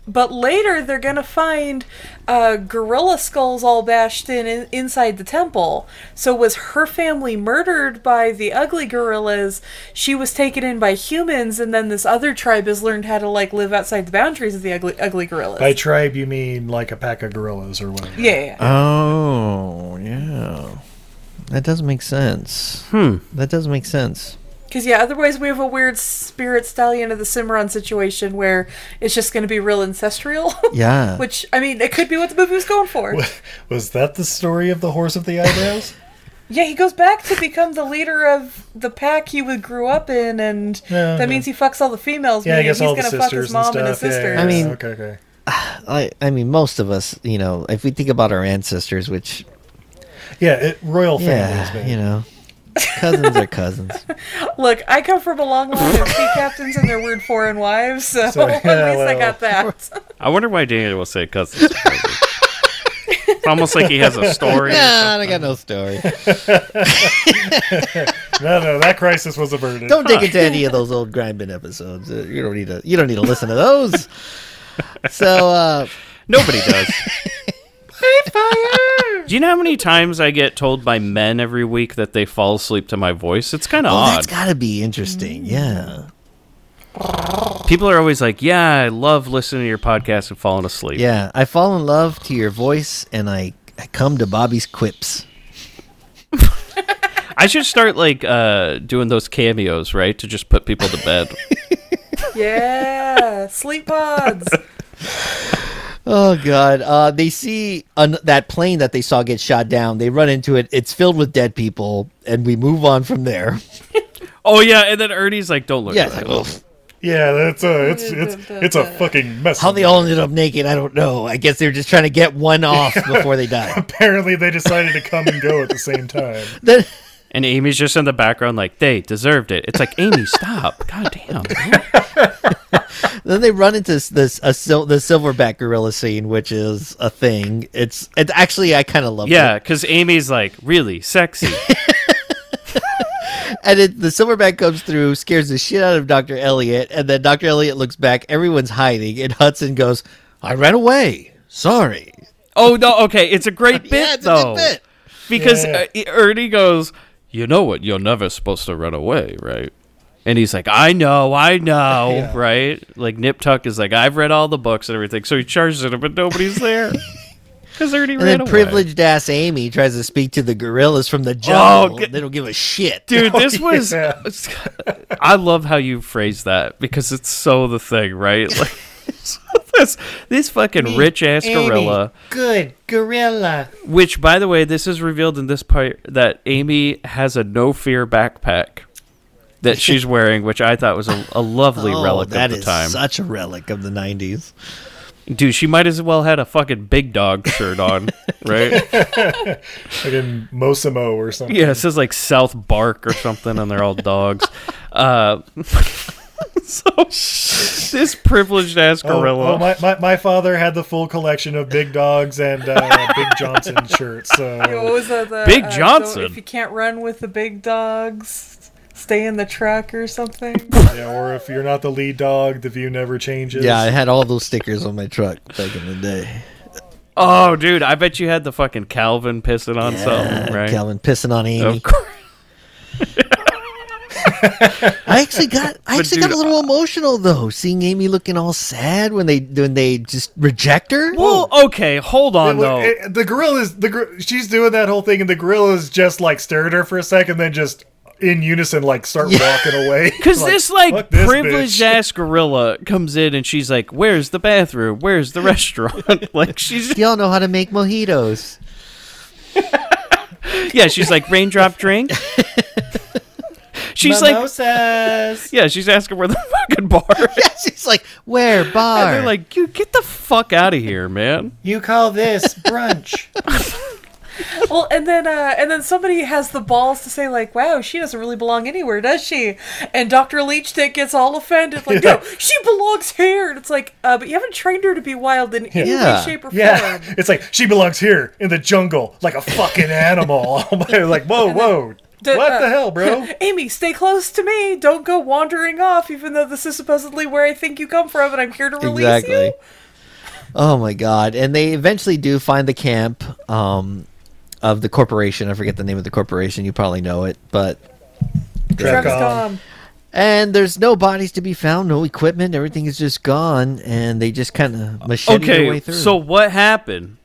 but later they're going to find uh, gorilla skulls all bashed in, in inside the temple. So was her family murdered by the ugly gorillas? She was taken in by humans, and then this other tribe has learned how to, like, live outside the boundaries of the ugly, ugly gorillas. By tribe, you mean like a pack of gorillas or whatever. yeah, yeah, yeah. Oh, yeah. That does make sense. Hmm. That does make sense. Because yeah, otherwise we have a weird spirit stallion of the Cimarron situation where it's just going to be real ancestral. Yeah. Which I mean, it could be what the movie was going for. Was that the story of the horse with the eyebrows? yeah, he goes back to become the leader of the pack he would grew up in, and Yeah, that yeah. means he fucks all the females. yeah, I meaning guess he's all the gonna fuck sisters his mom and stuff. his sister. Yeah, yeah, I mean- okay, okay. I I mean most of us, you know, if we think about our ancestors, which Yeah, it, royal families, yeah, man. you know, cousins are cousins. Look, I come from a long line of sea captains and their weird foreign wives, so, So, at least yeah, I well. got that. I wonder why Daniel will say cousins. it's almost like he has a story. Nah, I got no story. No, no, that crisis was averted. Don't dig into any of those old grind bin episodes. Uh, you don't need to. You don't need to listen to those. So uh, Nobody does. Do you know how many times I get told by men every week that they fall asleep to my voice? It's kind of well, odd. oh, that's got to be interesting. Yeah. People are always like, "Yeah, I love listening to your podcast and falling asleep." Yeah, I fall in love to your voice, and I, I come to Bobby's quips. I should start like uh, doing those cameos, right, to just put people to bed. yeah, sleep pods. Oh God! Uh, they see an, that plane that they saw get shot down. They run into it. It's filled with dead people, and we move on from there. oh yeah, and then Ernie's like, "Don't look." Yeah, at it's that." like, "Ugh." Yeah, that's a it's it's it's a fucking mess. how they all ended up naked, I don't know. I guess they were just trying to get one off before they die. Apparently, they decided to come and go at the same time. Then, And Amy's just in the background, like, "They deserved it." It's like, Amy, stop! God damn. man. then they run into this, this a sil- the silverback gorilla scene, which is a thing. It's it's actually I kind of love. Yeah, because Amy's like really sexy. And it, the silverback comes through, scares the shit out of Dr. Elliot, and then Dr. Elliot looks back, everyone's hiding, and Hudson goes, I ran away. Sorry. oh no, okay, it's a great bit yeah, it's though. a good bit. because Yeah. uh, Ernie goes, "You know what? You're never supposed to run away, right?" And he's like, "I know, I know, right?" Like Nip Tuck is like, "I've read all the books and everything," so he charges at him, but nobody's there because Ernie And ran then away. privileged ass Amy tries to speak to the gorillas from the jungle. get- they don't give a shit. Dude, this Oh, was. yeah. I love how you phrase that because it's so the thing, right? Like, this, this fucking rich ass gorilla. Good gorilla. Which, by the way, this is revealed in this part that Amy has a no fear backpack that she's wearing, which I thought was a, a lovely Oh, relic that of is the time. such a relic of the 90s. Dude, she might as well had a fucking big dog shirt on, right? Like in Mosimo or something. yeah, it says like South Bark or something, and they're all dogs. Uh, so this privileged ass Oh, gorilla. oh, my, my, my father had the full collection of Big Dogs and uh, Big Johnson shirts. What So was that? The, Big uh, Johnson. Don't, if you can't run with the big dogs, Stay in the truck or something. Yeah, or if you're not the lead dog, the view never changes. Yeah, I had all those stickers on my truck back in the day. Oh, dude, I bet you had the fucking Calvin pissing on something, right? Calvin pissing on Amy. Of course. I actually got I actually got dude, uh, a little emotional though, seeing Amy looking all sad when they when they just reject her. Well, okay, hold on It- though. it- the gorilla's the gor- she's doing that whole thing, and the gorilla's just like stared at her for a second, then just in unison like start walking away. Because this like "Fuck this privileged bitch." ass gorilla comes in and she's like, "Where's the bathroom? Where's the restaurant?" like she's Y'all know how to make mojitos. yeah, she's like raindrop drink. She's like Mimosas. yeah, she's asking where the fucking bar. Is. yeah, she's like, where bar? And they're like, "You get the fuck out of here, man." you call this brunch? well, and then uh, and then somebody has the balls to say like, "Wow, she doesn't really belong anywhere, does she?" And Doctor Leechtick gets all offended, like, "No, she belongs here." And it's like, uh, "But you haven't trained her to be wild in any Yeah. way, shape, or Yeah, form." it's like she belongs here in the jungle, like a fucking animal. like, whoa, whoa, the- what uh, the hell, bro? Amy, stay close to me. Don't go wandering off, even though this is supposedly where I think you come from, and I'm here to release exactly. you. Oh my god! And they eventually do find the camp um, of the corporation. I forget the name of the corporation. You probably know it, but Truck's Trek on. gone. and there's no bodies to be found, no equipment. Everything is just gone, and they just kind of machete their way Okay, through. so what happened?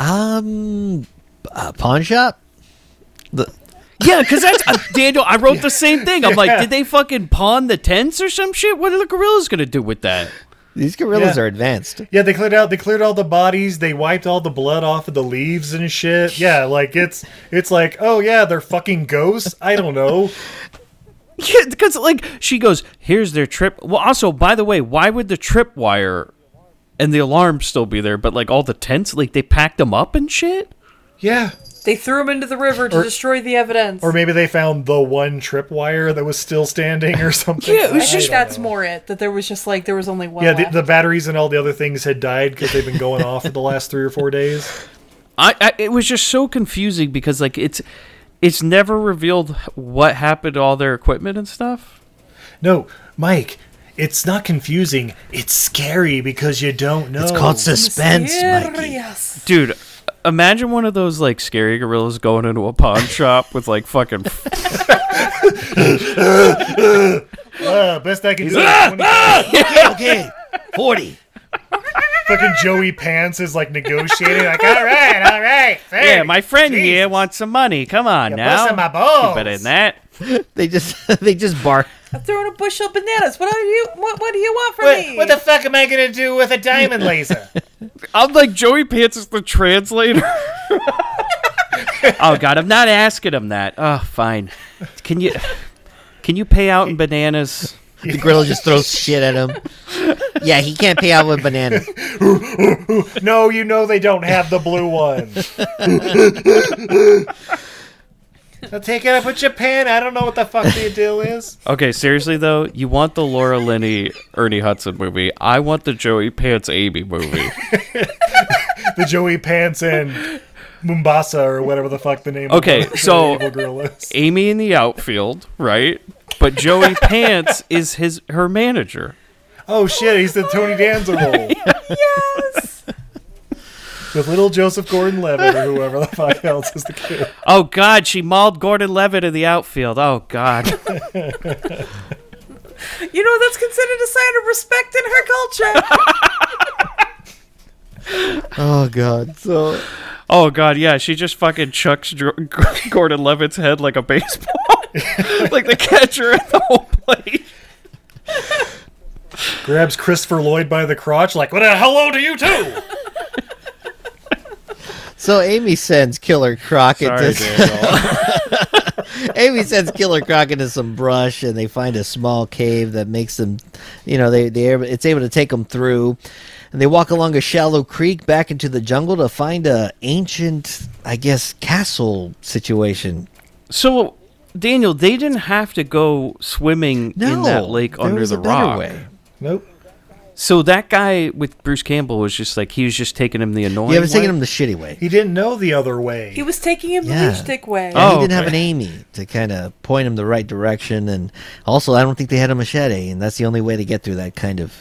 um, uh, pawn shop. The, Yeah, because that's uh, Daniel. I wrote the same thing. I'm like, did they fucking pawn the tents or some shit? What are the gorillas gonna do with that? these gorillas Yeah. are advanced. Yeah, they cleared out. They cleared all the bodies. They wiped all the blood off of the leaves and shit. Yeah, like it's it's like oh yeah, they're fucking ghosts. I don't know. Yeah, because like she goes, here's their trip. Well, also by the way, why would the trip wire and the alarm still be there? But like all the tents, like they packed them up and shit. Yeah, They threw him into the river to destroy the evidence. or maybe they found the one tripwire that was still standing or something. Yeah, it I was think just that's more it. That there was just like there was only one. Yeah, left. the, the batteries and all the other things had died because they've been going off for the last three or four days. I, I it was just so confusing because like it's it's never revealed what happened to all their equipment and stuff. No, Mike, it's not confusing. It's scary because you don't know. It's called Oh, suspense, Mikey. Mysterious. Dude, imagine one of those like scary gorillas going into a pawn shop with like fucking Uh, best I can do. is 20 Ah! okay, forty. Fucking Joey Pants is like negotiating. Like, all right, all right, fair. yeah, my friend Jeez. here wants some money. Come on now, busting my balls. But in that, They just they just bark. I'm throwing a bushel of bananas. What do you what, what do you want from me? fuck am I gonna do with a diamond laser? I'm like Joey Pants is the translator. oh God, I'm not asking him that. Oh, fine. Can you can you pay out in bananas? The gorilla just throws shit at him. Yeah, he can't pay out with bananas. no, you know they don't have the blue one. I'll take it up with Japan. I don't know what the fuck the deal is. Okay, seriously though, you want the Laura Linney Ernie Hudson movie? I want the Joey Pants Amy movie. The Joey Pants and Mombasa or whatever the fuck the name. Okay, of the so- evil girl is. Amy in the outfield, right? But Joey Pants is his her manager. Oh shit, he's the Tony Danza role. yes. With little Joseph Gordon-Levitt or whoever the fuck else is the kid. Oh God, she mauled Gordon Levitt in the outfield. Oh God. You know that's considered a sign of respect in her culture. Oh god. So Oh god, yeah, she just fucking chucks Dr- Gordon Levitt's head like a baseball, like the catcher at the whole plate. Grabs Christopher Lloyd by the crotch, like, what a hello to you too! so Amy sends Killer Croc Sorry, into Daniel. Amy sends Killer Croc into some brush, and they find a small cave that makes them, you know, they they are- it's able to take them through, and they walk along a shallow creek back into the jungle to find a ancient, I guess, castle situation. so, Daniel, they didn't have to go swimming No, in that lake there under was the a better rock. way. Nope. So that guy with Bruce Campbell was just like he was just taking him the annoying. Yeah, I was taking way. him the shitty way. He didn't know the other way. He was taking him Yeah. the huge dick way. And Oh. he didn't have okay. an Amy to kind of point him the right direction, and also I don't think they had a machete, and that's the only way to get through that kind of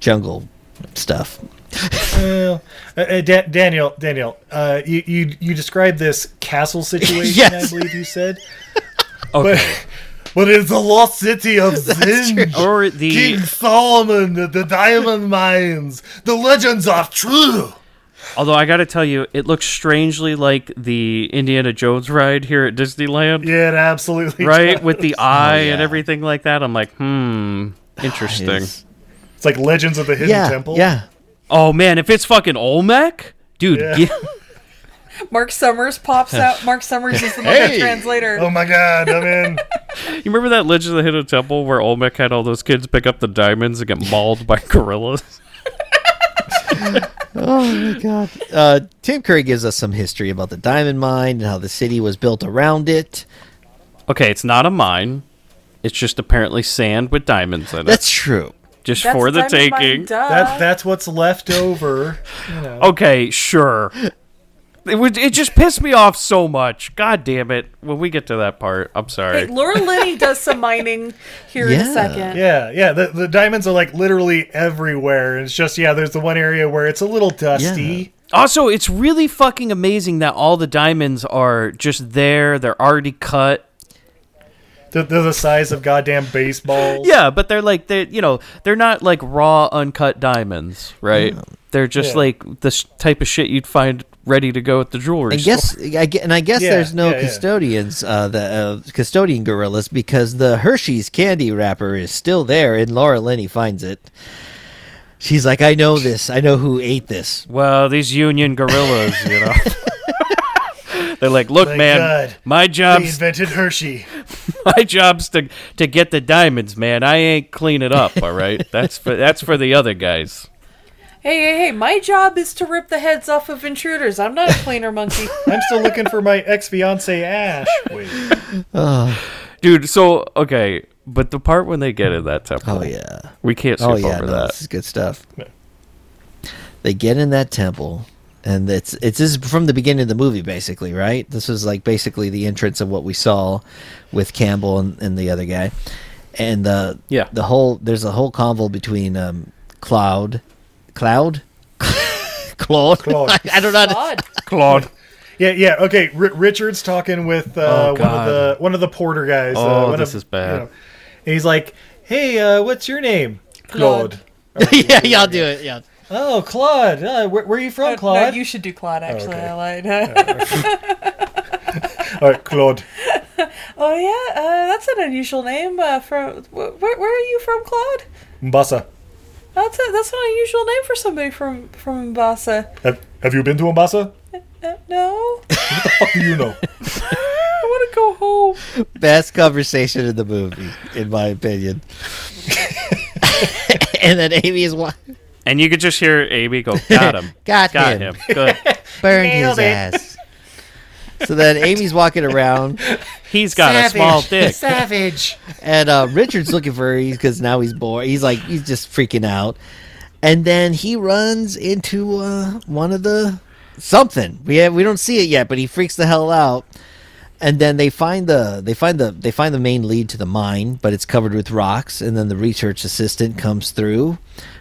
jungle stuff. Well, uh, uh, da- Daniel, Daniel, uh, you, you you described this castle situation. Yes. I believe you said, Okay. but it's the lost city of Zin, or the King Solomon, the, the diamond mines. The legends are true. although I got to tell you, it looks strangely like the Indiana Jones ride here at Disneyland, Yeah, it absolutely. right? does. With the eye and yeah. everything like that. I'm like, hmm, interesting. It's- It's like Legends of the Hidden yeah, Temple. yeah. Oh man, if it's fucking Olmec, dude. Yeah. get- Mark Summers pops out. Mark Summers is the Hey. translator. Oh my God! I'm in. you remember that Legend of the Hidden Temple where Olmec had all those kids pick up the diamonds and get mauled by gorillas? Oh my God. Uh, Tim Curry gives us some history about the diamond mine and how the city was built around it. Okay, it's not a mine. It's just apparently sand with diamonds in it. That's true. just That's for the Diamond Mine, taking. duh. That that's what's left over. Okay, sure. It would it just pissed me off so much. God damn it. When we get to that part, I'm Hey, sorry. Laura Linney does some mining here in Yeah. a second. Yeah, yeah. The, the diamonds are like literally everywhere. It's just yeah. There's the one area where it's a little dusty. Also, it's really fucking amazing that all the diamonds are just there. They're already cut. They're, they're the size of goddamn baseballs. Yeah, but they're like they are you know, they're not like raw uncut diamonds, right? They're just Yeah. like this type of shit you'd find ready to go at the jewelry I guess, I ge- and I guess Yeah, there's no yeah, yeah. custodians, uh, the uh, custodian gorillas, because the Hershey's candy wrapper is still there, and Laura Linney finds it. She's like, I know this. I know who ate this. Well, these union gorillas, you know. They're like, look, Thank man, God. my They job's invented Hershey. my job's to to get the diamonds, man. I ain't clean it up, all right. That's for that's for the other guys. Hey, hey, hey! My job is to rip the heads off of intruders. I'm not a cleaner monkey. I'm still looking for my ex fiance Ash. Wait. Dude, so okay, but the part when they get in that temple, Oh yeah. we can't skip Oh yeah. over No, that. this is good stuff. They get in that temple, and it's it's this is from the beginning of the movie, basically, right? This was like basically the entrance of what we saw with Campbell and, and the other guy, and the Yeah. the whole there's a whole convo between um, Cloud, Cloud, Claude. Claude. Oh, I, I don't know. how to- God, Claude, Yeah, yeah. Okay, R- Richard's talking with Oh, uh, one of God. the one of the porter guys. uh, Oh, one this of- is bad. and he's like, "Hey, uh, what's your name?" Claude. yeah, y'all do it. Yeah. Oh, Claude. Uh, where, where are you No, from, no, Claude? Oh, you should do Claude. Actually, okay. I lied. All right, Claude. oh yeah, uh, that's an unusual name. Uh, from wh- wh- where are you from, Claude? Mombasa. That's a, that's an unusual name for somebody from from Mombasa. Have, have you been to Mombasa? Uh, no, Fuck do you know? I want to go home. best conversation in the movie, in my opinion. and then Amy is wa- and you could just hear Amy go, "Got him, Got got him. him, good, burn his ass. So then Amy's walking around, he's got a small dick." Savage. and uh, Richard's looking for her because now he's bored. He's like he's just freaking out, and then he runs into uh, one of the something. We have, we don't see it yet, but he freaks the hell out. And then they find the they find the they find the main lead to the mine, but it's covered with rocks. And then the research assistant comes through,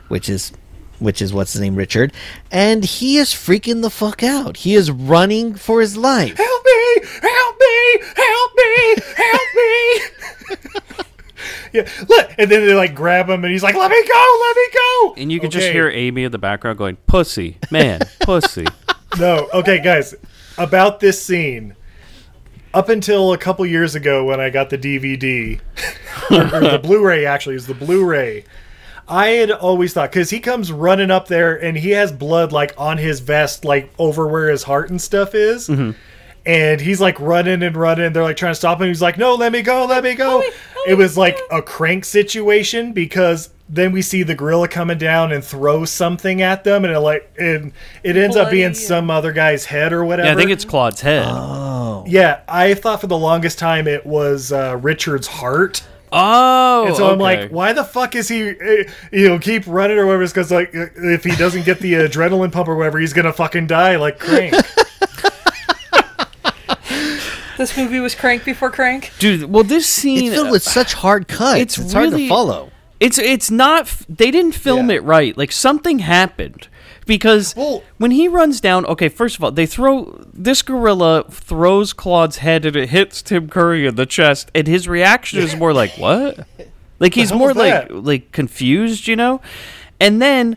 which is which is what's his name Richard, and he is freaking the fuck out. He is running for his life. Help me! Help me! Help me! Help me! yeah, look, and then they like grab him, and he's like, "Let me go! Let me go!" And you could just Okay. hear Amy in the background going, "Pussy, man, pussy." No, okay, guys. About this scene, up until a couple years ago when I got the DVD, or, or the Blu-ray actually is the Blu-ray. I had always thought because he comes running up there and he has blood like on his vest, like over where his heart and stuff is. And he's like running and running. They're like trying to stop him. He's like, "No, let me go, let me go." it was like a crank situation because then we see the gorilla coming down and throw something at them, and it like and it ends up being Bloody- some other guy's head or whatever. Yeah, I think it's Claude's head. Oh. yeah. I thought for the longest time it was uh, Richard's heart. Oh, And so I'm okay. like, why the fuck is he, eh, you know, keep running or whatever? Because like, eh, if he doesn't get the adrenaline pump or whatever, he's gonna fucking die like Crank. This movie was Crank before Crank. dude? Well, this scene It's filled with such hard cuts. uh, It's, it's hard to really- follow. It's it's not. f- They didn't film Yeah. it right. Like something happened because Well- when he runs down. Okay, first of all, they throw this gorilla throws Claude's head and it hits Tim Curry in the chest, and his reaction is more like what? Like he's hell more was like that? like confused, you know. And then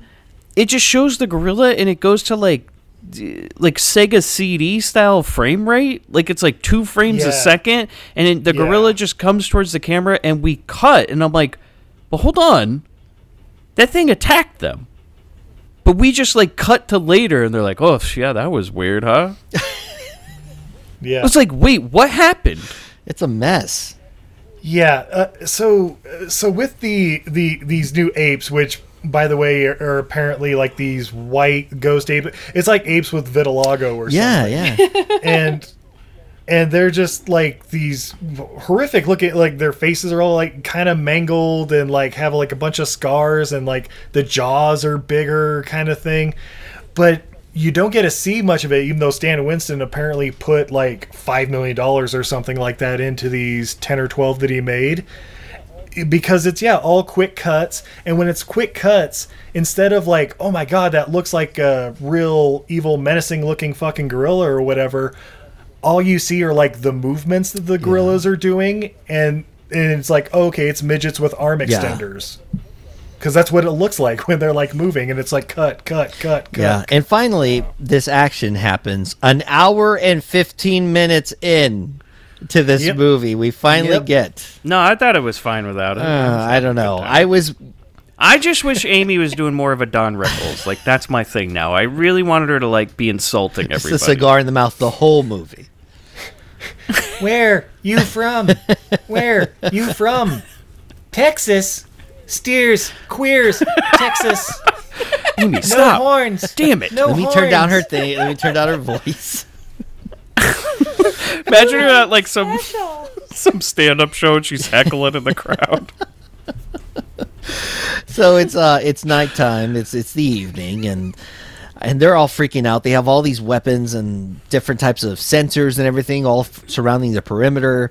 it just shows the gorilla, and it goes to like d- like Sega CD style frame rate. Like it's like two frames Yeah. a second, and it, the Yeah. gorilla just comes towards the camera, and we cut, and I'm like, well, hold on, that thing attacked them. But we just like cut to later, and they're like, "Oh, yeah, that was weird, huh?" I Yeah, was like, "Wait, what happened?" It's a mess. yeah. Uh, so, uh, so with the the these new apes, which by the way are, are apparently like these white ghost apes. It's like apes with vitiligo or something. Yeah, yeah. and and they're just like these horrific looking like their faces are all like kind of mangled and like have like a bunch of scars and like the jaws are bigger kind of thing but you don't get to see much of it even though stan winston apparently put like five million dollars or something like that into these 10 or 12 that he made because it's yeah all quick cuts and when it's quick cuts instead of like oh my god that looks like a real evil menacing looking fucking gorilla or whatever all you see are like the movements that the gorillas are doing and and it's like oh, okay it's midgets with arm extenders because that's what it looks like when they're like moving and it's like cut cut cut cut yeah. And finally, this action happens an hour and 15 minutes in to this Yep. movie. We finally Yep. get. No, I thought it was fine without it. Uh, I don't know. I was. I just wish Amy was doing more of a Don Rickles. Like that's my thing now. I really wanted her to like be insulting It's everybody. the cigar in the mouth the whole movie. Where you from? Where you from? Texas. Steers, queers, Texas. Amy, No stop. horns. Damn it. No Let me horns. turn down her thing. Let me turn down her voice. Imagine her at like some Special. some stand up show and she's heckling in the crowd. so it's uh it's nighttime it's it's the evening and and they're all freaking out they have all these weapons and different types of sensors and everything all f- surrounding the perimeter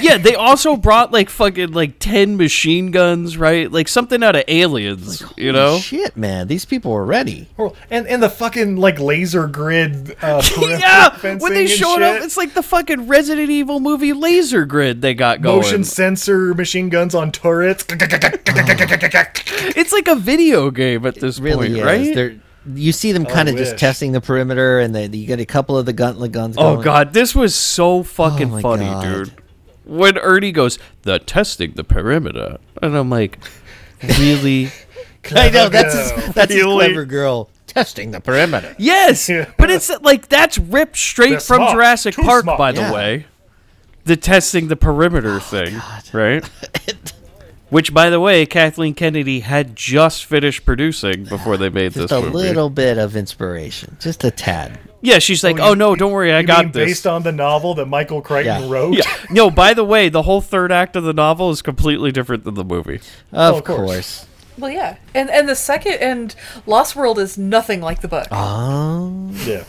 yeah, they also brought like fucking like ten machine guns, right? Like something out of aliens, you know? shit man these people were ready Horrible. and and the fucking like laser grid uh perimeter Yeah, when fencing they and showed up, shit. it's like the fucking Resident Evil movie laser grid they got going. motion sensor machine guns on turrets It's like a video game at this really point, is. right? They're, you see them kind of just wish. testing the perimeter and they, you get a couple of the gun the guns Oh going. Oh god, this was so fucking my funny, God. dude. When Ernie goes, the testing the perimeter, and I'm like, really? i know that's Clever his, that's his Really? clever girl testing the perimeter yes, Yeah. but it's like that's ripped straight They're from smart. Jurassic Too Park, smart. by Yeah. Oh, the way. The testing the perimeter thing, right? Which, by the way, Kathleen Kennedy had just finished producing before they made just this a movie. little bit of inspiration just a tad Yeah, she's like, you- "Oh no, don't worry, I You got mean this." based on the novel that Michael Crichton Yeah. wrote. yeah. No, by the way, the whole third act of the novel is completely different than the movie. of, of course. course Well, yeah, and and the second and Lost World is nothing like the book. Uh. Oh. Yeah.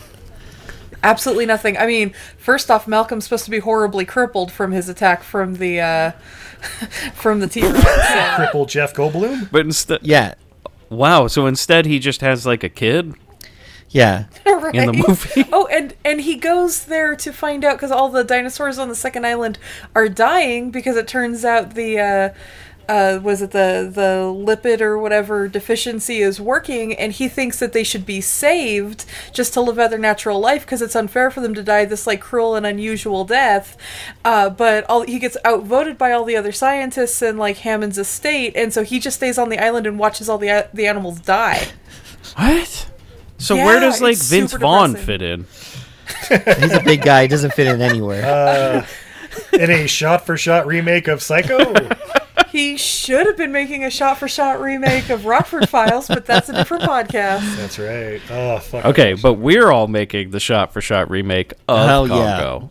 Absolutely nothing. I mean, first off, Malcolm's supposed to be horribly crippled from his attack from the uh, from the T Rex. So. Cripple Jeff Goldblum. But instead, yeah Wow. So instead, he just has like a kid. yeah Right. In the movie. Oh, and and he goes there to find out because all the dinosaurs on the second island are dying because it turns out the uh, uh, was it the the lipid or whatever deficiency is working, and he thinks that they should be saved just to live out their natural life because it's unfair for them to die this like cruel and unusual death. Uh, but all he gets outvoted by all the other scientists in like Hammond's estate, and so he just stays on the island and watches all the the animals die. What? So where Yeah, does like it's Vince super Vaughn depressing. fit in? he's a big guy he doesn't fit in anywhere Uh, In a shot for shot remake of Psycho. He should have been making a shot for shot remake of Rockford Files, but that's a different podcast. That's right. Oh fuck. Okay, but we're all making the shot for shot remake of Hell yeah. Congo.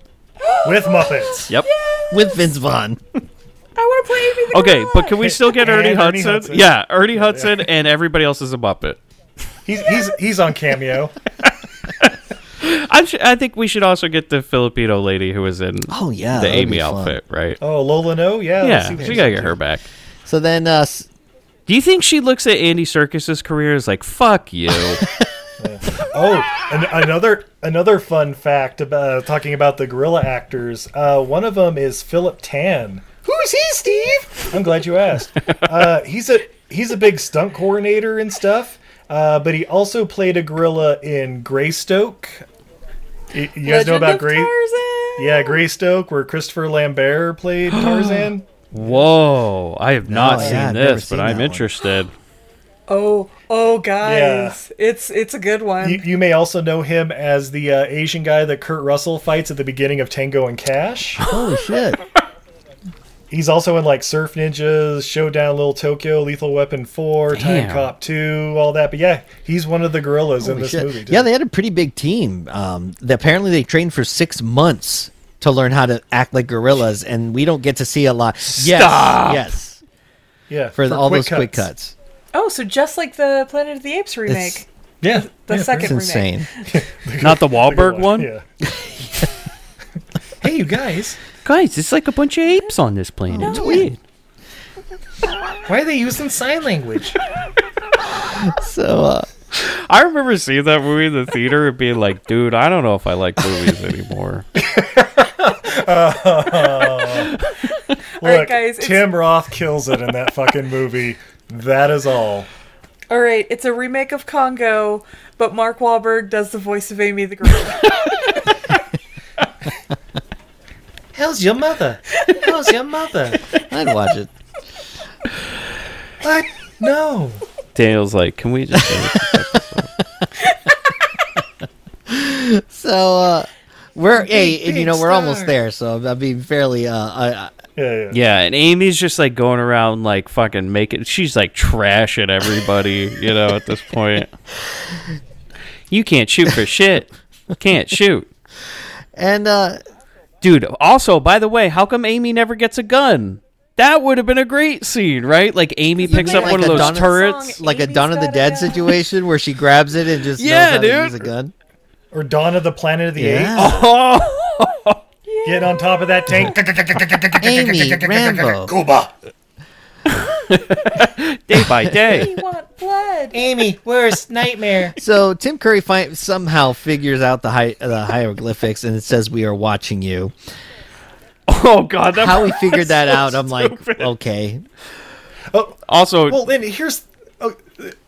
With Muppets. Yep. with Vince Vaughn. I want to play Amy the Okay, Gorilla. but can we still get And Ernie, Ernie Hudson? Hudson. Yeah, Ernie Hudson and everybody else is a Muppet. He's he's he's on cameo. I, sh- I think we should also get the Filipino lady who was in Oh, yeah, the that would be Amy fun. outfit, right? Oh, Lola, no, yeah, let's yeah, see what we she's gotta up get to. her back. So then, uh, s- Do you think she looks at Andy Circus's career as like fuck you? Oh, an- another another fun fact about talking about the gorilla actors. Uh, one of them is Philip Tan. Who's he, Steve? I'm glad you asked. Uh, he's a he's a big stunt coordinator and stuff. Uh, but he also played a gorilla in Greystoke. Y- You guys know Legend about of Grey? Tarzan. Yeah, Greystoke, where Christopher Lambert played Tarzan. Whoa, I have not No, yeah, seen I've never this, seen but I'm that one. interested. Oh, oh, guys, it's it's a good one. You, you may also know him as the uh, Asian guy that Kurt Russell fights at the beginning of Tango and Cash. holy shit. He's also in like Surf Ninjas, Showdown, Little Tokyo, Lethal Weapon Four, Damn. Time Cop Two, all that. But yeah, he's one of the gorillas in this Shit. movie. Too. Yeah, they had a pretty big team. Um, th- apparently, they trained for six months to learn how to act like gorillas, and we don't get to see a lot. Yes, Stop! yes, yeah, for, all those quick cuts. oh, so just like the Planet of the Apes remake, It's, Yeah, the yeah, second it's remake. insane. Not the pretty good Wahlberg one, Yeah. hey, you guys, guys. It's like a bunch of apes on this planet. it's weird. why are they using sign language? So, uh, I remember seeing that movie in the theater and being like, dude, I don't know if I like movies anymore. Look, right, guys, it's- Tim Roth kills it in that fucking movie. That is all. All right, it's a remake of Congo, but Mark Wahlberg does the voice of Amy the Gorilla. How's your mother? How's your mother? I'd watch it. What? No. Daniel's like, can we just? So, uh, we're hey, and you big know we're almost star. there. So I'm being fairly. Uh, I, I- Yeah, yeah. yeah, and Amy's just like going around like fucking making. She's like trashing everybody, you know. At this point, you can't shoot for shit. Can't shoot, and uh, dude. Also, by the way, how come Amy never gets a gun? That would have been a great scene, right? Like Amy picks made up like one a of those Dawn of the turrets. Song. like a Amy's Dawn of the got a Dead gun. situation where she grabs it and just Yeah, knows how to dude. use a gun. Or Dawn of the Planet of the Apes. Yeah. Oh, Get on top of that tank. Amy Rambo. Cuba. day by day. we want blood. Amy, worst nightmare. So Tim Curry fi- somehow figures out the, hi- the hieroglyphics and it says, "We are watching you." oh god, that How he figured that out, I'm like, okay, also Well, and here's oh,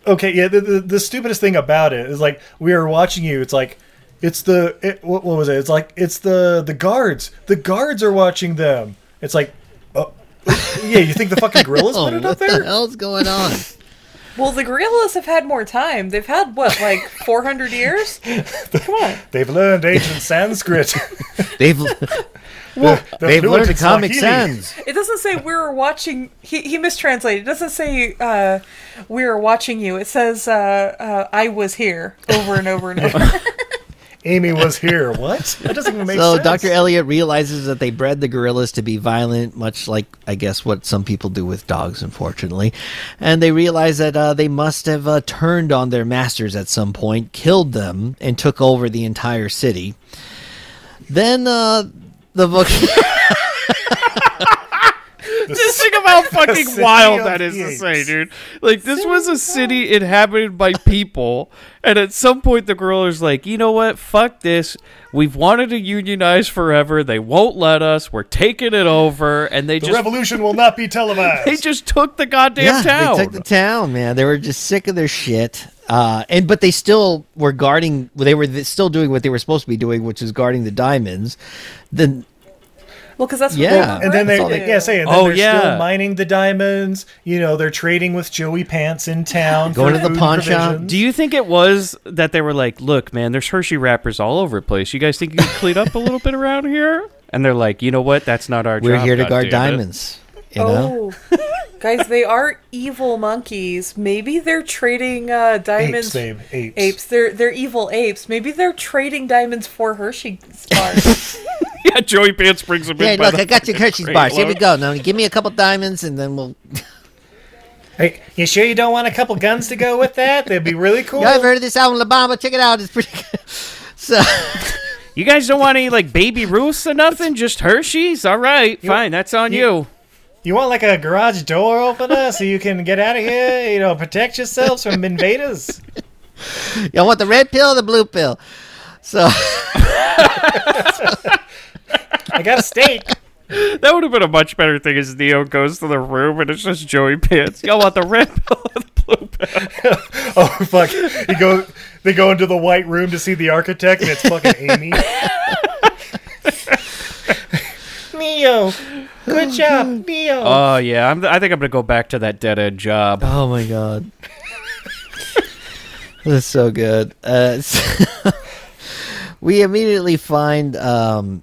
okay. Yeah, the, the the stupidest thing about it is like we are watching you. It's like it's the it, what, what was it? It's like it's the the guards. The guards are watching them. It's like oh, yeah. You think the fucking gorillas oh, put it up what the there? hell's going on? Well, the gorillas have had more time. They've had what, like 400 years? Come on. They've learned ancient Sanskrit. They've well, they've learned the Comic Sans. It doesn't say we're watching. He, he mistranslated. It doesn't say uh, we're watching you. It says uh, uh, I was here over and over and over. Amy was here. What? That doesn't even make So sense. Dr. Elliot realizes that they bred the gorillas to be violent, much like I guess what some people do with dogs, unfortunately. And they realize that uh, they must have uh, turned on their masters at some point, killed them, and took over the entire city. Then uh, the voc- Just think of how fucking city wild of that is to apes. say, dude. Like this was a city inhabited by people, and at some point the gorillas like, you know what? Fuck this. We've wanted to unionize forever. They won't let us. We're taking it over, and they the just revolution will not be televised. they just took the goddamn yeah, town. they took the town, man. They were just sick of their shit. Uh, and but they still were guarding. They were th- still doing what they were supposed to be doing, which is guarding the diamonds. Then well, because that's what Yeah. they And then they, all they- yeah, say, and then Oh, they're yeah. still mining the diamonds. You know, they're trading with Joey Pants in town. Going for to the food and pawn shop. provisions. Do you think it was that they were like, look, man, there's Hershey wrappers all over the place. You guys think you can clean up a little bit around here? And they're like, you know what? That's not our we're job. here to God guard damn it." diamonds. You know. Oh, guys, they are evil monkeys. Maybe they're trading uh, Apes, diamonds. babe. Apes. Apes, they're they're evil apes. Maybe they're trading diamonds for Hershey bars. yeah, Joey Pants brings him Hey, in. by look, the I got your Hershey's fucking bars. Here we crate go. Now give me a couple diamonds, and then we'll. Hey, you sure you don't want a couple guns to go with that? That'd be really cool. Y'all ever heard of this album, La Bamba? Check it out. It's pretty. good. So load. You guys don't want any like baby Ruths or nothing, just Hershey's. All right, fine, that's on you. You want like a garage door opener so you can get out of here, you know, protect yourselves from invaders? y'all want the red pill or the blue pill? So I got a stake. That would have been a much better thing as Neo goes to the room and it's just Joey Pants. Y'all want the red pill or the blue pill? Oh fuck. You go they go into the white room to see the architect and it's fucking Amy. Neo. Good job, Neo. Oh yeah, I'm, I think I'm gonna go back to that dead end job. Oh my god. That's so good. Uh, so- we immediately find um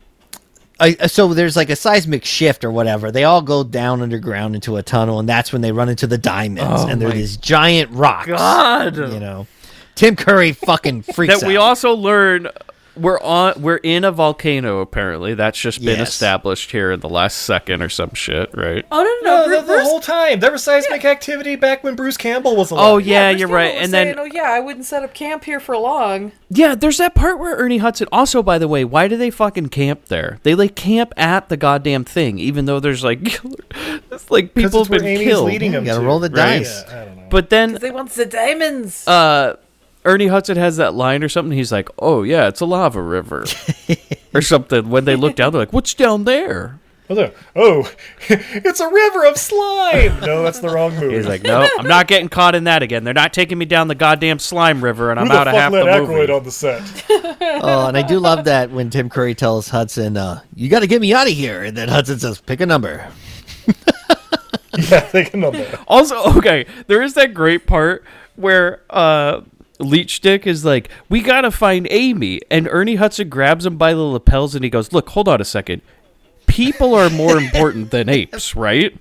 I, I- so there's like a seismic shift or whatever. They all go down underground into a tunnel, and that's when they run into the diamonds, and they're these giant rocks. God. You know, Tim Curry fucking freaks that we out. also learn we're on we're in a volcano apparently. That's just been Yes. established here in the last second or some shit, right? Oh no, no, no, no, the, Bruce, the whole time. There was seismic activity back when Bruce Campbell was alive. Oh yeah, Bruce you're Campbell right. was And saying, then oh yeah, I wouldn't set up camp here for long. yeah, there's that part where Ernie Hudson. Also, by the way, why do they fucking camp there? They like camp at the goddamn thing, even though there's like it's like people Because have it's where been Amy's killed. leading him gotta to, roll the right? dice. Yeah, I don't know. But then They want the diamonds. uh, Ernie Hudson has that line or something. He's like, "Oh yeah, it's a lava river," or something. When they look down, they're like, "What's down there?" Well, there- Oh, it's a river of slime. No, that's the wrong movie. He's like, "No, I'm not getting caught in that again. They're not taking me down the goddamn slime river, and Who I'm the out fuck of half let the Aykroyd movie." on the set? oh, and I do love that when Tim Curry tells Hudson, uh, "You got to get me out of here," and then Hudson says, "Pick a number." yeah, they can know that. also, okay, there is that great part where uh, Leech Dick is like, "We gotta find Amy," and Ernie Hudson grabs him by the lapels and he goes, "Look, hold on a second. People are more important than apes, right?"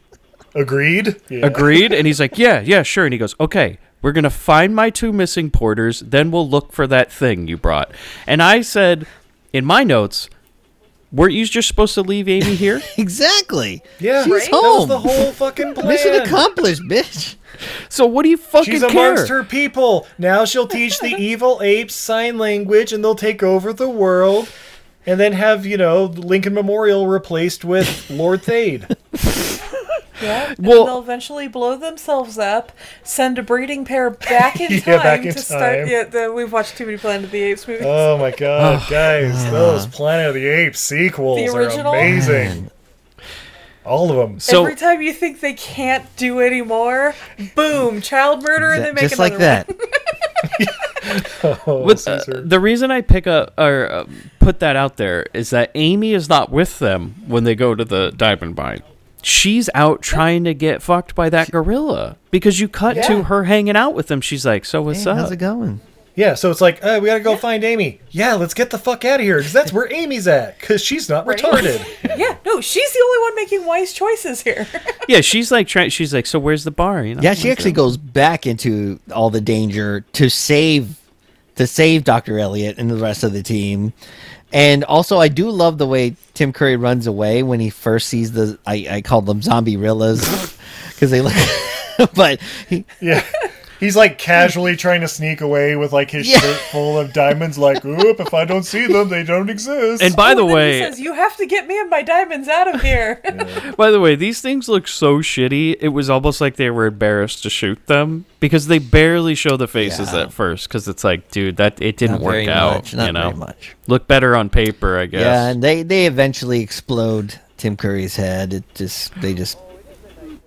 Agreed. Yeah. Agreed? And he's like, Yeah, yeah, sure. And he goes, Okay, we're going to find my two missing porters, then we'll look for that thing you brought. And I said in my notes, Weren't you just supposed to leave Amy here? Exactly. Yeah, she's that was home. the whole fucking plan. Mission accomplished, bitch. so what do you fucking She's care? amongst her people. Now she'll teach the evil apes sign language, and they'll take over the world. And then have you know Lincoln Memorial replaced with Lord Thade? yeah. And well- they'll eventually blow themselves up, send a breeding pair back in time Yeah, back in to start. time. Yeah, the, we've watched too many Planet of the Apes movies. Oh my God, guys! Those Planet of the Apes sequels The are original? amazing. All of them. so Every time you think they can't do anymore, boom, child murder, and they make Just another like that. with, uh, the reason I pick up or uh, put that out there is that Amy is not with them when they go to the diamond mine. She's out trying to get fucked by that gorilla because you cut to her hanging out with them. She's like, "So what's Hey, up? how's it going? Yeah, so it's like, uh, we gotta go find Amy. Yeah, let's get the fuck out of here, because that's where Amy's at, because she's not retarded. One. Yeah, no, she's the only one making wise choices here. Yeah, she's like trying. She's like, so where's the bar? You know? Yeah, she actually goes back into all the danger to save to save Dr. Elliot and the rest of the team. And also I do love the way Tim Curry runs away when he first sees the I, I call them zombie rillas because they look but he, yeah. He's like casually trying to sneak away with like his Yeah. shirt full of diamonds, like, oop, if I don't see them, they don't exist. And by "Oh, the And then way, he says, "You have to get me and my diamonds out of here." by the way, these things look so shitty. It was almost like they were embarrassed to shoot them because they barely show the faces Yeah. at first. Because it's like, dude, that it didn't Not work very out. much, not you know, very much. look better on paper, I guess. Yeah, and they they eventually explode Tim Curry's head. It just they just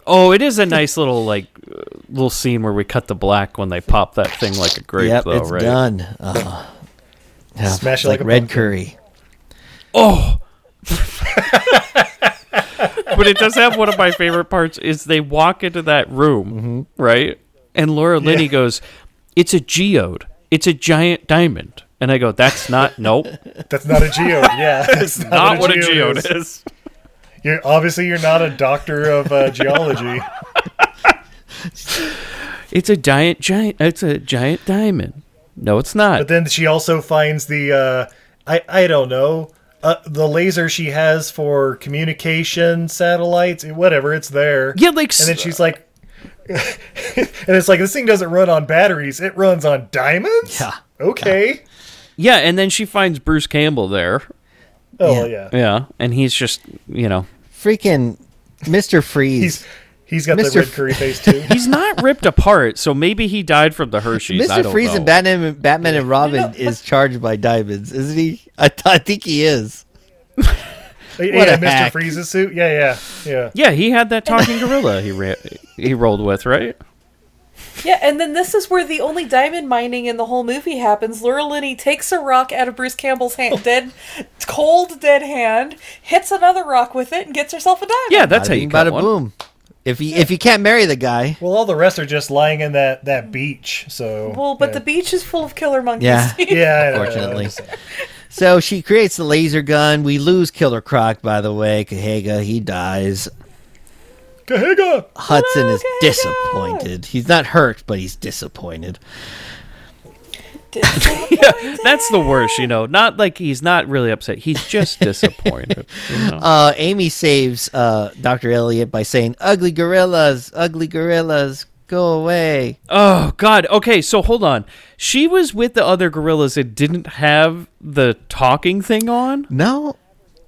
oh, it is a nice little like uh, little scene where we cut the black when they pop that thing like a grape, Yep, though, it's right? done. Uh, yeah, Smash it's it like, like a red pumpkin. curry. Oh! but it does have one of my favorite parts is they walk into that room right and laura linney goes it's a geode it's a giant diamond and i go that's not nope that's not a geode. Yeah, that's not, not what a geode is You're, obviously, you're not a doctor of uh, geology. it's a giant giant it's a giant diamond no it's not But then she also finds the, uh, I, I don't know, uh, the laser she has for communication satellites, whatever, it's there. Yeah, like and then s- she's like, and it's like this thing doesn't run on batteries; it runs on diamonds. Yeah. Okay. Yeah, and then she finds Bruce Campbell there. Oh Yeah. well, yeah. Yeah, and he's just you know Freaking Mr. Freeze. He's he's got Mr. the red curry face too. he's not ripped apart, so maybe he died from the Hershey's. I Mr. don't Freeze know. and Batman, Batman and Robin is charged by diamonds, isn't he? I, th- I think he is. yeah, a Mr. hack. Freeze's suit. Yeah, yeah, yeah. Yeah, he had that talking gorilla he ra- he rolled with, right? Yeah, and then this is where the only diamond mining in the whole movie happens. Laura Linney takes a rock out of Bruce Campbell's hand, dead, cold, dead hand, hits another rock with it, and gets herself a diamond. Yeah, that's how Bada you bing, cut bada one. boom. If you if you can't marry the guy, Well, all the rest are just lying in that that beach. So Well, but yeah. the beach is full of killer monkeys. Yeah. yeah, I know. Unfortunately. so she creates the laser gun. We lose Killer Croc, by the way. Kahega, he dies. Kahega. Hudson is Kahega! disappointed. He's not hurt, but he's disappointed. That's the worst, you know. Not like he's not really upset. He's just disappointed. you know. Uh, Amy saves uh, Dr. Elliot by saying, Ugly gorillas, ugly gorillas, go away. Oh God. Okay, so hold on. She was with the other gorillas that didn't have the talking thing on. No.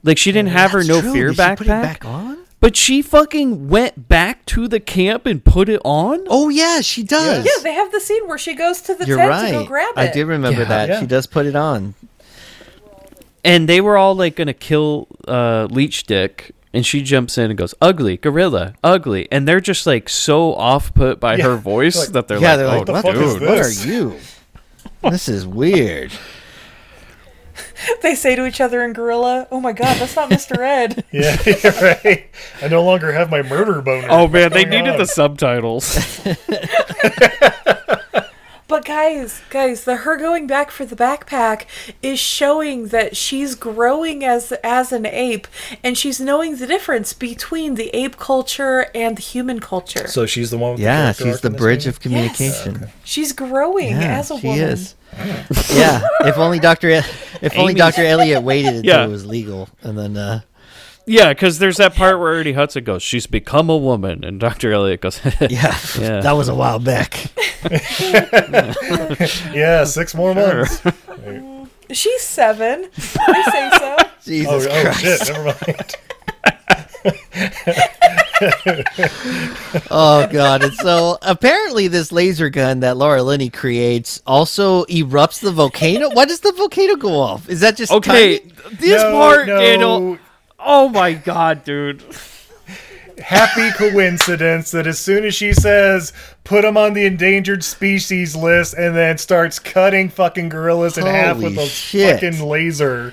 Like she didn't have her that's no true. fear Did she put it backpack. back on? But she fucking went back to the camp and put it on. Oh, yeah, she does. Yeah, they have the scene where she goes to the You're tent right. to go grab it. I do remember Yeah. that. Yeah. She does put it on. And they were all like gonna kill uh, Leech Dick, and she jumps in and goes, "Ugly gorilla, ugly." And they're just like so off put by her voice Like, that they're yeah, like, they're "Oh, like, what, fuck dude." is what are this?" you? this is weird. They say to each other in gorilla, "Oh my God, that's not Mr. Ed." Yeah, you're right. I no longer have my murder boner. Oh man, they going needed on? the subtitles. But guys, guys, the her going back for the backpack is showing that she's growing as as an ape, and she's knowing the difference between the ape culture and the human culture. So she's the one. With Yeah, the character she's arc the in this bridge movie? of communication. she's growing Yeah, as a she woman. is. yeah, if only Doctor, if only Amy's- Doctor Elliot waited until Yeah. it was legal, and then uh, yeah, because there's that part where Ernie Hudson goes, "She's become a woman," and Dr. Elliot goes, yeah, Yeah. that was a while back. Yeah, six more months. She's seven. I say so. Oh, Jesus oh Christ! shit, never mind. Oh god! And so apparently, this laser gun that Laura Linney creates also erupts the volcano. Why does the volcano go off? Is that just Okay, timing? this No, part, no. Daniel. Oh my god, dude. Happy coincidence that as soon as she says, put them on the endangered species list, and then starts cutting fucking gorillas in half Holy with a shit. fucking laser,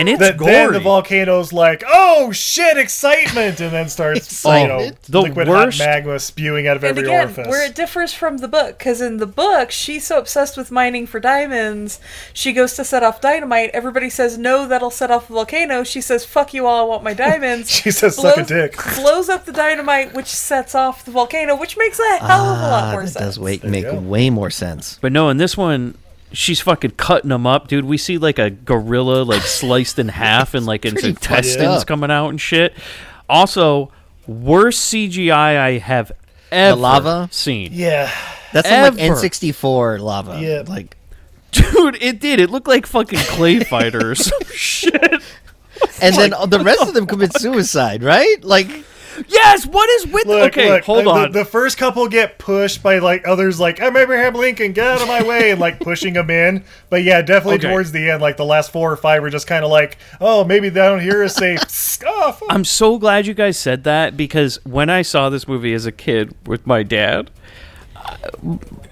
And it's that gory. then the volcano's like, oh shit, excitement, and then starts you know, Excitement? The liquid worst- hot magma spewing out of And every again, orifice. where it differs from the book, because in the book, she's so obsessed with mining for diamonds, she goes to set off dynamite. Everybody says, no, that'll set off a volcano. She says, fuck you all, I want my diamonds. She says, "Suck a dick." Blows up the dynamite, which sets off the volcano, which makes a hell of a lot Ah, more that sense. does wait, make go. way more sense. But no, in this one, she's fucking cutting them up, dude. We see like a gorilla like sliced in half and like its Pretty fucked intestines up. coming out and shit. Also, worst CGI I have The ever lava? seen. yeah. That's some, like Ever. N64 lava. Yeah. Like Dude, it did. It looked like fucking clay fighters. shit. Oh and then the rest of them commit suicide, right? Like Yes, what is with Look, Okay, look, hold the, on. The first couple get pushed by like others, like I'm Abraham Lincoln, get out of my way, and like pushing them in. But yeah, definitely Okay. towards the end, like the last four or five were just kind of like, oh, maybe down here is safe. oh, fuck. I'm so glad you guys said that because when I saw this movie as a kid with my dad, uh,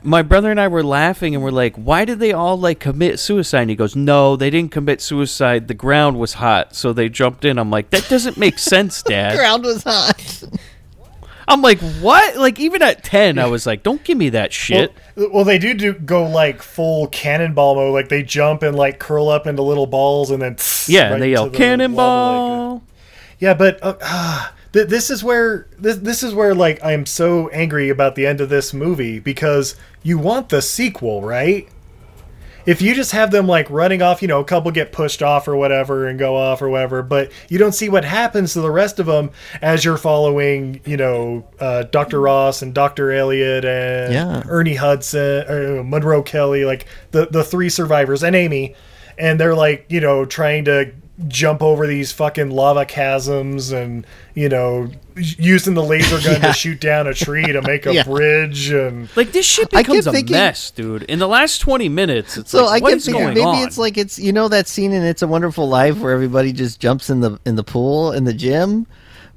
my brother and I were laughing and we're like, "Why did they all like commit suicide?" And he goes, "No, they didn't commit suicide. The ground was hot, so they jumped in." I'm like, "That doesn't make sense, Dad." ground was hot. I'm like, "What?" Like even at ten, I was like, "Don't give me that shit." Well, well, they do, do go like full cannonball mode. Like they jump and like curl up into little balls, and then yeah, right and they to yell, the level, like, uh, "Cannonball!" yeah, but uh, ah, th- this is where this this is where like I'm so angry about the end of this movie because you want the sequel, right? if you just have them like running off, you know, a couple get pushed off or whatever and go off or whatever, but you don't see what happens to the rest of them as you're following, you know, uh, Dr. Ross and Dr. Elliot and Yeah. Ernie Hudson or Monroe Kelly, like the the three survivors and Amy, and they're like, you know, trying to jump over these fucking lava chasms and you know using the laser gun to shoot down a tree to make a Yeah. bridge and Like this shit I kept becomes a thinking- mess, dude. In the last twenty minutes, it's So like, I what can is figure going maybe on? it's like it's you know that scene in It's a Wonderful Life where everybody just jumps in the in the pool in the gym.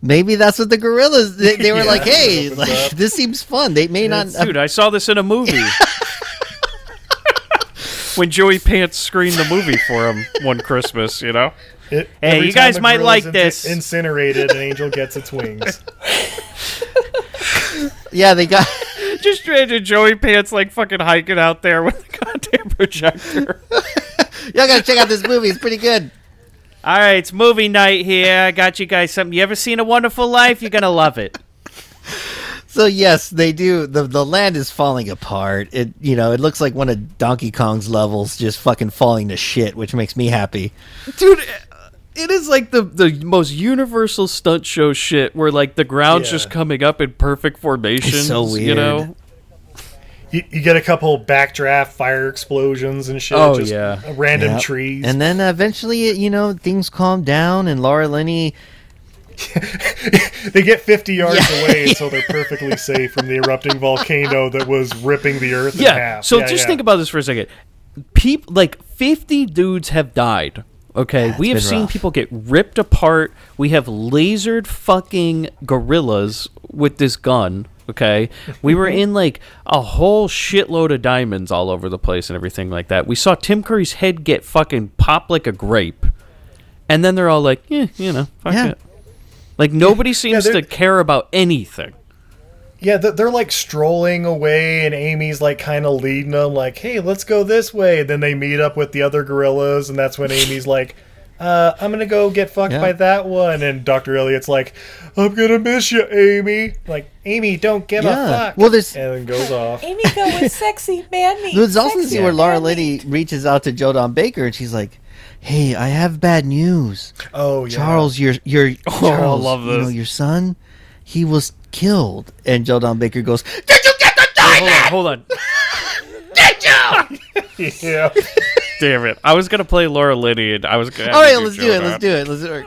Maybe that's what the gorillas they, they were like, hey, like, this seems fun. They may not uh, Dude, I saw this in a movie. when Joey Pants screened the movie for him one Christmas, you know? It, Hey, every you time guys a might gorilla's like inci- this. Incinerated, an angel gets its wings. Yeah, they got Just imagine Joey Pants like fucking hiking out there with the goddamn projector. y'all gotta check out this movie, it's pretty good. All right, it's movie night here. I got you guys something. You ever seen A Wonderful Life? You're gonna love it. So yes, they do. the The land is falling apart. It you know it looks like one of Donkey Kong's levels just fucking falling to shit, which makes me happy. dude it is like the the most universal stunt show shit where like the ground's Yeah. just coming up in perfect formation It's so you weird. know You, you get a couple backdraft fire explosions and shit. Oh, just yeah. Random Yep. trees. And then uh, eventually, you know, things calm down, and Laura Linney. they get 50 yards away until they're perfectly safe from the erupting volcano that was ripping the earth in yeah half. so just think about this for a second people like 50 dudes have died okay we have been seen rough. people get ripped apart we have lasered fucking gorillas with this gun okay we were in like a whole shitload of diamonds all over the place and everything like that we saw tim curry's head get fucking popped like a grape and then they're all like eh, you know fuck Yeah. it like nobody seems they're- to care about anything Yeah, th- they're like strolling away, and Amy's like kind of leading them, like, hey, let's go this way. Then they meet up with the other gorillas, and that's when Amy's like, uh, I'm gonna go get fucked Yeah. by that one. And Dr. Elliot's like, I'm gonna miss you, Amy. Like, Amy, don't give Yeah. a fuck. Well, there's- And then goes off. Amy go with sexy man meat. There's also the sexy scene where Laura man meat. Linney reaches out to Joe Don Baker, and she's like, "Hey, I have bad news, Oh, yeah. Charles. Your your Charles, love You know, this. your son, he was killed." And Joe Don Baker goes, hold on hold on Yeah. Damn it. I was going to play Laura Linney and I was going to. "All right, let's do it. Let's do it. Let's do it."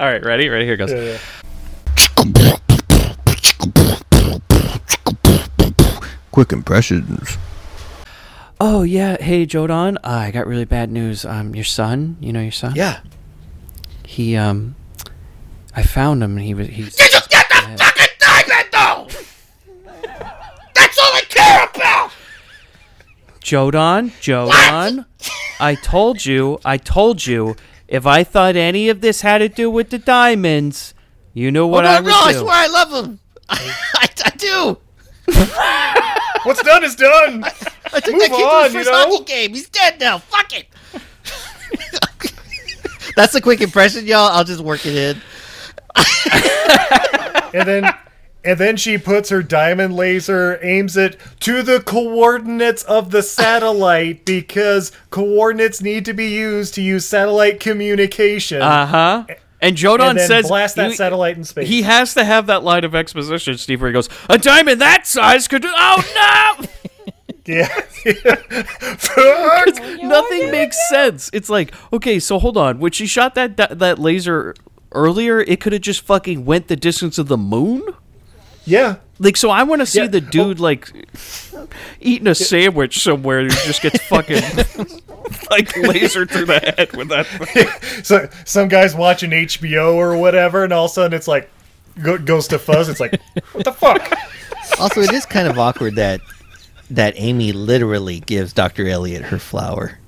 All right, ready? Ready? Here goes. yeah. Quick impressions. Oh, yeah. Hey, Jodan. Uh, I got really bad news. Um, Your son, you know your son? Yeah. He, um, I found him and he was. He's, That's all I care about! Jodan, Jodan, I told you, I told you, if I thought any of this had to do with the diamonds, you know Oh what no, I no, would I do. swear I love him. I, I do. What's done is done. I took Move that kid to on, his you first know? hockey game. He's dead now. Fuck it. That's a quick impression, y'all. I'll just work it in. and then and then she puts her diamond laser aims it to the coordinates of the satellite because coordinates need to be used to use satellite communication Uh huh. And Jodan and then says. blast that you- satellite in space He has to have that line of exposition, Steve, where he goes, A diamond that size could do. Oh, no! yeah Fuck! Nothing makes sense. It's like, okay, so hold on. When she shot that that, that laser earlier, it could have just fucking went the distance of the moon. yeah Like, so I want to see Yeah. the dude like eating a sandwich somewhere who just gets fucking like laser through the head with that. so some guy's watching hbo or whatever and all of a sudden it's like go- goes to fuzz it's like what the fuck Also, it is kind of awkward that that Amy literally gives Dr. Elliot her flower.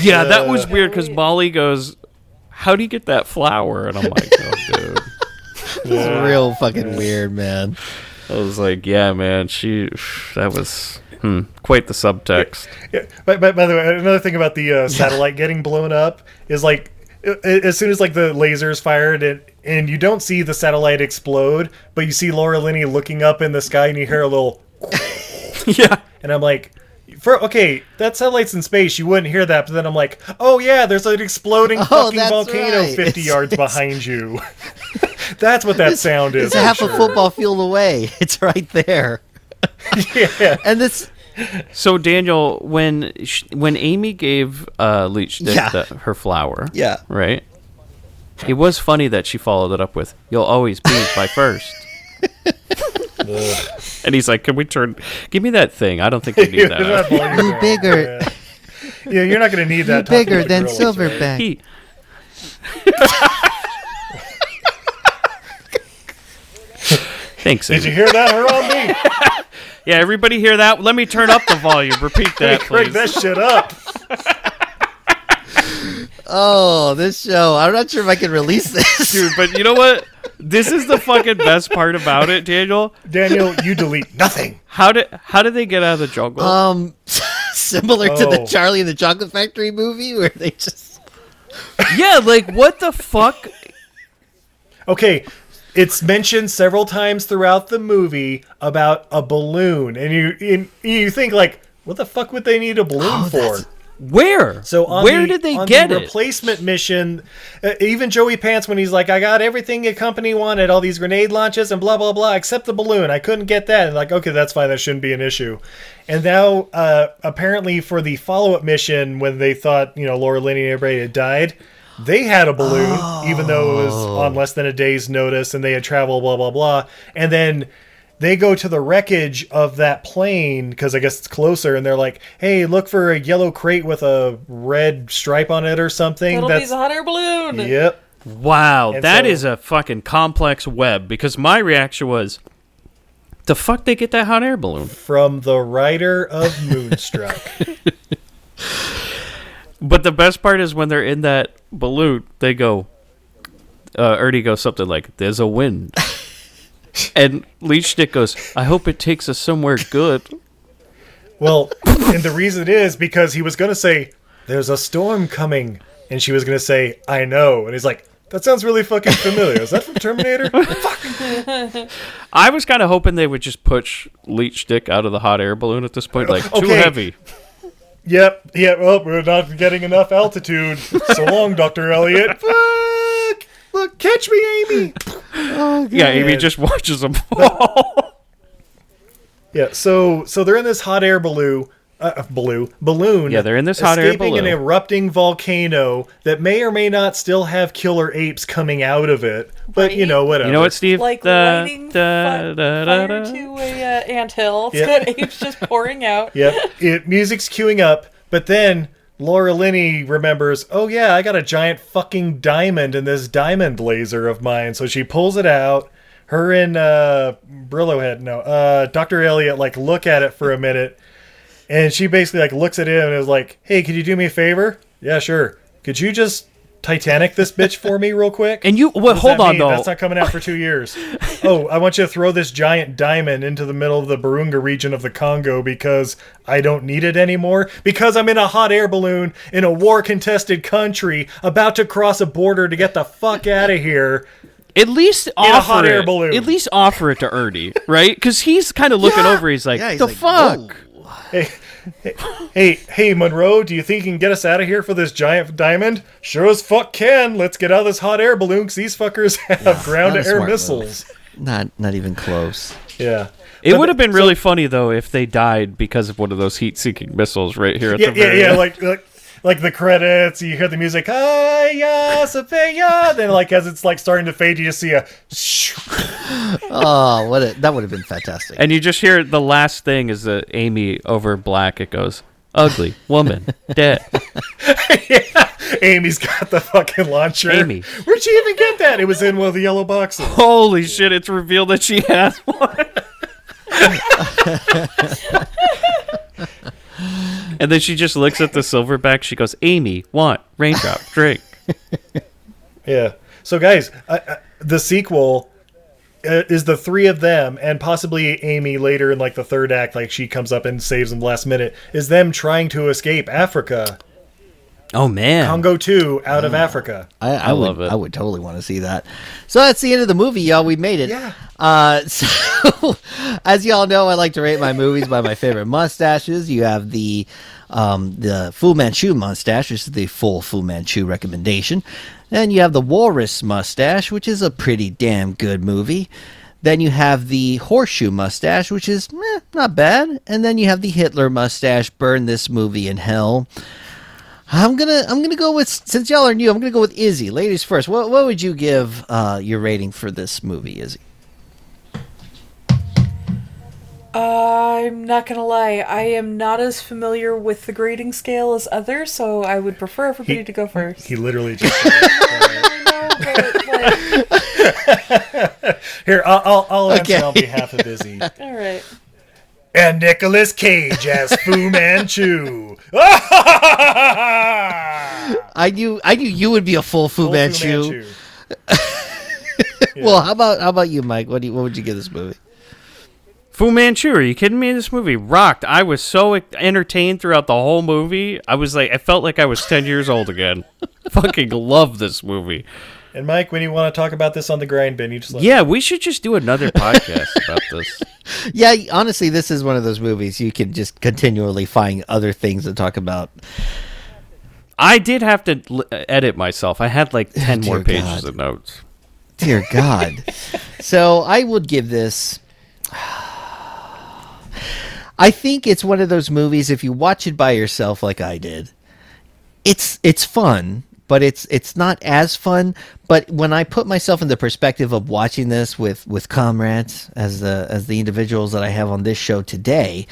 Yeah, that Uh, was weird because Molly goes, "How do you get that flower?" And I'm like, "Oh, dude." It's real fucking weird, man. I was like, "Yeah, man, she that was hmm, quite the subtext." Yeah, but, but by the way, another thing about the uh, satellite getting blown up is like a- a- as soon as like the laser is fired and and you don't see the satellite explode, but you see Laura Linney looking up in the sky and you hear a little, yeah. and I'm like, For okay, that satellites in space, you wouldn't hear that, but then I'm like, oh yeah, there's an exploding fucking Oh, that's volcano right. 50 It's- yards behind you. that's what that sound is. It's I'm half sure. a football field away. It's right there. yeah. And this So Daniel, when sh- when Amy gave uh, Leach the, Yeah. the, her flower, Yeah. right. It was funny that she followed it up with "You'll always be my first. and he's like, "Can we turn? Give me that thing. I don't think we need that." That volume you down. bigger Yeah, you're not going to need that. talking bigger to than gorillas, right? silverback. He- Thanks. Did you Amy. hear that? Harambe? Yeah, everybody hear that? Let me turn up the volume. Repeat that, Crank please. that shit up. Oh, this show. I'm not sure if I can release this. Dude, but you know what? This is the fucking best part about it, Daniel. Daniel, you delete nothing. How did how did they get out of the jungle? Uh, Um, similar to the Oh. Charlie and the Chocolate Factory movie where they just yeah, like what the fuck? Okay, it's mentioned several times throughout the movie about a balloon, and you and you think like, what the fuck would they need a balloon for? Where? So on where the- did they on get the it? Replacement mission. Uh, even Joey Pants, when he's like, "I got everything the company wanted, all these grenade launches and blah blah blah, except the balloon. I couldn't get that." And like, okay, that's fine. That shouldn't be an issue. And now, uh, apparently, for the follow-up mission, when they thought you know Laura Linney and everybody had died, they had a balloon, even though it was on Oh. less than a day's notice, and they had traveled blah blah blah, and then they go to the wreckage of that plane because I guess it's closer, and they're like, "Hey, look for a yellow crate with a red stripe on it or something." It'll be That's the hot air balloon. yep. Wow, And that so- is a fucking complex web because my reaction was the fuck they get that hot air balloon. From the writer of Moonstruck. But the best part is when they're in that balloon, they go uh Ernie goes something like, There's a wind. and Leech Stick goes, I hope it takes us somewhere good. well, and the reason is because he was going to say, "There's a storm coming," and she was going to say, "I know," and he's like, "That sounds really fucking familiar. Is that from Terminator?" I was kind of hoping they would just push Leech Stick out of the hot air balloon at this point, like too Okay. heavy. Yep, yeah, well, we're not getting enough altitude. So long, Dr. Elliot. Fuck! Look, catch me, Amy! Yeah, Amy Yeah. just watches them fall. Yeah, so so they're in this hot air balloon. Uh, balloon, balloon. Yeah, they're in this hot air escaping an balloon. erupting volcano that may or may not still have killer apes coming out of it. But you Right. know, whatever. you know what, Steve? Like Da- lighting da- fi- da- da- fire da. to a uh, anthill. Yeah. It's got apes just pouring out. Yep. It music's queuing up, but then Laura Linney remembers, oh yeah, I got a giant fucking diamond in this diamond laser of mine. So she pulls it out. Her and uh, Brillo head, no, uh, Doctor Elliot, like look at it for a minute, and she basically like looks at him and is like, "Hey, could you do me a favor? Yeah, sure. Could you just Titanic this bitch for me real quick?" And you, well, What does hold that on mean? though. That's not coming out for two years. oh, I want you to throw this giant diamond into the middle of the Burunga region of the Congo because I don't need it anymore. Because I'm in a hot air balloon in a war contested country about to cross a border to get the fuck out of here. At least a offer hot it. air balloon. At least offer it to Ernie, right? Because he's kind of looking over. He's like, Yeah, he's the like, fuck. "Whoa." Hey, hey, Monroe, do you think you can get us out of here for this giant diamond? Sure as fuck can. Let's get out of this hot air balloon because these fuckers have ground not a to air smart move. missiles. Not not even close. Yeah. It would have been really funny though if they died because of one of those heat-seeking missiles right here at yeah, the yeah, very yeah. end. Like, like, like the credits. You hear the music. "Hiya, Sophia," Then, like, as it's like starting to fade, you just see a. Oh, what a, that would have been fantastic. And you just hear the last thing is that Amy over black. It goes ugly woman dead. Amy's got the fucking launcher. Amy. where'd she even get that? It was in one of the yellow boxes. Holy shit! It's revealed that she has one. and then she just looks at the silverback. She goes, "Amy, want raindrop drink." Yeah. So, guys, uh, uh, the sequel uh, is the three of them, and possibly Amy later in like the third act, like she comes up and saves them last minute. Is them trying to escape Africa? Oh man. Congo 2 out of Africa. I, I, would, love it. I would totally want to see that. So that's the end of the movie, y'all. We made it. Yeah. Uh, so, as y'all know, I like to rate my movies by my favorite mustaches. You have the um, the Fu Manchu mustache, which is the full Fu Manchu recommendation. Then you have the Walrus mustache, which is a pretty damn good movie. Then you have the horseshoe mustache, which is meh, not bad. And then you have the Hitler mustache, burn this movie in hell. I'm gonna I'm gonna go with since y'all are new, I'm gonna go with Izzy. Ladies first. What what would you give uh, your rating for this movie, Izzy? I'm not gonna lie. I am not as familiar with the grading scale as others, so I would prefer everybody He- to go first. He literally just. No, but, like, Here, I'll, I'll, I'll answer Okay. on behalf of Izzy. all right. and Nicolas Cage as Fu Manchu. I knew I knew you would be a full Fu, Fu Manchu. Well, how about how about you, Mike? What do you, what would you give this movie? Fu Manchu, are you kidding me? This movie rocked. I was so entertained throughout the whole movie. I was like, I felt like I was 10 years old again. Fucking love this movie. And Mike, when you want to talk about this on the grind bin, you just let Yeah, we should just do another podcast about this. Yeah, honestly, this is one of those movies you can just continually find other things to talk about. I did have to l- uh, edit myself. I had like 10 more Dear pages God. of notes. Dear God. so I would give this. I think it's one of those movies. If you watch it by yourself, like I did, it's it's fun, but it's it's not as fun. But when I put myself in the perspective of watching this with with comrades as the as the individuals that I have on this show today,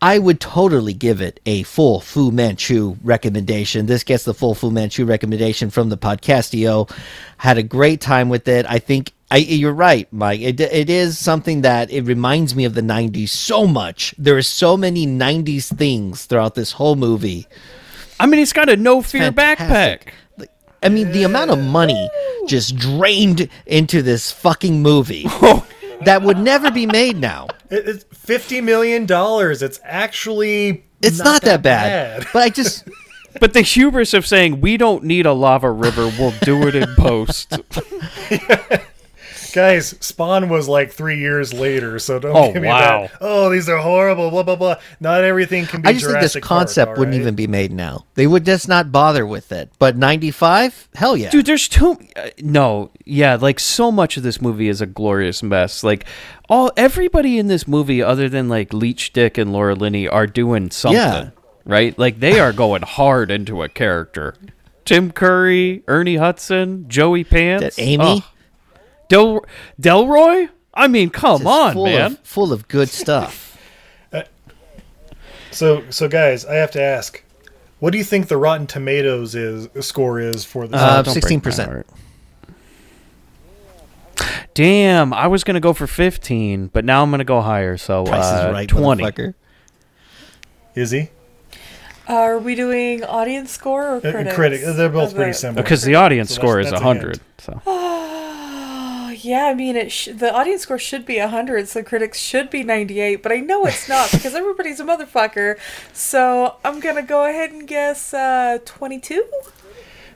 I would totally give it a full Fu Manchu recommendation. This gets the full Fu Manchu recommendation from the podcastio. Had a great time with it. I think I, you're right, Mike. It, it is something that it reminds me of the 90s so much. There are so many 90s things throughout this whole movie. I mean, it's got a no fear Fantastic. backpack. I mean, the amount of money just drained into this fucking movie that would never be made now. It, it's fifty million dollars. It's actually It's not, that bad, bad. but I just But the hubris of saying, we don't need a lava river, we'll do it in post. guys. Spawn was like three years later, so don't Oh, give me wow. that. Oh, these are horrible. Blah blah blah. Not everything can be. I just think Jurassic this concept Park, all wouldn't right? even be made now. They would just not bother with it. But 95? Hell yeah. dude there's too uh, no yeah like so much of this movie is a glorious mess like all everybody in this movie other than like leech dick and laura linney are doing something Yeah. right like they are going hard into a character tim curry ernie hudson joey pants That Amy oh. Del- delroy i mean Oh, come is on full man Of, uh, full of good stuff. So so guys, I have to ask, what do you think the Rotten Tomatoes is score is for this? Uh, Don't break my 16%. heart. Damn, I was gonna go for fifteen, but now I'm gonna go higher. So Price uh, is right, twenty. motherfucker. Izzy, Are we doing audience score or Uh, critics? critic. They're both Of pretty it? similar. because the audience So that's- score is that's is a hundred. So Oh, yeah, I mean, it sh- the audience score should be 100, so critics should be 98, but I know it's not because everybody's a motherfucker. So I'm going to go ahead and guess uh, 22?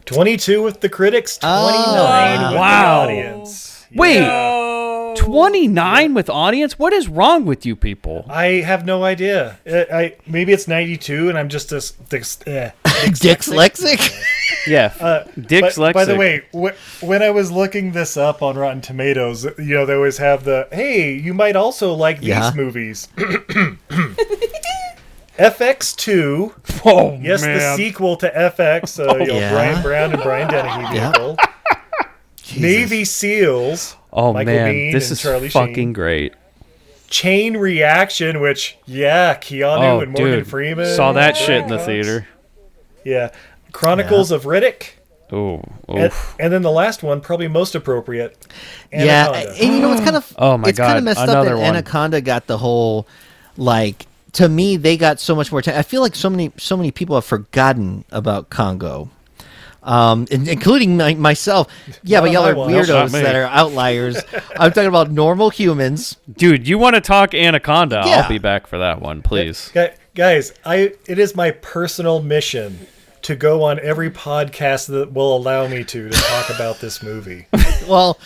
twenty-two with the critics, twenty-nine with Wow. the audience. wait, Oh. twenty nine with audience? What is wrong with you people? I have no idea. Uh, I maybe it's ninety-two, and I'm just this. this eh. Dick's Lexic? Yeah, Dick's By- Lexic. uh, By the way, wh- when I was looking this up on Rotten Tomatoes, you know they always have the "Hey, you might also like these Yeah. movies." FX2, oh yes, the sequel to FX, uh, you know, Yeah. Brian Brown and Brian Dennehy Yeah. vehicle. Navy SEALs, oh Michael man, Biehn this and is Charlie fucking Sheen. great. Chain Reaction, which yeah, Keanu Oh and Morgan dude, Freeman saw that Brian shit in the Cox. theater. Yeah, Chronicles of Riddick. Oh, And, and then the last one, probably most appropriate. Yeah, Anaconda. and you know what's kind of Oh my it's kind God, of messed up another that one. Anaconda got the whole like to me they got so much more time. I feel like so many so many people have forgotten about Congo. Um, in- including my, myself. Yeah, but Not y'all my are one. Nope, not weirdos me. that are outliers. I'm talking about normal humans. dude, you want to talk Anaconda? Yeah. I'll be back for that one, please. Gu- Guys, I it is my personal mission to go on every podcast that will allow me to to talk about this movie. Well,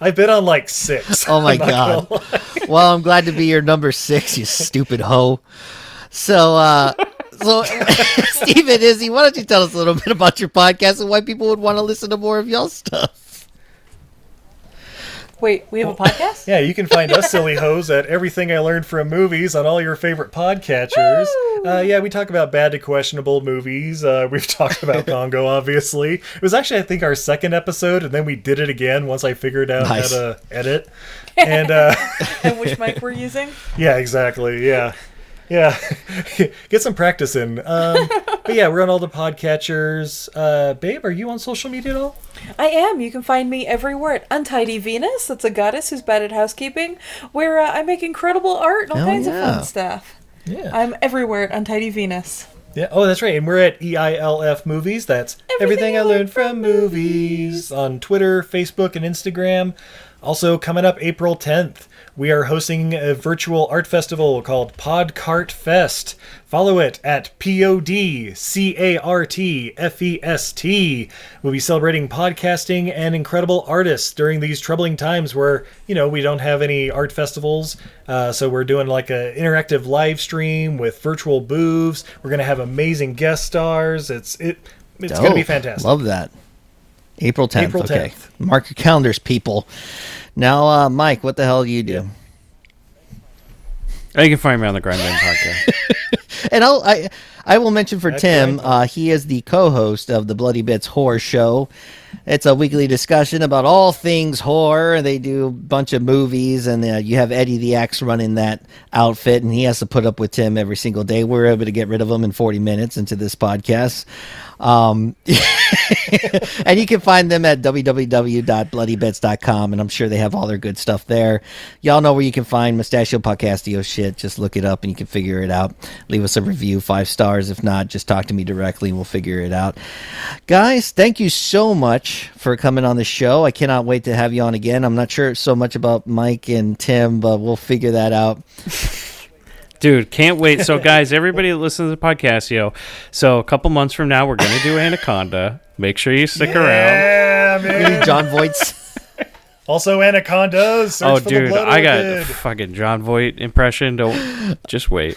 I've been on like six. oh my I'm not gonna god. Well, I'm glad to be your number six, you stupid hoe. So, uh, so Stephen Izzy, why don't you tell us a little bit about your podcast and why people would want to listen to more of y'all stuff? Wait, we have a podcast? Yeah, you can find us silly hoes at Everything I Learned from Movies on all your favorite podcatchers. Uh, yeah, we talk about bad to questionable movies. Uh, we've talked about Congo, obviously. It was actually, I think, our second episode, and then we did it again once I figured out Nice. how to edit. And uh, And which mic we're using? yeah, exactly. Yeah. Yeah, get some practice in. Um, but yeah, we're on all the podcatchers. Uh, babe, are you on social media at all? I am. You can find me everywhere at Untidy Venus. That's a goddess who's bad at housekeeping, where uh, I make incredible art and all Hell kinds of yeah. fun stuff. Yeah. I'm everywhere at Untidy Venus. Yeah. Oh, that's right. And we're at EILF Movies. That's everything, I learned from movies on Twitter, Facebook, and Instagram. Also, coming up April 10th, we are hosting a virtual art festival called Podcart Fest. Follow it at P O D C A R T F E S T. We'll be celebrating podcasting and incredible artists during these troubling times where, you know, we don't have any art festivals. Uh, so we're doing like an interactive live stream with virtual booths. We're going to have amazing guest stars. It's it it's going to be Dope. fantastic. Oh, Love that. April 10th. April okay. 10th. Mark your calendars, people. Now, uh, Mike, what the hell do you do? Oh, you can find me on the Grind Band podcast. And I'll, I I will mention for Tim, right. uh, he is the co-host of the Bloody Bits Horror Show. It's a weekly discussion about all things horror. They do a bunch of movies, and uh, you have Eddie the Axe running that outfit, and he has to put up with Tim every single day. We're able to get rid of him in 40 minutes into this podcast. Um, and you can find them at www.bloodybets.com, and I'm sure they have all their good stuff there. Y'all know where you can find Mustachio Podcastio shit. Just look it up and you can figure it out. Leave us a review, five stars. If not, just talk to me directly and we'll figure it out. Guys, thank you so much for coming on the show. I cannot wait to have you on again. I'm not sure so much about Mike and Tim, but we'll figure that out. Dude, can't wait. So, guys, everybody that listens to the podcast, yo, so a couple months from now, we're going to do Anaconda. Make sure you stick around. Yeah, man. Maybe John Voight's. Also, Anacondas. Search Oh, for the dude, Blood I got a Orchid. fucking John Voight impression. Don't just wait.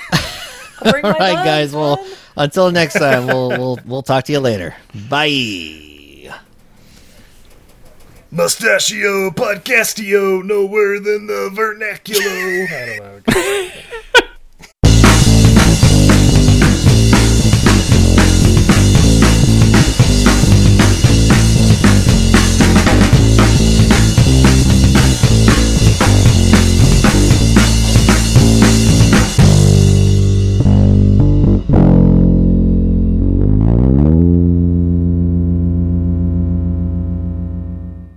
All right, All right, guys. Well, until next time, we'll we'll we'll talk to you later. Bye. Mustachio Podcastio, nowhere than the vernacular. I don't know.